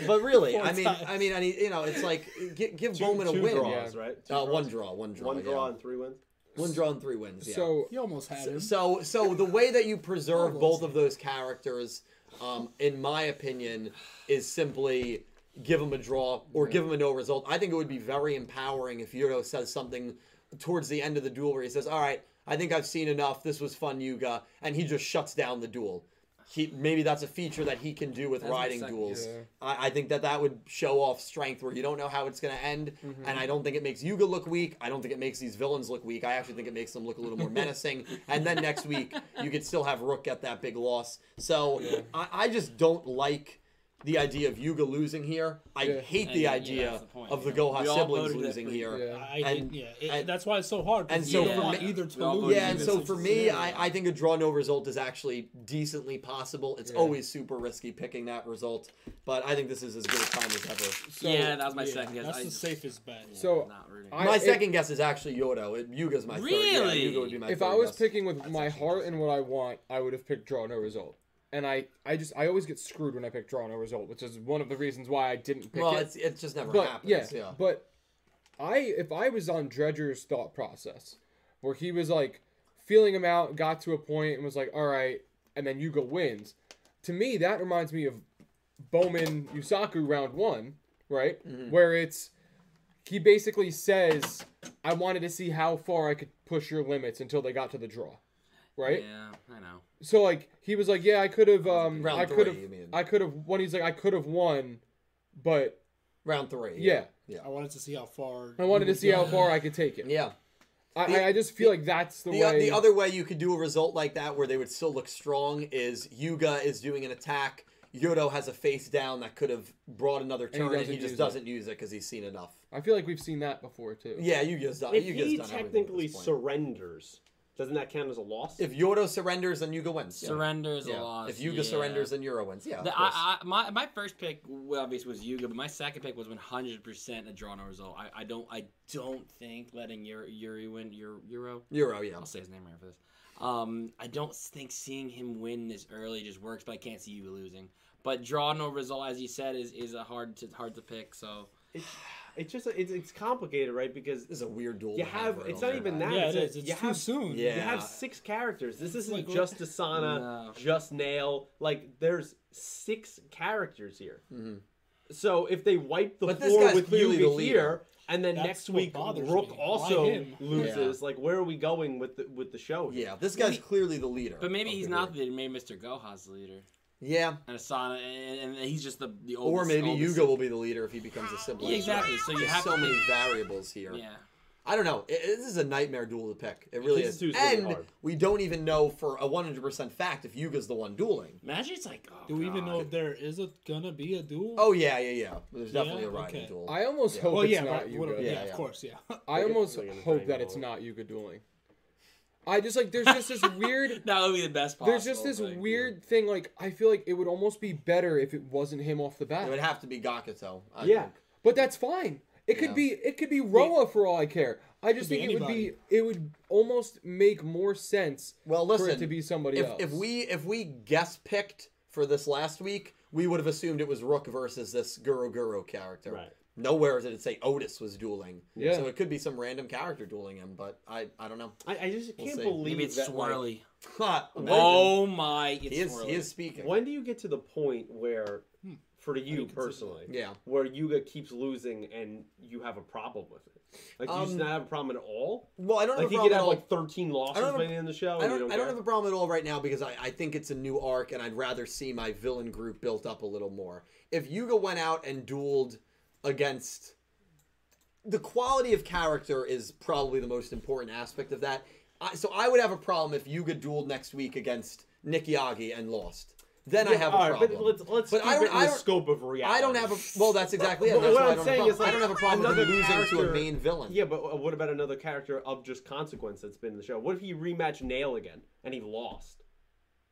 but really, Four I mean, times. I mean, I mean, you know, it's like give, give Two- Bowman a two win. draws, right? Two Uh, draws? one draw, one draw, One draw yeah. and three wins. one draw, and three wins. Yeah. So He almost had him. So, so the way that you Oh, preserve both of those characters, um, in my opinion, is simply give them a draw or give them a no result. I think it would be very empowering if Yurdo says something towards the end of the duel where he says, "All right, I think I've seen enough. This was fun, Yuga," and he just shuts down the duel. He, maybe that's a feature that he can do with That's my riding second- duels. Yeah. I, I think that that would show off strength where you don't know how it's going to end, Mm-hmm. and I don't think it makes Yuga look weak. I don't think it makes these villains look weak. I actually think it makes them look a little more menacing. and then next week, you could still have Rook get that big loss. So I, I just don't like the idea of Yuga losing here. I Yeah. hate And the yeah, idea that's the point, of the yeah. Goha We all siblings voted that losing for- here. yeah. I And- yeah, it, and- that's why it's so hard. 'cause and you so don't for want me- either to we all lose. voted Yeah, and in so this for me, scenario. I, I think a draw no result is actually decently possible. It's Yeah. always super risky picking that result, but I think this is as good a time as ever. so yeah, that was my Yeah, second guess. That's I the just- safest bet. So, not really. I- my if- second guess is actually Yodo. It, Yuga's my third. Yeah, Really? Yuga would be my if third I was guess. picking with my heart and what I want, I would have picked draw no result. And I, I just I always get screwed when I pick draw no result, which is one of the reasons why I didn't pick well, it. it's it just never but happens. yeah, Yeah, but I if I was on Dredger's thought process, where he was like feeling him out, got to a point and was like, all right, and then Yuga wins. To me, that reminds me of Bowman Yusaku round one, right? Mm-hmm. Where it's he basically says, I wanted to see how far I could push your limits until they got to the draw, right? Yeah, I know. So like he was like, yeah, I could have, um, Round I could have, three, you mean. I could have won. He's like, I could have won, but round three. yeah, I wanted to see how far. I you wanted to would see how go. far I could take it. yeah. I, The- I- I just feel like that's the, The, way. the other way you could do a result like that where they would still look strong is Yuga is doing an attack. Yodo has a face down that could have brought another he turn, and he, doesn't just use it. doesn't use it because he's seen enough. I feel like we've seen that before too. Yeah, Yuga's done. If Uh, Yuga's he done everything at technically this point. surrenders, doesn't that count as a loss? If Yodo surrenders, then Yuga wins. Yeah. Surrender is Yeah. a loss. If Yuga yeah. surrenders, then Yura wins. Yeah. of The- course. I, I, my, my first pick well, obviously was Yuga, but my second pick was 100% a draw no result. I, I don't I don't think letting Yuri, Yuri win Yuri, Euro. Yura, yeah. I'll say his name right for this. Um, I don't think seeing him win this early just works, but I can't see you losing. But draw no result, as you said, is, is a hard to hard to pick. So it's just it's, it's complicated, right? Because This is a weird duel. you to have right it's on not there. even that. yeah, it it's is. that It's you too have soon. Yeah. You have six characters. This isn't like- just Asana, No. just Nail. Like there's six characters here. So if they wipe the Mm-hmm. But this floor guy's with clearly the Yuga leader. here, and then That's next what week bothers Rook me. Why also him? loses, like where are we going with the with the show? Here? Yeah, this guy's clearly the leader. But maybe of he's the not group. the leader. Maybe Mr. Goha's the leader. Yeah, And Asana, and, and he's just the, the oldest. or maybe oldest- Yuga will be the leader if he becomes a sibling. Yeah, exactly. So you There's have so to- many variables here. Yeah. I don't know. It, it- this is a nightmare duel to pick. It really This is. dude's really and hard. we don't even know for a 100% fact if Yuga's the one dueling. Imagine it's like, oh, Do we even God. know if there is a gonna be a duel? Oh, yeah, yeah, yeah. There's Yeah? definitely a riding Okay. duel. I almost hope well, it's yeah, not right, Yuga. what- yeah, Yeah, of yeah. course, yeah. I almost They're gonna hope bang that all it's of not Yuga dueling. I just like there's just this weird That would be the best possible. there's just this thing. weird thing like I feel like it would almost be better if it wasn't him off the it bat. would have to be Gakuto. I Yeah. think. But that's fine. It could Yeah. be it could be Roa for all I care. I just Could be think it would be it would almost make more sense Well, for listen, it to be somebody If, else. if we if we guess picked for this last week, we would have assumed it was Rook versus this Guru Guru character. Right. Nowhere did it say Otis was dueling. Yeah. So it could be some random character dueling him, but I, I don't know. I, I just can't see. believe Maybe it's that, like, swirly. Ha, imagine. oh my! It's he is, swirly. he is speaking. When do you get to the point where, Hmm. for you personally, Yeah. where Yuga keeps losing and you have a problem with it? Like, do you just Um, not have a problem at all? Well, I don't Like, have a he could problem at have all. like 13 losses have a- by the end of the show. I and you don't, I care? don't have a problem at all right now because I, I think it's a new arc and I'd rather see my villain group built up a little more. If Yuga went out and dueled against. The quality of character is probably the most important aspect of that. I, so I would have a problem if Yuga dueled next week against Nikiagi and lost. Then I Yeah, have a all right, problem. But let's let's But keep I don't- it in I the don't- scope of reality. I don't have a. Well, that's exactly it. But That's what why I I'm don't, have saying a problem. is, like, I don't have a problem with another him losing to a character- main villain. Yeah, but uh, what about another character of just consequence that's been in the show? What if he rematched Nail again and he lost?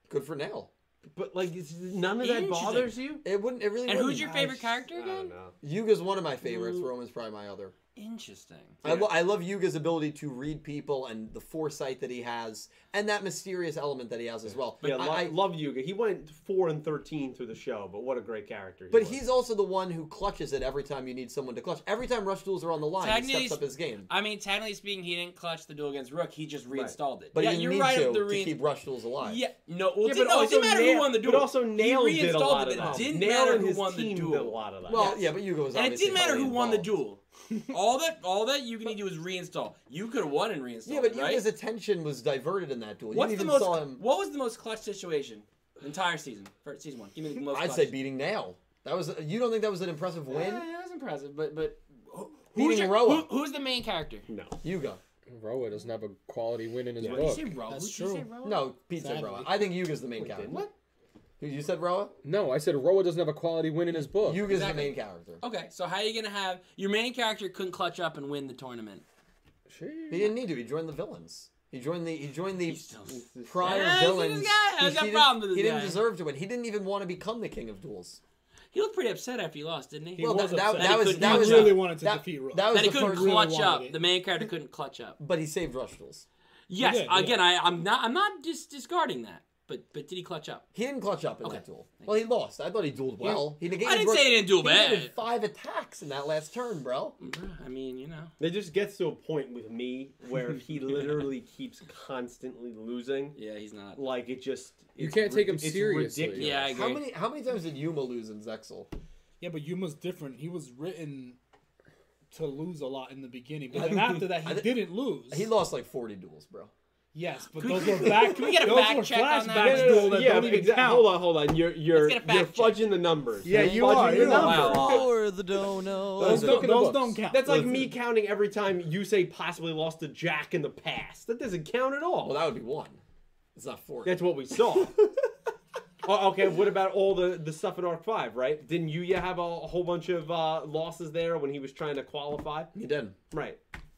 Good for Nail. But like, it's- none of that Interesting. bothers you. It wouldn't. It really. and wouldn't. who's your I favorite just- character I don't again? know. Yuga's one of my favorites. Roman's probably my other. Interesting. I, lo- I love Yuga's ability to read people and the foresight that he has, and that mysterious element that he has as well. Yeah, I- lo- I- love Yuga. He went four and thirteen through the show, but what a great character! He but was. he's also the one who clutches it every time you need someone to clutch. Every time rush duels are on the line, he Technically, steps up his game. I mean, technically speaking, he didn't clutch the duel against Rook. He just reinstalled it. But yeah, he didn't you're need right. to, of the to rein- keep rush duels alive. Yeah, no. Well, Yeah, it didn't, but no, it didn't also matter who Nail- won the duel. but also Nail he did a reinstalled lot it. of that. It didn't Nail matter and who his won the team duel. did a lot of that. Well, yeah, but Yuga was. and it obviously didn't matter heavily who won the involved. duel. all that, all that you need to do is reinstall. You could have won and reinstalled. Yeah, but it, right? Yuga's attention was diverted in that duel. What's you the even most? saw him. What was the most clutch situation? Entire season, for season one. Give me the most. I'd clutch. Uh, say beating Nail. That was. You don't think that was an impressive win, Yeah, that was impressive, but but who- Beating who's your, Roa. who, who's the main character? no, Yuga? Roa doesn't have a quality win in his Did you book. say Roa? That's Did you say true. Roa? No, Pete said Sadly. Roa. I think Yuga's the main character. didn't What? You- You said Roa. No, I said Roa doesn't have a quality win in his book. Yuga's Oh, Exactly. the main character. Okay, so how are you gonna have your main character couldn't clutch up and win the tournament? He didn't need to. He joined the villains. He joined the. He joined the still- prior Yeah, see this villains. guy? I he, got he problem didn't, with this he didn't guy. deserve to win. He didn't even want to become the king of duels. He looked pretty upset after he lost, didn't he? Well, was that, that, upset. that was He that couldn't was really wanted to that, defeat Ross. That was that he the couldn't first, really clutch wanted up. it. The main character couldn't clutch up. but he saved rush duels. Yes, did, yeah. again, I, I'm not I'm not dis- discarding that, but but did he clutch up? He didn't clutch up in that duel. Well, he lost. I thought he dueled well. He negated. I didn't Rook- say he didn't duel He bad. needed five attacks in that last turn, bro. I mean, you know, it just gets to a point with me where he literally keeps constantly losing. yeah, he's not. Like it just You it's can't take him rid- it's seriously. ridiculous. Yeah, I How agree. many how many times did Yuma lose in Zexel? Yeah, but Yuma's different. He was written to lose a lot in the beginning, but then after that, he didn't lose. He lost like forty duels, bro. yes, but Can those we- were back. can we get a those fact were check on that? flashbacks No, duel that don't but even exact- count. Hold on, hold on. You're you're get a you're fact check. fudging the numbers. Yeah, You're you fudging are, the you are. numbers. Wow. the dono. Those, look don't, in the those books. don't count. That's like me counting every time you say possibly lost to Jack in the past. That doesn't count at all. Well, that would be one. It's not forty. That's what we saw. oh, okay, what about all the, the stuff in Arc 5, right? Didn't Yuya have a, a whole bunch of uh, losses there when he was trying to qualify? he did. Right.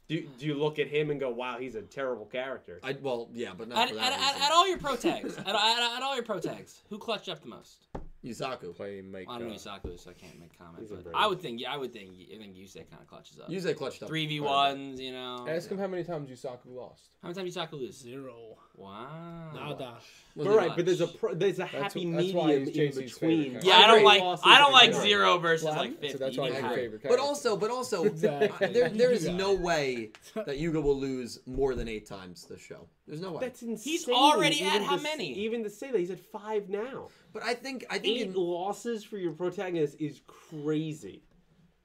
Do, Hmm. do you look at him and go, wow, he's a terrible character? I well, yeah, but not At, for at, that at, at all your pro tags, at, at, at all your pro tags, who clutched up the most? reason. Yusaku. Play make I don't know uh, Yusaku, so I can't make comment. He's a But brave. I would think, yeah, I would think, I think Yusei kind of clutches up. Yusei clutched up. Three v ones, you know. Ask him how many times Yusaku lost. How many times Yusaku lose? Zero. Wow. Nada. Was All it right, but much? there's a pro- there's a That's- happy that's why medium he's in JC's favorite between. character. Yeah, I don't Great like losses I don't and like great- zero versus Well, like so fifty. that's why You he's can your have- favorite But character. also, but also, Exactly. there, there is You got no it. way that Yuga will lose more than eight times this show. There's no way. That's insane. already even at how to s- many? Even to say that he's at five now. but I think I think Eight in, losses for your protagonist is crazy.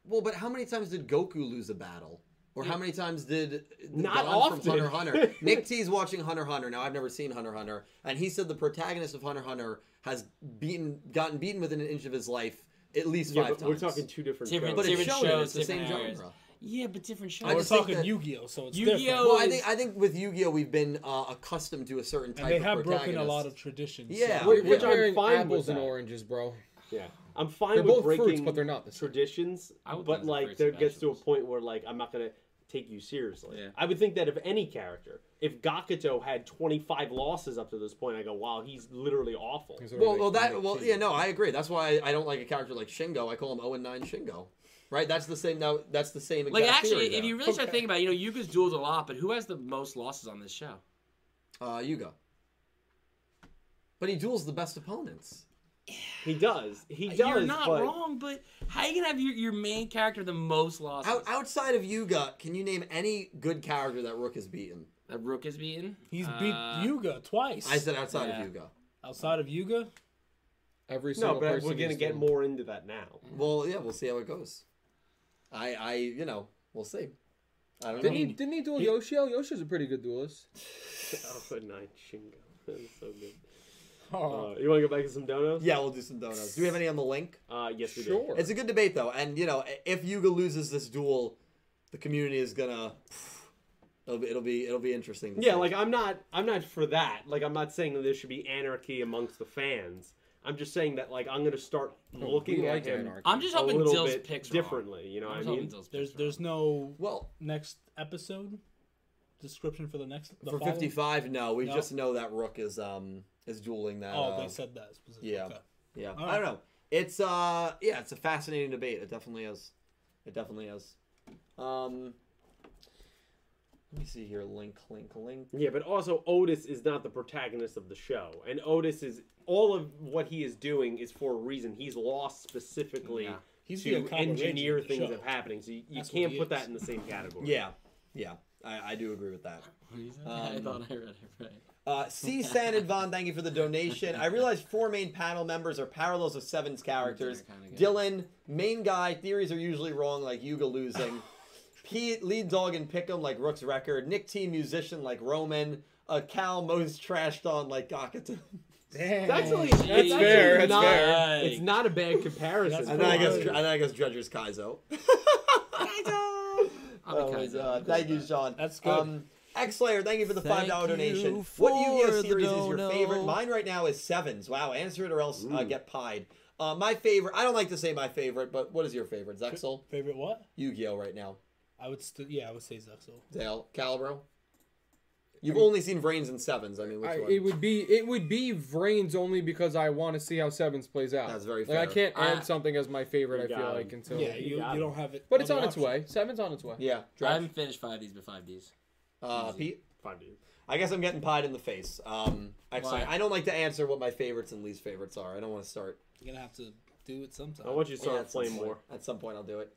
well, but how many times did Goku lose a battle? Or how many times did Not Don often. from Hunter x Hunter? Nick T's watching Hunter x Hunter now. I've never seen Hunter x Hunter, and he said the protagonist of Hunter x Hunter has beaten, gotten beaten within an inch of his life at least Yeah, five but times. we're talking two different, Different- but shows. it's different shown and shows, it's the same different genre. eras. Yeah, but different shows. I We're just think talking that- Yu-Gi-Oh, so it's Yu-Gi-Oh! different. Well, I think I think with Yu-Gi-Oh, we've been uh, accustomed to a certain type And they of have protagonist. broken a lot of traditions. Yeah. so- We're Wait, which I'm comparing fine with apples and that. oranges, bro. Yeah, I'm fine They're with both breaking fruits, but they're not the same. traditions. I would But think they're like, fruits there and gets to a vegetables. point where like I'm not gonna take you seriously. Yeah. I would think that if any character, if Gakuto had 25 losses up to this point, I go, wow, he's literally awful. He's Well, already well, that like well, two. yeah, no, I agree. That's why I, I don't like a character like Shingo. I call him Owen Nine Shingo, right? That's the same. Now that's the same. like exact actually, theory, if though. you really start thinking about, it, you know, Yuga's dueled a lot, but who has the most losses on this show? uh, Yuga, but he duels the best opponents. He does. He does. You're not but wrong, but how you gonna have your, your main character the most losses? Out, outside of Yuga, can you name any good character that Rook has beaten? That Rook is beaten. He's Uh, beat Yuga twice. I said outside Yeah. of Yuga. outside of Yuga, Every single No, but person we're gonna is get the- more into that now. Well, yeah, we'll see how it goes. I, I, you know, we'll see. I don't Didn't know. he, didn't he duel Yoshio? Yoshio's a pretty good duelist. Alpha Nine Oh, Shingo. That is so good. oh, Uh, you want to go back to some donuts? Yeah, we'll do some donuts. Do we have any on the link? Uh, yes, we do. Sure. It's a good debate though, and you know, if Yuga loses this duel, the community is gonna. It'll be it'll be it'll be interesting. to Yeah, see. like I'm not, I'm not for that. Like I'm not saying that there should be anarchy amongst the fans. I'm just saying that like I'm gonna start looking We at like him anarchy. I'm just a hoping little Dill's bit picks differently. You know Wrong. what I I'm just hoping mean? Dill's picks there's wrong. there's no well next episode description for the next. The for following? fifty five. No, we No. just know that Rook is um is dueling that. Oh, uh, they said that. Specifically. yeah. Okay. yeah. All I don't know. It's uh yeah, it's a fascinating debate. It definitely is. It definitely is. Um, let me see here. Link, link, link. Yeah, but also Otis is not the protagonist of the show, and Otis is all of what he is doing is for a reason. He's lost specifically Yeah. He's the to Akaba engineer Regent of the things show. that are happening. So you, you That's what can't he put is. that in the same category. Yeah, yeah. I, I do agree with that. What is that? I um, thought I read it right. Uh, C. Sanadvan, thank you for the donation. I realize four main panel members are parallels of Seven's characters. Kinda good. Dylan, main guy, theories are usually wrong, like Yuga losing. P. Lead dog and Pick'em, like Rook's record. Nick T. Musician, like Roman. A cow most trashed on, like Gakuto. It's actually, That's it's actually fair, that's not, fair. It's not a bad comparison. That's And then I guess, Cool. and then I guess Dredger's Kaizo. I'll Oh be my kind God. Thank you, Sean. That's good. Um, X Layer, thank you for the five Thank dollar you donation. for What Yu-Gi-Oh the series is your dono. favorite? Mine right now is Sevens. Wow, answer it or else uh, get pied. Uh, my favorite. I don't like to say my favorite, but what is your favorite? Zexel, Favorite what? Yu-Gi-Oh right now. I would still yeah, I would say Zexel. Dale, Calibro. You've only seen Brains and Sevens. I mean, which I, one? it would be it would be Vrains only because I want to see how Sevens plays out. That's very Like I fair. can't add I- something as my favorite. I You feel got like him. until yeah, you, got you it. don't have it. but it's other on its options. way. Sevens on its way. yeah, I Dredge. haven't finished five Ds, but five Ds. Uh, Pete. Fine, dude. I guess I'm getting pied in the face. Um, X Why? Layer. I don't like to answer what my favorites and least favorites are. I don't want to start. You're gonna have to do it sometime. I want you to Yeah, start at some playing point. more. At some point, I'll do it.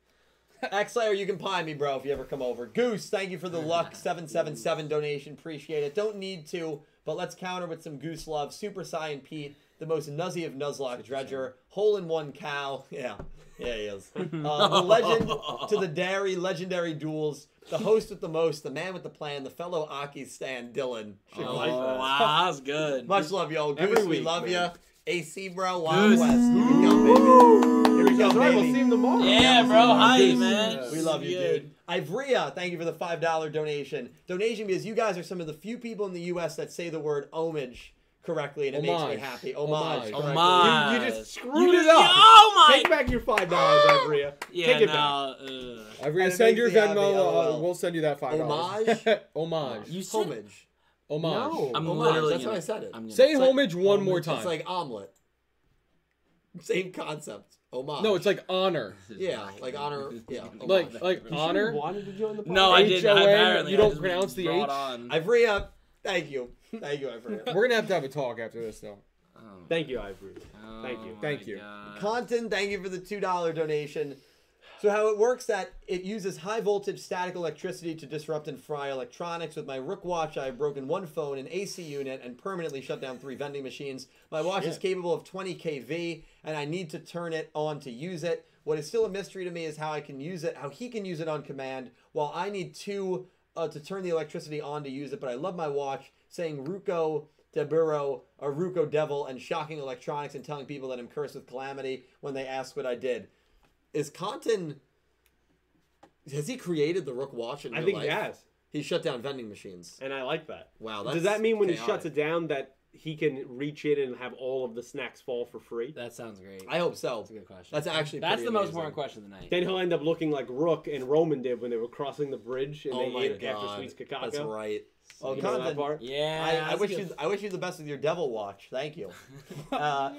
Xlayer, you can pie me, bro, if you ever come over. Goose, thank you for the luck seven seven seven donation. Appreciate it. Don't need to, but let's counter with some goose love. Super Saiyan Pete, the most nuzzy of Nuzlocke dredger, hole in one cow. Yeah, yeah, he is. Uh, the legend to the dairy, legendary duels. The host with the most, the man with the plan, the fellow Aki Stan Dylan. Shit, Oh, like that. wow, that's good. Much love, y'all. Goose, Every we week, love ya. man. AC, bro, Wild Goose. West. Here we go, baby. Here we go, All right, baby. we'll see him tomorrow. yeah, bro, hi, man. We love you, Yeah. dude. Ivrea, thank you for the $5 donation. Donation because you guys are some of the few people in the U.S. that say the word homage correctly, and it makes Homage. me happy. Homage. Homage. correctly. Homage. You, you Nice. just screwed You it just- up. oh my- Take back your five dollars, Ibrea. Yeah, uh, Take it back. now, I re- And it send your makes me happy, Venmo. uh, LOL. we'll send you that five dollars. Homage? homage. You said- homage. homage. No. I'm Homage, literally. that's gonna- why I said it. I'm gonna- Say It's like- homage one more It's time. like omelet. Same concept. Homage. no, it's like oh, honor. Yeah, like honor. Yeah. homage. Like like You should've honor. wanted to join the No, I didn't. H O N, Apparently, you I don't just pronounce the Oh, brought H? On. Ivrea, Thank you. Thank you, I forgot. We're gonna have to have a talk after this, though. Thank you, Ivory. Oh Thank you. my Thank you. God. Conton, thank you for the $2 donation. So how it works that it uses high voltage static electricity to disrupt and fry electronics. With my Rook watch, I have broken one phone, an AC unit, and permanently shut down three vending machines. My watch is capable of 20 kV, and I need to turn it on to use it. What is still a mystery to me is how I can use it, how he can use it on command, while I need two uh, to turn the electricity on to use it. But I love my watch, saying Ruko Deburo, a Ruko devil, and shocking electronics and telling people that I'm cursed with calamity when they ask what I did is Compton has he created the Rook Watch in I real think life? he has, He shut down vending machines. and I like that. Wow, Does that's that mean when he chaotic. shuts it down that he can reach in and have all of the snacks fall for free? That sounds great. I hope so. That's a good question. That's actually That's pretty the most amazing. important question of the night. Then he'll end up looking like Rook and Roman did when they were crossing the bridge and Oh they my ate god, after Sweets Kakaka. Oh, that's right. Well, You know that Compton, part? yeah. I, I that's wish good. you I wish you the best with your devil watch. Thank you. Uh,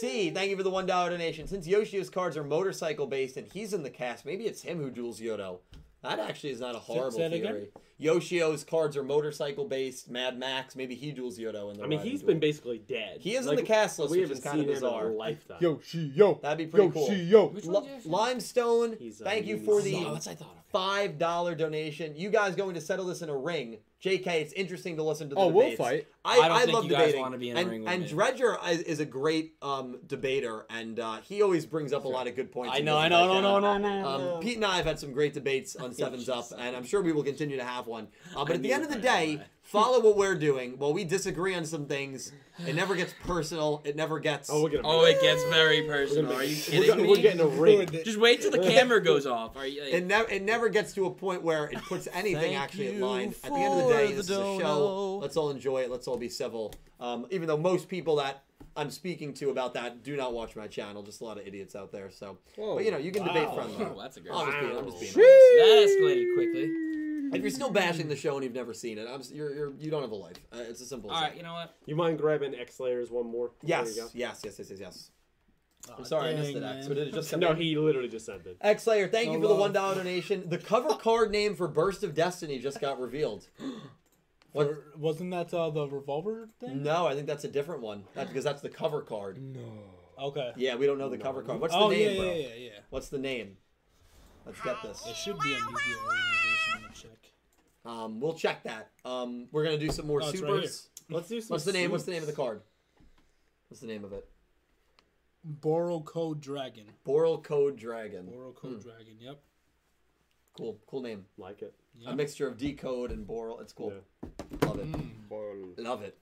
C, thank you for the one dollar donation. Since Yoshio's cards are motorcycle based and he's in the cast, maybe it's him who duels Yodo. That actually is not a horrible that theory. again? Yoshio's cards are motorcycle based. Mad Max, maybe he duels Yodo in the. I mean, riding he's duel. been basically dead. He is in Like, the cast list, We which haven't is kind of seen him in bizarre. a lifetime. Yo, she, yo. That'd be pretty yo, cool. She, yo. Which L- one's yours? Limestone, He's, uh, thank you he's- for Oh, the that's what I thought. Okay. five dollar donation. You guys going to settle this in a ring? JK, it's interesting to listen to the Oh, we'll debates. fight. I, I don't I think love you guys debating. wanna be in a and ring with and me. Dredger is, is a great um, debater, and uh, he always brings up a lot of good points. I in know, this I know, no, discussion. no, no, no. Um, Pete and I have had some great debates on Sevens Up, and I'm sure we will continue to have one. Uh, but I at the knew end of the it. day, follow what we're doing. While we disagree on some things, it never gets personal. It never gets. Oh, we're gonna. Oh, it gets very personal. Are you we're, kidding gonna- me? we're getting a ring. Ruined it. Just wait till the camera goes off. Are you? It never it never gets to a point where it puts anything Thank actually in you line. At the end of the day, for this the is a show. dono. Let's all enjoy it. Let's all be civil. Um, even though most people that I'm speaking to about that do not watch my channel, just a lot of idiots out there. So, Whoa. but you know, you can debate Wow. friendly. oh, that's a great. I'm Wow. just being, I'm just being honest. That escalated quickly. If you're still bashing the Mm. show and you've never seen it, I'm, s- you're, you're, you don't have a life. Uh, it's as simple as All that. right, you know what? You mind grabbing X layers one more? There yes, you go. yes, yes, yes, yes, yes. Aw, I'm sorry, I missed dang, it, X. man. But did it just come No, in? he literally just said that. X Layer, thank you No for the one dollar love. donation. The cover card name for Burst of Destiny just got revealed. What? Or- wasn't that uh, the revolver thing? No, I think that's a different one. That's because that's the cover card. Okay. Yeah, we don't know the cover card. What's the Mm. oh name, yeah, bro? yeah, yeah, yeah. What's the name? Let's get It this. should be on the organization. Let me check. Um, we'll check that. Um, we're gonna do some more Oh, it's right supers. Let's do some. What's the name? What's the name of the suits. card? What's the name of it? Boral Code Dragon. Boral Code Dragon. Boral Hmm. Code Dragon. Yep. Cool, cool name. Like it. A mixture of decode and Boral. It's cool. Love it. Mm. Love it.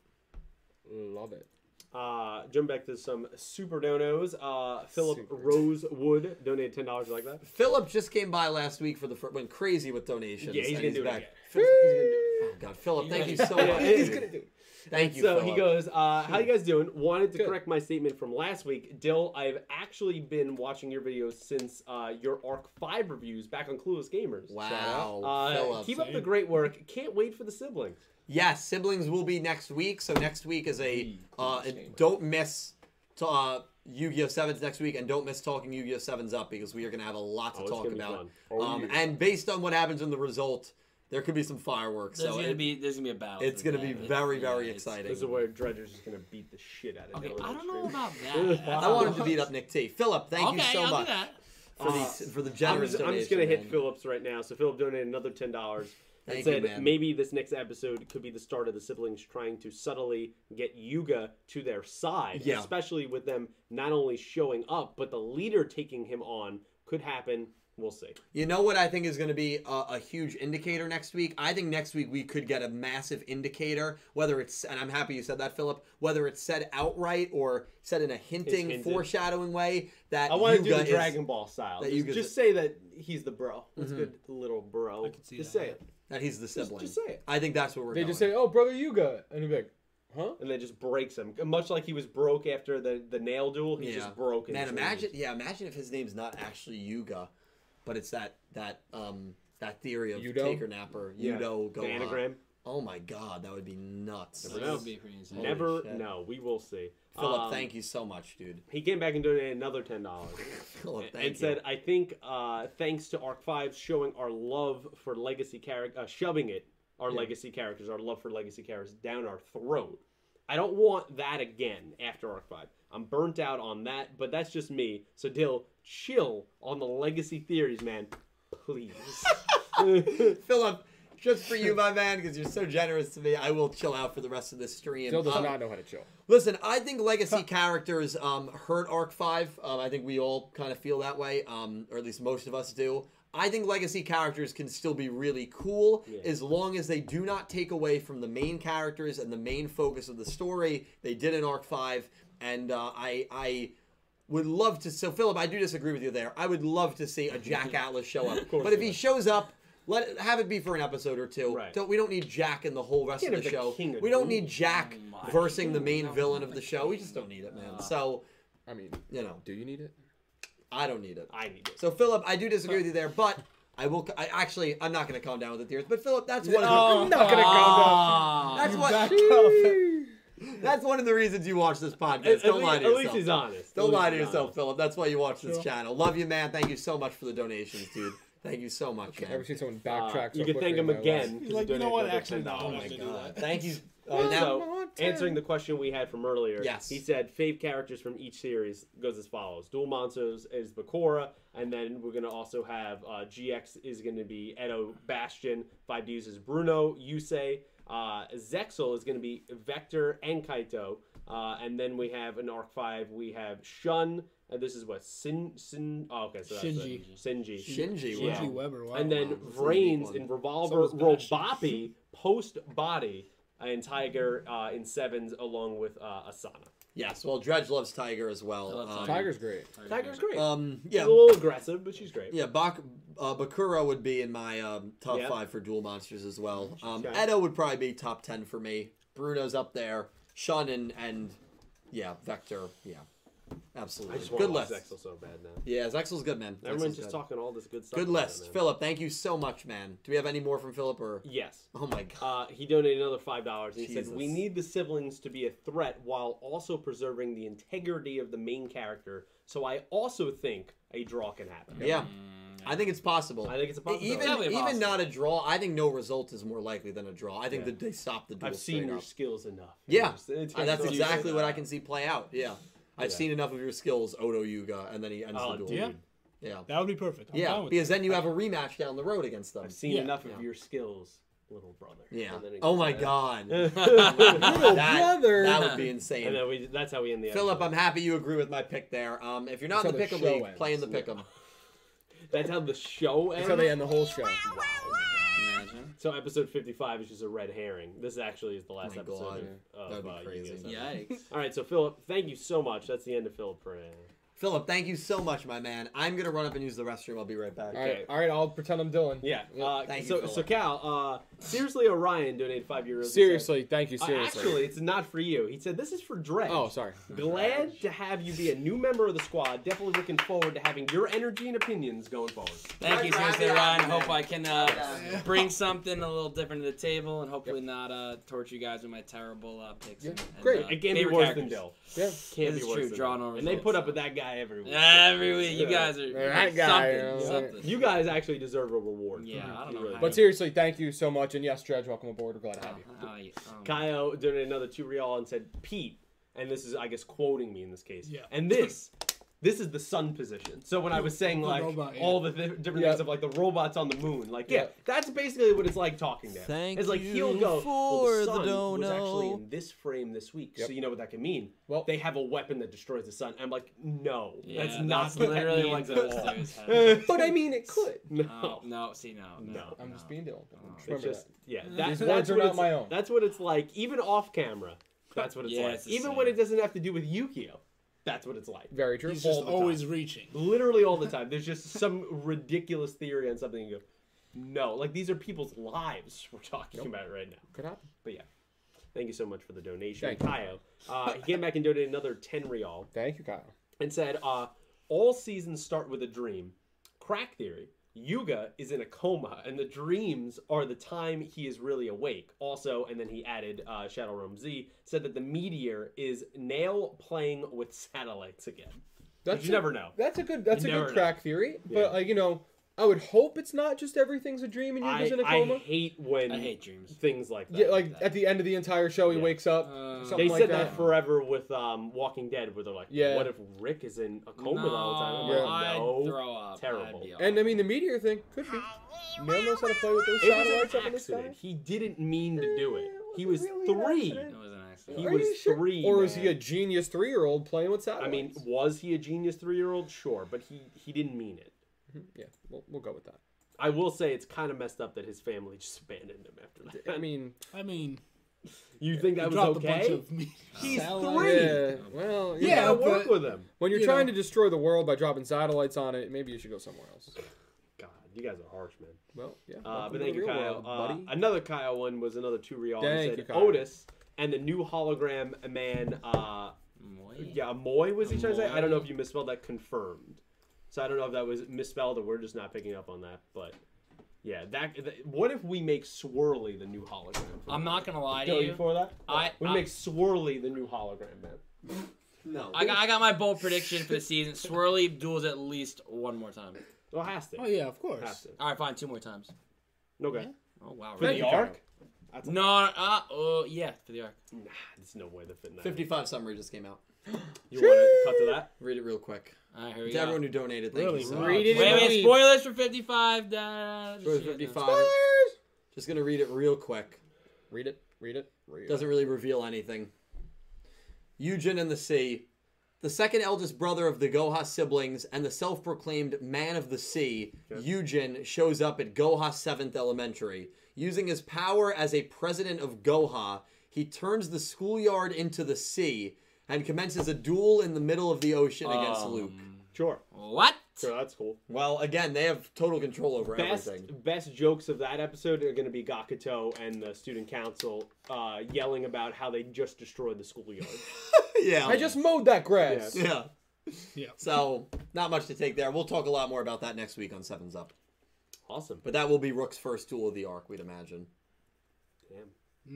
Love it. Uh, jump back to some super donos. Uh, Philip Super. Rosewood donated ten dollars. Like that. Philip just came by last week for the fir- went crazy with donations. Yeah, he's and gonna do it back. again. Oh God, Philip, thank you Yeah. so Yeah, much. he's gonna do it. Thank you. So he Philip. goes, uh, "How you guys doing? Wanted to Good. correct my statement from last week, Dill. I've actually been watching your videos since uh, your Arc Five reviews back on Clueless Gamers. Wow, Uh, Philip. keep up the great work. Can't wait for the siblings. Yes, siblings will be next week. So next week is a uh, don't miss to, uh, Yu-Gi-Oh sevens next week, and don't miss talking Yu-Gi-Oh sevens up because we are going to have a lot Oh, to it's talk gonna be about. fun. Oh, um, yeah. And based on what happens in the result, there could be some fireworks. There's so gonna it- be there's gonna be a battle. it's for going to be that. very, Yeah, very it's- exciting. This is where Dredger's just gonna beat the shit out of Okay, Dill. I don't know Extreme. about that. I want him to beat up Nick T. Philip, thank okay, you so I'll much do that. for Uh, the for the I'm generous just, I'm donation. just gonna hit man. Phillips right now. So Philip donated another ten dollars. Thank and you, said man. maybe this next episode could be the start of the siblings trying to subtly get Yuga to their side, Yeah. especially with them not only showing up but the leader taking him on could happen. We'll see. You know what I think is going to be a, a huge indicator next week? I think next week we could get a massive indicator, whether it's, and I'm happy you said that, Philip, whether it's said outright or said in a hinting, hinted. foreshadowing way that I want to do Yuga the is- Dragon Ball style. that Just, Yuga's just a- say that he's the bro. That's good, little bro. I can see just that, say yeah. it. that he's the Just, sibling. just say it. I think that's what we're They going. just say, "Oh, brother Yuga," and he'd be like, "Huh?" And then just breaks him, much like he was broke after the, the nail duel. He yeah. just broke. Man, into- imagine, yeah, imagine if his name's not actually Yuga, but it's that that um that theory of Yudo? taker napper, Yeah. Yudo The Gohan. anagram. Oh my God, that would be nuts. Never know. That would be pretty insane. Holy Never shit. know. We will see. Philip, Um, thank you so much, dude. He came back and donated another ten dollars Philip, and thank you. said, "I think uh, thanks to Arc Five showing our love for legacy character, uh, shoving it our Yeah. legacy characters, our love for legacy characters down our throat. I don't want that again after Arc 5. I'm burnt out on that, but that's just me. So, Dill, chill on the legacy theories, man. Please. Philip, just for you, my man, because you're so generous to me, I will chill out for the rest of this stream. Dill does Um, not know how to chill. Listen, I think legacy characters um, hurt Arc Five. Um, I think we all kind of feel that way, um, or at least most of us do. I think legacy characters can still be really cool as long as they do not take away from the main characters and the main focus of the story they did in Arc Five. And uh, I, I would love to. So, Philip, I do disagree with you there. I would love to see a Jack Atlas show up, but if he shows up. Let it, have it be for an episode or two. Right. Don't, we don't need Jack in the whole rest Get of him the the show. King of we don't Doom. need Jack my versing the God. main No, villain no, of no. the show. We just don't need it, man. So, I mean, you know, do you need it? I don't need it. I need it. So, Philip, I do disagree with you there, but I will. I actually, I'm not going to calm down with the theories, but Philip, that's one. Oh, I'm not gonna Ah. That's what- Back up. Of, that's one of the reasons you watch this podcast. At, at don't lea- lie to at yourself. least he's honest. At don't least lie to he's yourself, honest. Philip. That's why you watch this Sure. channel. Love you, man. Thank you so much for the donations, dude. Thank you so much, Ever man. seen someone Uh, backtrack? so you can quickly thank in him my life? again. 'cause He's he like, you know donated what? another Actually, no, $10. I'm Oh not my going to do god. that. Thank you. Uh, now, So, answering the question we had from earlier, Yes. he said fave characters from each series goes as follows: Dual Monsters is Bakura, and then we're gonna also have uh, GX is gonna be Edo Bastion, Five Ds is Bruno Yusei, uh, Zexel is gonna be Vector and Kaito, uh, and then we have an Arc Five. We have Shun, and this is what Sin Sin. Oh, okay, so that's Shinji. it. Shinji. Shinji. Yeah. Shinji Wow. Weber, wow. And then Wow, that's a unique Vrains one. in Revolver, So is Bastion. Robopi, Post Body, and Tiger uh, in Sevens, along with uh, Asana. Yes. Well, Dredge loves Tiger as well. I love Um, Tiger's great. Tiger's great. Um, She's yeah, a little aggressive, but she's great. yeah. Bak- uh, Bakura would be in my um, top Yeah. five for dual monsters as well. Um, Okay. Edo would probably be top ten for me. Bruno's up there. Shun and, and yeah, Vector. Yeah, I absolutely. just want Good to watch list. Zexel so bad now. Yeah, Zexel's good man. Everyone's Zexel's just good. talking all this good stuff. Good about her, list, man. Philip. Thank you so much, man. Do we have any more from Philip or? Yes. Oh my god. Uh, he donated another five dollars. He Jesus. said, "We need the siblings to be a threat while also preserving the integrity of the main character. So I also think a draw can happen. Yeah, I think it's possible. I think it's a possibility. Even Definitely even possible. not a draw, I think no result is more likely than a draw. I think Yeah. that they stop the duel. I've seen straight your up. skills enough. Yeah. It's- it's- Uh, that's it's- exactly what that. I can see play out. Yeah. I've Yeah. seen enough of your skills, Odo Yuga, and then he ends Oh, the duel. dude. Yeah. Yeah. That would be perfect. I'm fine Yeah. with Because that. then you have a rematch down the road against them. I've seen Yeah. enough of Um, Yeah. your skills, little brother. Yeah. And then it Oh goes my back. god. Little that, brother. that would be and insane. then we, that's how we end the Philip, I'm episode. happy you agree with my pick there. Um, if you're not That's in the how pick'em the show league, ends. play in the Yeah. pick'em. That's how the show ends. That's how they end the whole show. Imagine. So episode 55 is just a red herring. This actually is the last my episode of, That'd of be uh, crazy. Yu-Gi-Oh! Yikes. All right, so Philip, thank you so much. That's the end of Philip Pereira. Philip, thank you so much, my man. I'm gonna run up and use the restroom. I'll be right back. All right, all right. I'll pretend I'm Dylan. Yeah. Uh, Thank you, so, Philip. so Cal, uh, seriously, Orion donated five euros. and Seriously, thank you. said- Uh, Seriously. actually, it's not for you. He said this is for Dredge. Oh, sorry. Glad to have you be a new member of the squad. Definitely looking forward to having your energy and opinions going forward. Thank you, Right, right, seriously, right, Ryan. right. Hope I can uh, Yeah. bring something a little different to the table, and hopefully not uh, torture you guys with my terrible uh, picks. Yeah. and- and, Great. uh, It can't be favorite worse than characters. Bill. Yeah. Can't This be is worse true, than draw Bill. no And they put results. up with that guy every week. Every week, you Yeah. guys are That guy, something, you know, something. You guys actually deserve a reward. Yeah, I don't You know how But seriously, thank you so much. And yes, Dredge, welcome aboard. We're glad to Oh, have you. oh, yeah. Oh, Kyle donated another two real and said, Pete, and this is I guess quoting me in this case. Yeah. And this this is the sun position. So when I was saying The like robot, yeah. all the th- different Yeah. things of like the robots on the moon, like yeah, Yeah. that's basically what it's like talking to him. Thank it's like he'll you go, well, for the the sun was actually dono." in this frame this week, Yep. so you know what that can mean. Well- they have a weapon that destroys the sun. I'm like, no, yeah, that's not what that literally means what at goes all." through his head. But I mean, it could. No, No, no, see, no, no. No. I'm no. just being Dylan. It's Just Oh. remember just that. yeah. That, These that's words are what not it's- my own. That's what it's like, even off camera. That's what it's Yeah, like. it's the even same. when it doesn't have to do with Yukio, that's what it's like. Very true. He's just all the time. always reaching. Literally all the time. There's just some ridiculous theory on something. And you go, no, like these are people's lives we're talking about right now. Could happen. But yeah, thank you so much for the donation, Thank you. Kyle. Uh, he came back and donated another ten real Thank you, Kyle. and said, uh, "All seasons start with a dream. Crack theory: Yuga is in a coma, and the dreams are the time he is really awake." Also, and then he added, uh, "Shadow Realm Z said that the meteor is nail playing with satellites again. That's you a- never know. That's a good. That's You a never good know. crack theory. Yeah. But like you know, I would hope it's not just everything's a dream and you're I, just in a I coma. hate when I hate dreams. things like that. yeah, like at the end of the entire show, he Yeah. wakes up. Uh, something they like said that. forever with um, Walking Dead, where they're like, Yeah. "What if Rick is in a coma the whole time?" I'm No, like, I'd no. throw up. terrible. I'd be And I mean, the meteor thing could be. Man knows how to play with those It was satellites an up in the sky. accident. He didn't mean to do it. He was was really an three. accident. It was an accident. He Are was you sure? three. Or is he a man. genius three-year-old playing with I satellites? mean, was he a genius three-year-old? Sure, but he he didn't mean it. Mm-hmm. yeah, we'll, we'll go with that. I will say it's kind of messed up that his family just abandoned him after that. I mean, I mean, you think I that was dropped a bunch okay? of meat. He's satellites. three. yeah, well, you Yeah, know, Yeah, work but- with him. when you're you trying know. to destroy the world by dropping satellites on it, maybe you should go somewhere else. God, you guys are harsh, man. Well, yeah. Uh, welcome but to thank the you, real Kyle. world, Uh, buddy. another Kyle one was another two real. and Thank said you, Kyle. Otis and the new hologram man. Uh, yeah, Moy was he trying to say? I don't know if you misspelled that. Confirmed. So I don't know if that was misspelled or we're just not picking up on that. But yeah, that. th- what if we make Swirly the new hologram? for I'm that? not gonna lie to Yo, you. you for that? I- we I- make Swirly the new hologram man. No. I got, I got my bold prediction for the season. Swirly duels at least one more time. Well, has to. Oh yeah, of Has course. to. All right, fine, two more times. Okay. Oh wow. For the Thank you, Really? Kyle. arc. That's a- No, uh, oh yeah, for the arc. Nah, there's no way they're fitting that. in. 55 summary just came out. You want to cut to that? Read it real quick. All right, here we To go. everyone who donated, thank Really? you so Read much. it Wait, wait, Read. spoilers for 55. Da, da, da, Spoilers shit, no. 55. Just gonna read it real quick. Read it. Read it. Read it. Doesn't really reveal anything. Eugen and the Sea, the second eldest brother of the Goha siblings and the self proclaimed man of the sea, Eugen shows up at Goha 7th Elementary. Using his power as a president of Goha, he turns the schoolyard into the sea and commences a duel in the middle of the ocean against Um, Luke. Sure. What? Sure, that's cool. Well, again, they have total control over best everything. best jokes of that episode are going to be Gakuto and the student council uh, yelling about how they just destroyed the schoolyard. yeah. I just mowed that grass. Yeah. Yeah. Yeah. So, not much to take there. We'll talk a lot more about that next week on Sevens Up. awesome. But that will be Rook's first duel of the arc, we'd imagine. Damn,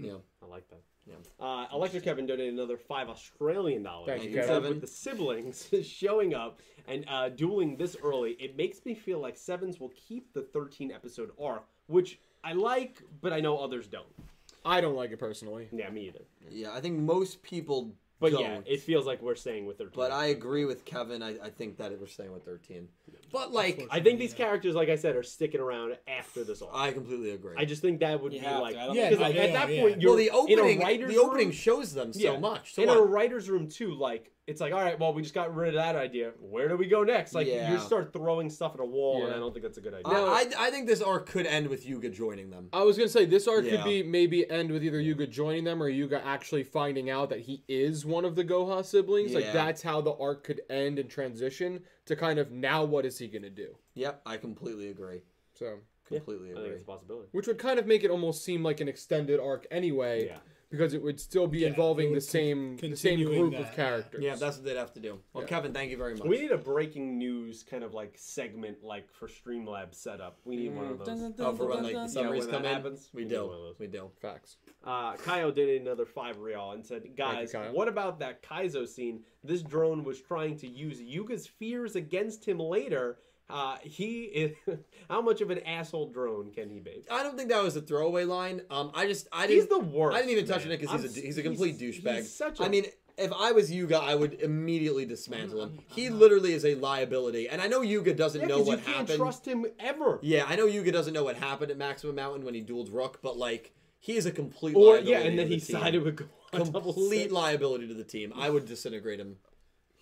Yeah. I like that. Yeah. Uh, Electric Kevin donated another five Australian dollars. Thank you, He said Kevin. With the siblings showing up and uh, dueling this early, it makes me feel like Sevens will keep the 13 episode arc, which I like, but I know others don't. I don't like it personally. Yeah, me either. Yeah, I think most people But don't. yeah, it feels like we're staying with 13. but I agree with Kevin. I, I think that we're staying with 13. But, like, I think these characters, like I said, are sticking around after this arc. I completely agree. I just think that would You be have to. like, I don't Yeah, because no, like, they at are, that yeah. point, well, you're the in opening, a writer's the opening room, shows them so Yeah. much. So in what? a writer's room too, like it's like, all right, well, we just got rid of that idea. Where do we go next? Like Yeah. you start throwing stuff at a wall, and Yeah. I don't think that's a good idea. I, I, I think this arc could end with Yuga joining them. I was gonna say this arc Yeah. could be maybe end with either Yuga joining them or Yuga actually finding out that he is one of the Goha siblings. Yeah. Like that's how the arc could end and transition to kind of now what is he gonna do? Yep, I completely agree. So Completely I think agree. it's a possibility. which would kind of make it almost seem like an extended arc anyway, Yeah. because it would still be Yeah, it involving would the con- same the same continuing group that, of yeah. characters. Yeah, that's what they'd have to do. Well, Yeah. Kevin, thank you very much. We need a breaking news kind of like segment, like for Streamlabs setup. We need one of those. Oh, for when like, the Yeah, summaries when that come in, happens, we we need do. one of those. We do. facts. Uh, Kaio did another five real and said, "Guys, Kyle. what about that Kaizo scene? This drone was trying to use Yuga's fears against him later. Uh, he is how much of an asshole drone can he be? I don't think that was a throwaway line. Um, I just I didn't. He's the worst. I didn't even touch man. it because I'm he's a s- he's a complete he's- douchebag. He's such a, I mean, if I was Yuga, I would immediately dismantle him. He literally is a liability, and I know Yuga doesn't yeah, know 'cause what you can't happened. trust him ever. Yeah, I know Yuga doesn't know what happened at Maximum Mountain when he dueled Rook, but like he is a complete Or liability yeah, and then to he the team. sided with Gohan double complete six. liability to the team. I would disintegrate him.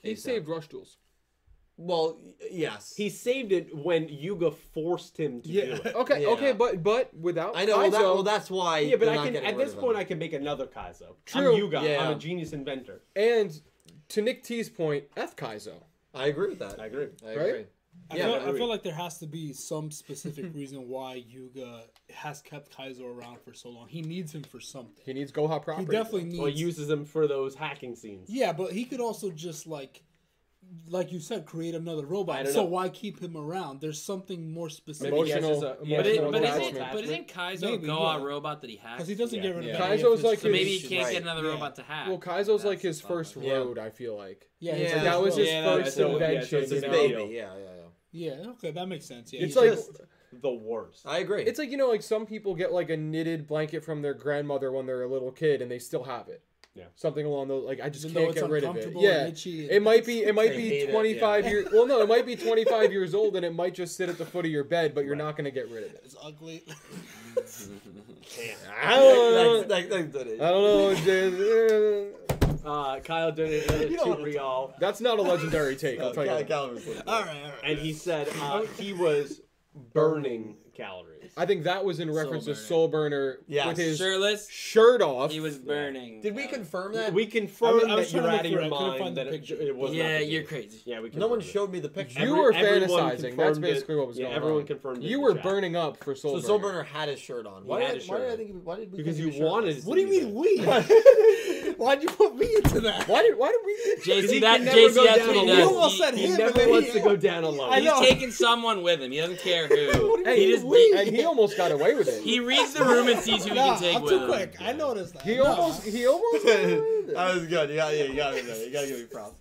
He ASAP. saved Rush Duels. Well, y- yes. He saved it when Yuga forced him to do it. Oh, Okay, Yeah. okay, but but without I know. Well, that, Kaizo- well, that's why. Yeah, but they're I not can getting at rid this of him. point I can make another Kaizo. True. I'm Yuga. Yeah. I'm a genius inventor. and to Nick T's point, F Kaizo. I agree with that. I agree. I Right? agree. I, Yeah, feel, I I feel like there has to be some specific reason why Yuga has kept Kaizo around for so long. He needs him for something. He needs Goha He property. definitely needs. Well, he uses him for those hacking scenes. yeah, but he could also just like, like you said, create another I robot. don't So know. why keep him around? There's something more specific. Maybe he has uh, Emotional- just a- But, That's it, not but, a isn't, problem. but isn't Kaizo Maybe, a Goa yeah. robot that he hacks? Because he doesn't get rid of Yeah. any of Kaizo's his like so maybe he traditions. can't Right. get another Yeah. robot to hack. Well, Kaizo's That's like his the problem. first Yeah. road. I feel like Yeah, Yeah. he's that was his Yeah, that's- first yeah, invention. that's It's his Yeah. you know? baby. Yeah, yeah, yeah. Yeah, okay, that makes sense. Yeah, It's he's like just- Just the worst. I agree. it's like you know like some people get like a knitted blanket from their grandmother when they're a little kid and they still have it. Yeah. Something along those like I just Even though can't it's get rid of it. uncomfortable Yeah. and itchy and- It might be it might I be hate it, 25 yeah. years well no, it might be 25 years old and it might just sit at the foot of your bed but you're not going to get rid of it. it's ugly. I don't know. That's- that's- that's it. I don't know. Jay. Uh, Kyle donated another You don't two wanna real, That's not a legendary take, No, I'll tell you. Cal- that. Calvin's like that. all right, all right. and he said uh, he was burning calories. I think that was in reference to Soul Burner Yeah, with his Shirtless, shirt off. he was burning. Did we Alex. confirm that? We confirmed I mean, I was that you're trying to out look of for it. your I couldn't mind find the that it, picture. ju- it was Yeah, not the you're picture. crazy. Yeah, we no one confirmed it. showed me the picture. You Every- were everyone fantasizing. That's confirmed it. basically what was yeah, going everyone on. confirmed it, You were Jack. burning up for Soul so Burner. Soulburner had his shirt on. He Why had did, his why shirt did I on. think? Why did we? Because think you he was wanted shirtless? What do you mean we? Why'd you put me into that? Why did why did we JC, he that can never JC, go that's down what he alone. does. You almost He- said He him, never and then wants he- to go down alone. I He's know. taking someone with him. He doesn't care who. Hey, he just we- and he almost got away with it. he reads the room and sees who he Nah, can take I'm with too him. quick. I noticed that. He Nah. almost he almost got away with it. that was good. You got, yeah, you got me there. You got to give me props.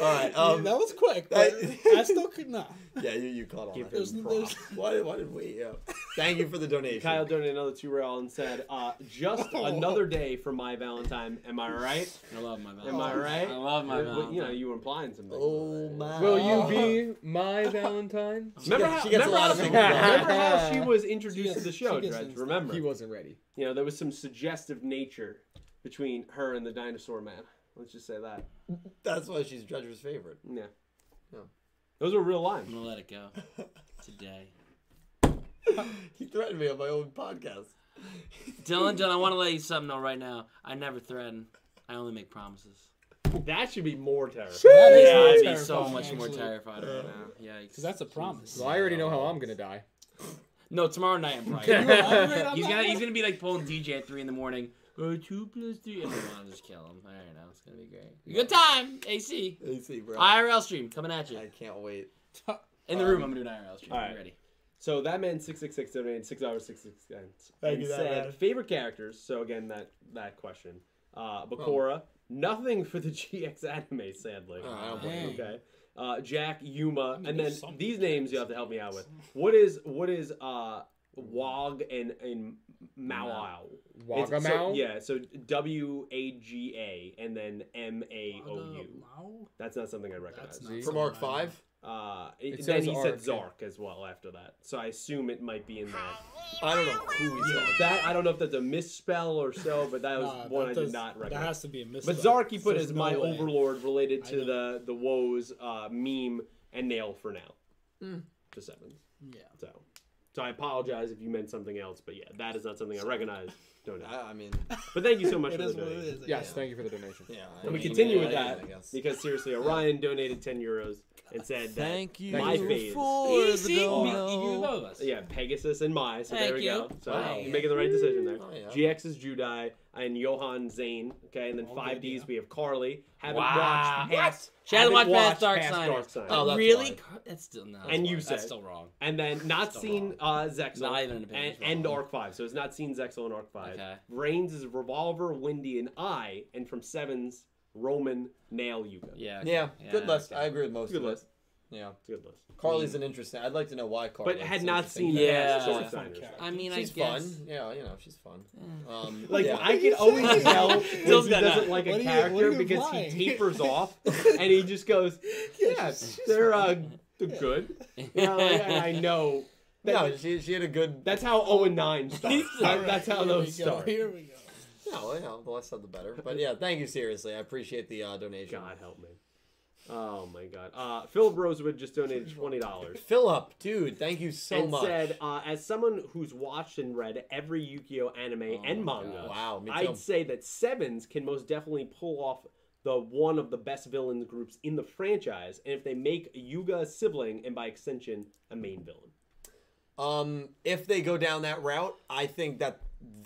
All right. Yeah, Um, that was quick. But I- I still could not. yeah, you, you caught on. Give that. There's, him there's, Why, why did we? Yeah. Thank you for the donation. Kyle donated another two real and said, uh, "Just another day for my Valentine. Am I right? I love my mouth. Am I right? I love my Well, mouth. You know, you were implying something. oh my. Will you be my Valentine? Remember She how, gets- she gets remember, a lot how, of things wrong. remember how she was introduced She to the gets- show, she gets Dredge? things Remember, He wasn't ready. you know, there was some suggestive nature between her and the dinosaur man. Let's just say that. That's why she's Dredger's favorite. Yeah, Yeah. those are real I'm lines. gonna let it go today. He threatened me on my own podcast. Dylan, Dylan, I want to let you something know right now. I never threaten. I only make promises. That should be more terrifying. That is Yeah, more I'd be so terrifying, much more actually. terrified right now. Yeah, Because that's a promise. Well, I already know how I'm gonna die. No, tomorrow night I'm right. You elaborate on he's that gonna he's one? gonna be like pulling DJ at three in the morning. Oh, two plus three. And I'll just kill him. I don't know. It's gonna be great. Good time, AC. AC, bro. I, IRL stream coming at you. can't wait. In the room, uh, I'm gonna do an IRL stream. Alright. You ready? So that man six six six donated six dollars six six cents Thank and you, that said man. favorite characters. So again, that that question. Uh, Bakura, nothing for the GX anime, sadly. Oh, I don't blame you. okay. Uh, Jack Yuma, mean, and then there's some these good names guys you have to in help me out GX. with. What is what is uh Wog and and Mawao? It's- so- Wagamau? yeah. So W A G A and then M A Oh, O U. That's not something I recognize. That's not uh, From Arc something I know. 5? Uh, It it, then says he said Arc. Zark as well after that. So I assume it might be in that. I don't know who he's Yeah, talking about. that I don't know if that's a misspell or so, but that was Nah, one that I does- did not That recognize. has to be a But mistake. Zark he put There's as my no way. overlord related I to the the woes uh, meme and nail for now. Hmm. The sevens. Yeah. So so I apologize if you meant something else, but yeah, that is not something I recognize. Don't know. I, I mean, But thank you so much It for the is what it donation. is. Yes, thank you for the donation. yeah. I And we mean, continue yeah, with I that guess. because seriously, Orion donated ten euros and said that you my phase. Oh, AC, you both of us. Yeah, Pegasus and Mai. So there Thank we you. go. So Wow. you're making the right decision there. Oh, yeah. GX is Judai and Johan Zane. Okay, and then All five good, Ds yeah. we have Carly. Haven't Wow. watched past. Shadow Watch haven't past Dark watched Sign. Dark Sign. Oh, that's really? why. Car- That's still no. And you that's said- still wrong. And then not Still seen uh, Zexel Not even an opinion, and, it's and wrong. Arc Five, so it's not seen Zexel and Arc Five. Okay. Reigns is Revolver, Windy, and I, and from Sevens Roman Nail Yuga. Yeah. Yeah, good Yeah, list. okay. I agree with most It's a good of it. list. Yeah. It's a good list. Carly's an interesting. I'd like to know why Carly. But It's had not interesting. seen Yeah. yeah. She's a fun Signers. character. I mean, She's I guess. fun. Yeah, you know, she's fun. Um, Like yeah. I can always tell when he Dill's got doesn't that. like What a are you- what are character you because implying? he tapers off and he just goes, "Yeah, they're uh, they're good." You know, like, and I know that, no, she, she had a good. that's how 0 and 9 starts. That- that's how Here those we go, start. Here we go. No, you know, the less said the better. But yeah, thank you seriously. I appreciate the uh, donation. God help me. Oh my God. Uh, Philip Rosewood just donated twenty dollars. Philip, dude, thank you so and much. said, uh, as someone who's watched and read every Yu-Gi-Oh anime and manga, Oh Wow, me too. I'd say that Sevens can most definitely pull off the one of the best villain groups in the franchise, and if they make Yuga a sibling and by extension a main villain, Um, if they go down that route, I think that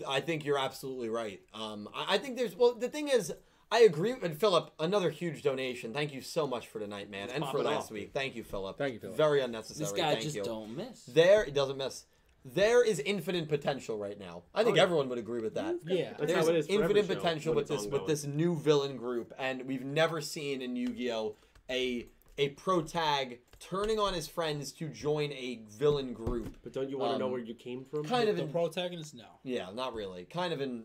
I think you're absolutely right. Um, I, I think there's well, the thing is, I agree. And Philip, another huge donation. Thank you so much for tonight, man, and pop for it last off. week. Thank you, Philip. Thank you, Philip. Very unnecessary. This guy Thank just you. don't miss. There, it doesn't miss. There is infinite potential right now. I think Oh, yeah. everyone would agree with that. Yeah. That's There's how it is for every infinite show potential when with it's this with ongoing. this new villain group, and we've never seen in Yu-Gi-Oh a a pro tag turning on his friends to join a villain group. But don't you want to know Um, where you came from? Kind of the in, protagonist no. yeah, not really. Kind of in,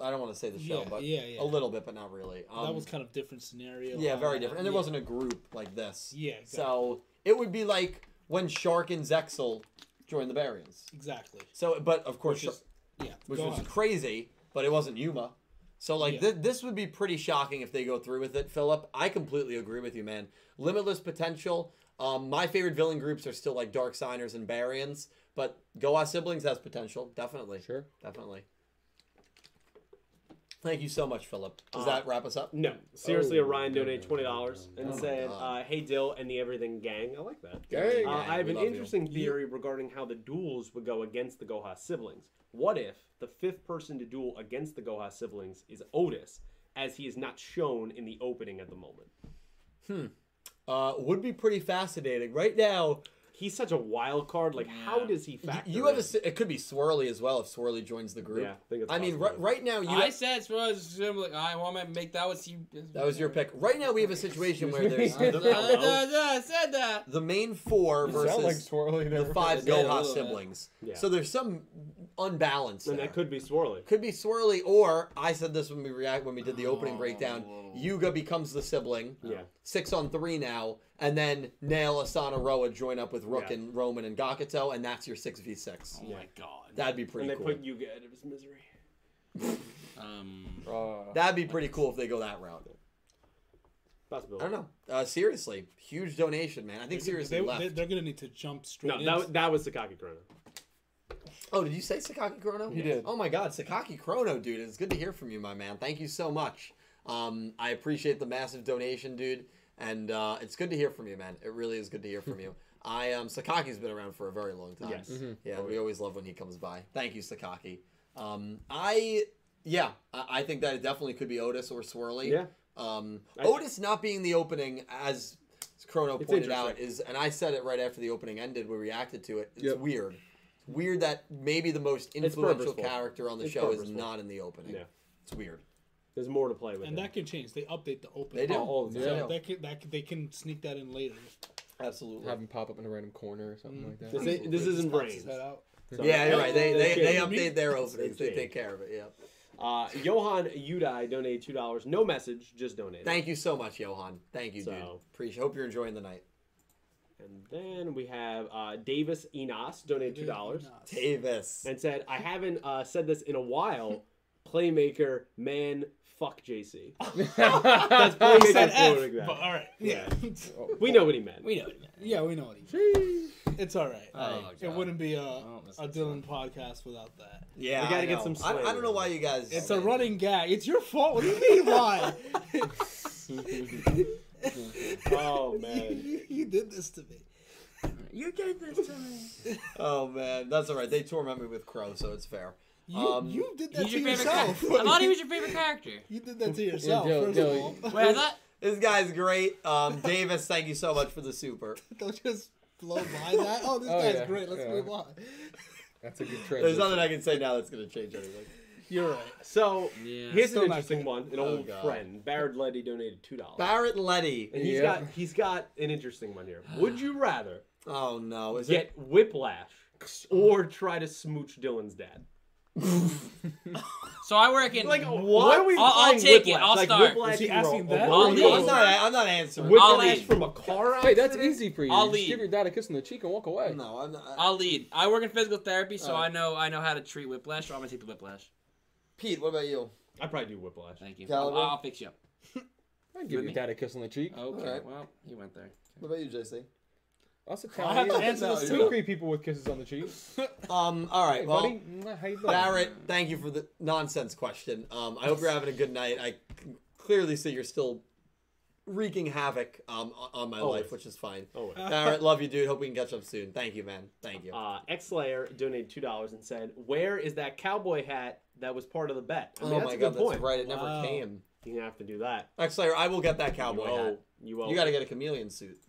I don't want to say the show, Yeah, but yeah, yeah. a little bit, but not really. Um, that was kind of different scenario. yeah, on very that. different. And there Yeah. wasn't a group like this. Yeah, exactly. So it would be like when Shark and Zexel joined the Baryons. exactly. So, but of course, Which is- Yeah, which go was on. crazy, but it wasn't Yuma. So like Yeah. thi- this would be pretty shocking if they go through with it, Philip. I completely agree with you, man. Limitless potential. Um, my favorite villain groups are still like Dark Signers and Baryons, but Goa siblings has potential, definitely. Sure. Definitely. Thank you so much, Philip. Does Uh, that wrap us up? No, seriously, Oh. Orion donated twenty dollars and Oh my said, God. uh, "Hey Dill and the Everything Gang." I like that. Gang. Uh, I have we an love you. interesting theory regarding how the duels would go against the Goha siblings. What if the fifth person to duel against the Goha siblings is Otis, as he is not shown in the opening at the moment? Uh, would be pretty fascinating. Right now, He's such a wild card. Like, how does he y- factor? you have a. in? s- It could be Swirly as well if Swirly joins the group. Yeah, I think it's I mean, possible. ri- right now you. I said Swirly's like I want to make that was you. that was your pick. Right now we have a situation where Excuse me. there's I said that. the main four You sound like versus swirly there. the five Yeah, a Goha little bit. siblings. Yeah. So there's some unbalance. and there. that could be Swirly. Could be swirly, or I said this when we react when we did the opening Oh. breakdown. Yuga becomes the sibling, Yeah. six on three now, and then Nail, Asana, Roa join up with Rook Yeah. and Roman and Gakuto, and that's your six v six. Oh my god. That'd be pretty and they cool. put Yuga out of his misery. Um. Uh, That'd be pretty cool if they go that route. I Possibility. don't know. Uh, seriously, huge donation, man. I think seriously They, left. they, are gonna need to jump straight. No, in. that, that was Sakaki Chrono. Oh, did you say Sakaki Chrono? He did. Oh my God, Sakaki Chrono, dude! It's good to hear from you, my man. Thank you so much. Um, I appreciate the massive donation, dude, and uh, it's good to hear from you, man. It really is good to hear from you. I um, Sakaki's been around for a very long time. Yes. Mhm. Yeah, we always love when he comes by. Thank you, Sakaki. Um, I yeah, I, I think that it definitely could be Otis or Swirly. Yeah. Um, I- Otis not being the opening as Chrono It's pointed out interesting. is, and I said it right after the opening ended. We reacted to it. It's Yep. weird. It's weird that maybe the most influential purposeful. character on the It's show is purposeful. not in the opening. Yeah. It's weird. There's more to play with. and him. that can change. They update the open. They do. So all the time. Yeah. that can, that can, they can sneak that in later. Absolutely. have him pop up in a random corner or something like that. Mm. This, ain't- this isn't Bounces brains. that out. So- yeah, you're right. They they, they Yeah. update their openings. They Okay. take care of it. Yeah. Uh, Johan Udai donated two dollars. No message, just donated. Thank you so much, Johan. Thank you, dude. So- Appreciate. Hope you're enjoying the night. and then we have uh, Davis Enos donated two dollars Davis. and said, "I haven't uh, said this in a while. Playmaker, man, fuck JC. That's He Playmaker said F, quoting that. but all right. Yeah, We know what he meant. We know. it, man. yeah, we know what he. It's all right. Oh, it God. wouldn't be a, Oh, that's a not Dylan podcast without that. Yeah, We gotta I get know. some I, I don't know slavery. why you guys. It's a running gag. It's your fault. What do you mean why? oh man, you, you did this to me. You did this to me. Oh man, that's all right. They torment me with crow, so it's fair. You, Um, you did that He's to your favorite yourself. character. I thought he was your favorite character. You did that to yourself. Dylan, first Dylan. of all, Wait, I thought. This guy's great. Um, Davis, thank you so much for the super. don't just blow by that. Oh, this Oh, guy's yeah, great. Let's yeah. move on. That's a good There's transition. nothing I can say now that's gonna change anything. You're right. so Yeah. here's Still an not interesting one. An Oh, old God. friend, Barrett Letty, donated two dollars. Barrett Letty. And he's Yeah. got he's got an interesting one here. Would you rather Oh no, is get whiplash or try to smooch Dylan's dad? So I work in. Like I'll, what? What? are we I'll playing take it. Whiplash? I'll like, start. Whiplash Is he from a- asking that? a- I'll it? leave. Oh, I'm not. I'm not answering. Whiplash I'll leave. from a car accident. Wait, that's easy for you. I'll Just leave. give your dad a kiss on the cheek and walk away. No, I'm not. uh, lead. I work in physical therapy, so Oh. I know I know how to treat whiplash. So I'm gonna take the whiplash. Pete, what about you? I probably do whiplash. Thank you. I'll, Caliber? I'll fix you up. I'd give With your me. Uh, dad a kiss on the cheek. Okay. Alright. Well, he went there. What about you, JC? Us I have Italians. to answer this We too. greet people with kisses on the cheek. Um. All right. Hey, well, buddy. Mwah, How you doing? Barrett, thank you for the nonsense question. Um. I hope you're having a good night. I c- clearly see you're still wreaking havoc um o- on my Always. life, which is fine. Oh, wait. Barrett, love you, dude. Hope we can catch up soon. Thank you, man. Thank you. Uh, X Layer donated two dollars and said, "Where is that cowboy hat that was part of the bet?" I mean, oh that's my a god, good that's point. right. It never Wow. came. You're gonna have to do that. Actually, I will get that You cowboy owe. hat. You owe. You gotta get a chameleon suit.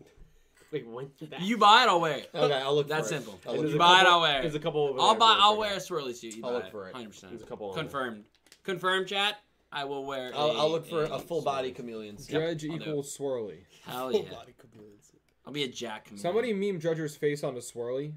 Wait, when did that? You buy it, I'll wear it. Okay, I'll look. That's for it. simple. I'll And look there's for a it. Buy it, couple- I'll wear it. There's a couple over I'll there buy. for I'll you. wear a swirly suit. You I'll buy look for it. Hundred percent. There's a couple. over there. Confirmed. Confirmed, chat. I will wear. I'll, a- I'll look for a a full body chameleon suit. Dredge I'll do it. equals swirly. Oh, Hell Full oh, yeah. body chameleon suit. I'll be a Jack. Commander. Somebody meme Drudger's face onto Swirly.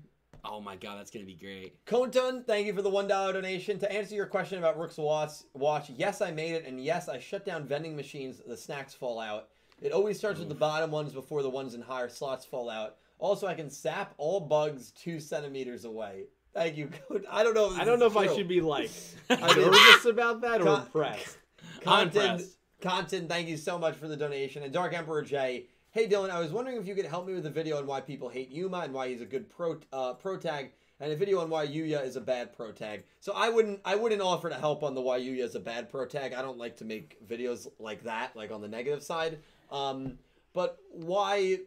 Oh my god, that's gonna be great. Contun, thank you for the one dollar donation. To answer your question about Rook's Watch, watch, yes, I made it, and yes, I shut down vending machines. The snacks fall out. It always starts with the bottom ones before the ones in higher slots fall out. Also, I can sap all bugs two centimeters away. Thank you. Cont- I don't know. If this I don't know is if I true. should be like I mean- nervous about that or Con- impressed. I'm Compton, impressed. Compton, thank you so much for the donation. And Dark Emperor J, hey Dylan, I was wondering if you could help me with a video on why people hate Yuma and why he's a good pro uh, pro tag, and a video on why Yuya is a bad pro tag. So I wouldn't I wouldn't offer to help on the why Yuya is a bad pro tag. I don't like to make videos like that, like on the negative side. Um, but why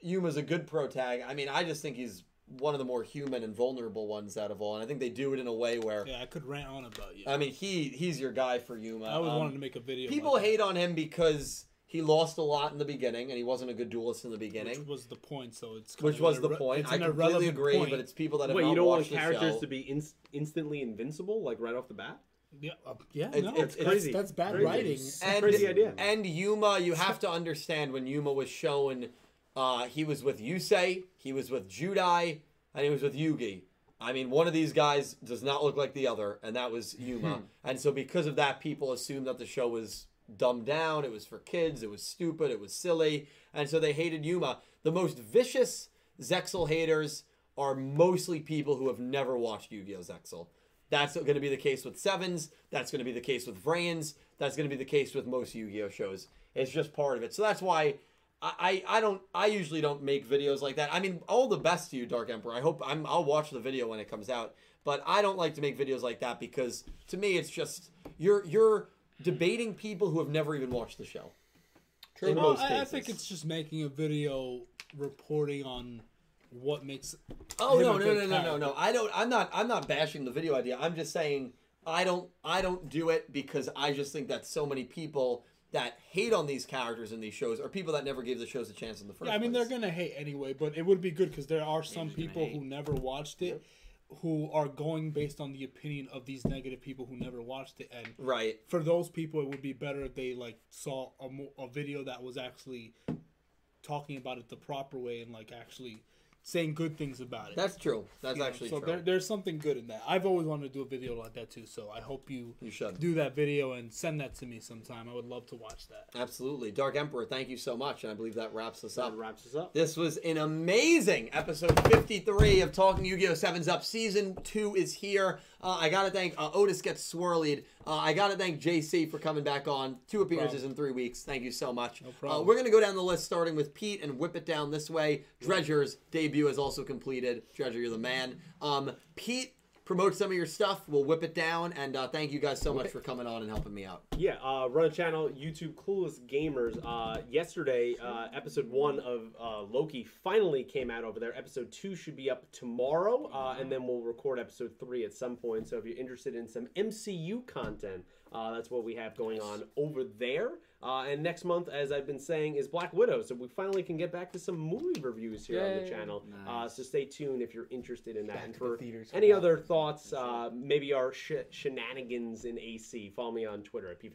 Yuma's a good pro tag? I mean, I just think he's one of the more human and vulnerable ones out of all, and I think they do it in a way where. Yeah, I could rant on about you. I mean, he he's your guy for Yuma. I always Uh, Um, wanted to make a video. People like that, hate on him because he lost a lot in the beginning and he wasn't a good duelist in the beginning, which was the point. So it's kind which, of was an the irre- point. It's I an completely irrelevant agree, point. but it's people that have Wait, not you don't want watched the characters show. to be inst- instantly invincible, like right off the bat? yeah, uh, yeah It- no, it's that's- crazy. That's bad Crazy. writing. and, crazy idea. And Yuma, you have to understand when Yuma was shown, uh, he was with Yusei, he was with Judai, and he was with Yugi. I mean, one of these guys does not look like the other, and that was Hmm. Yuma. and so, because of that, people assumed that the show was dumbed down, it was for kids, it was stupid, it was silly, and so they hated Yuma. The most vicious Zexel haters are mostly people who have never watched Yu Gi Oh! Zexel. That's going to be the case with Sevens. That's going to be the case with Vrains. That's going to be the case with most Yu-Gi-Oh shows. It's just part of it. So that's why I, I I don't I usually don't make videos like that. I mean, all the best to you, Dark Emperor. I hope I'm I'll watch the video when it comes out. But I don't like to make videos like that because to me it's just you're you're debating people who have never even watched the show. In Well, most I, I cases. think it's just making a video reporting on what makes. Oh him no no a no good no no character. no! I don't. I'm not. I'm not bashing the video idea. I'm just saying I don't. I don't do it because I just think that so many people that hate on these characters in these shows are people that never gave the shows a chance in the first. Yeah, I mean, place. they're gonna hate anyway, but it would be good because there are some they're gonna people hate. who never watched it, who are going based on the opinion of these negative people who never watched it, and right. for those people, it would be better if they like saw a, mo- a video that was actually talking about it the proper way and like actually saying good things about it. That's true. That's You know, actually so true. There, there's something good in that. I've always wanted to do a video like that too. So I hope you You should. do that video and send that to me sometime. I would love to watch that. Absolutely, Dark Emperor. Thank you so much, and I believe that wraps us up. That wraps us up. This was an amazing episode 53 of Talking Yu-Gi-Oh! 7's Up. Season 2 is here. Uh, I gotta thank uh, Otis Gets Swirlied. Uh, I gotta thank JC for coming back on. Two appearances in three weeks. Thank you so much. No problem. we're gonna go down the list starting with Pete and whip it down this way. Dredger's debut is also completed. Dredger, you're the man. Um, Pete, promote some of your stuff. We'll whip it down. And uh, thank you guys so much for coming on and helping me out. Yeah, uh, run a channel, YouTube Clueless Gamers. Uh, yesterday, uh, episode one of uh, Loki finally came out over there. Episode two should be up tomorrow, uh, and then we'll record episode three at some point. So if you're interested in some MCU content, uh, that's what we have going on over there. Uh, and next month, as I've been saying, is Black Widow. So we finally can get back to some movie reviews here on the Yay. channel. Uh, Nice. so stay tuned if you're interested in that. Back and to the for theaters. any other thoughts, uh, maybe our sh- shenanigans in AC, follow me on Twitter at pfcaro21.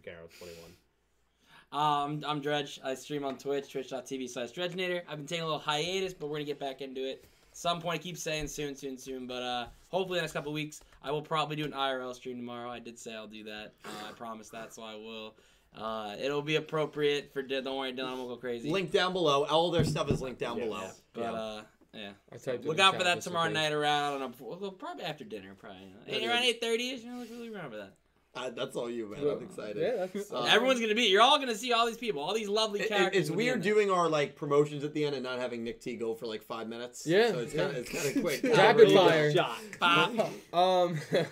Um, I'm Dredge. I stream on Twitch, twitch.tv slash Dredgenator. I've been taking a little hiatus, but we're going to get back into it. Some point, I keep saying soon, soon, soon, but uh, hopefully the next couple weeks, I will probably do an IRL stream tomorrow. I did say I'll do that. Uh, I promise that, so I will. Uh, it'll be appropriate for Dylan. Don't worry, Dylan, I won't go crazy. Link down below. All their stuff is linked down Yeah, below. yeah. But, Yeah. uh, yeah. I typed in Look the out for chat that just in tomorrow case. night around, uh, well, probably after dinner, probably. That around is- 8.30ish, you know, look really around for that. Uh, that's all you, man. Well, I'm excited. Yeah, that's So- Everyone's going to be, you're all going to see all these people, all these lovely Um, It- it- characters. it's will be in weird there. doing our like promotions at the end and not having Nick T go for like five minutes. Yeah, so it's yeah. kind of it's kind of quick. Rapid Not really fire. good. Shot. Bop. Um,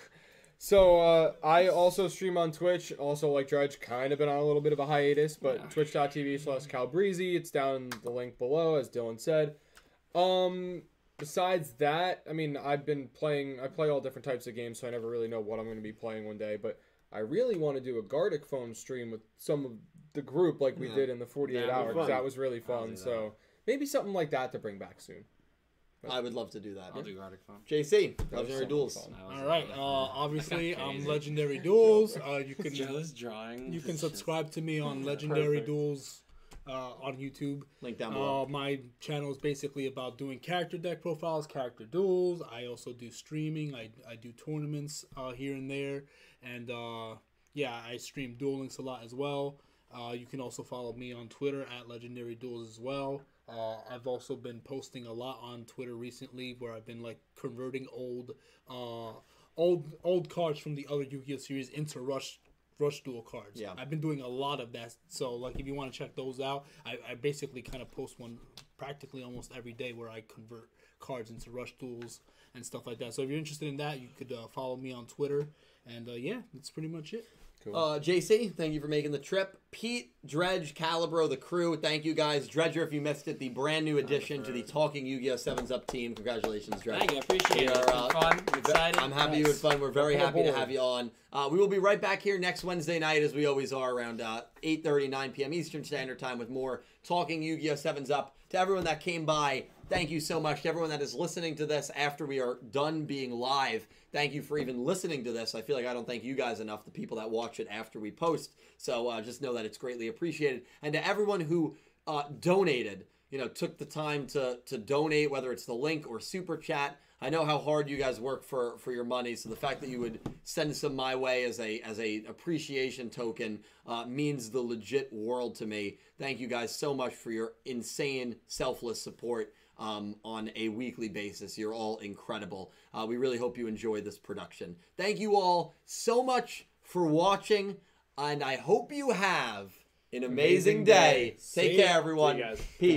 so uh, I also stream on Twitch. Also, like Dredge, kind of been on a little bit of a hiatus, but Yeah. twitch.tv slash Calbreezy. It's down in the link below, as Dylan said. Um, besides that, I mean, I've been playing. I play all different types of games, so I never really know what I'm going to be playing one day. But I really want to do a Gardic phone stream with some of the group, like we Yeah. did in the 48 That'd be hours. fun. That was really I'll do fun. that. So maybe something like that to bring back soon. I would love to do that. I'll do Gardic Phone. JC, That was legendary so much duels. fun. All right. Uh, obviously, Okay. I'm Legendary Duels. Uh, you can Joe's drawing. you can is just- subscribe to me on Legendary Perfect. Duels uh, on YouTube. Link down below. Oh. Uh, my channel is basically about doing character deck profiles, character duels. I also do streaming. I, I do tournaments uh, here and there, and uh, yeah, I stream Duel Links a lot as well. Uh, you can also follow me on Twitter at Legendary Duels as well. Uh, I've also been posting a lot on Twitter recently, where I've been like converting old uh, old old cards from the other Yu-Gi-Oh series into Rush Rush Duel cards. Yeah. I've been doing a lot of that. So like, if you want to check those out, I, I basically kind of post one practically almost every day where I convert cards into Rush Duels and stuff like that. So if you're interested in that, you could uh, follow me on Twitter. And uh, yeah, that's pretty much it. Uh, JC, thank you for making the trip. Pete, Dredge, Calibro, the crew, thank you guys. Dredger, if you missed it, the brand new addition to the Talking Yu Gi Oh! 7's Up team. Congratulations, Dredger. Thank you, I appreciate it. We It's are, been uh, fun. I'm excited. I'm happy you had fun. We're very Welcome happy to aboard. have you on. Uh, we will be right back here next Wednesday night, as we always are, around uh, 8.30, 9 p.m. Eastern Standard Time with more Talking Yu-Gi-Oh! 7's Up. To everyone that came by, thank you so much. To everyone that is listening to this after we are done being live, thank you for even listening to this. I feel like I don't thank you guys enough, the people that watch it after we post. So uh, just know that it's greatly appreciated. And to everyone who uh, donated, you know, took the time to to donate, whether it's the link or super chat. I know how hard you guys work for for your money, so the fact that you would send some my way as a as a appreciation token uh, means the legit world to me. Thank you guys so much for your insane selfless support um, on a weekly basis. You're all incredible. Uh, we really hope you enjoy this production. Thank you all so much for watching, and I hope you have an amazing, Amazing day. day. Take See care, ya. everyone. See you guys. Peace.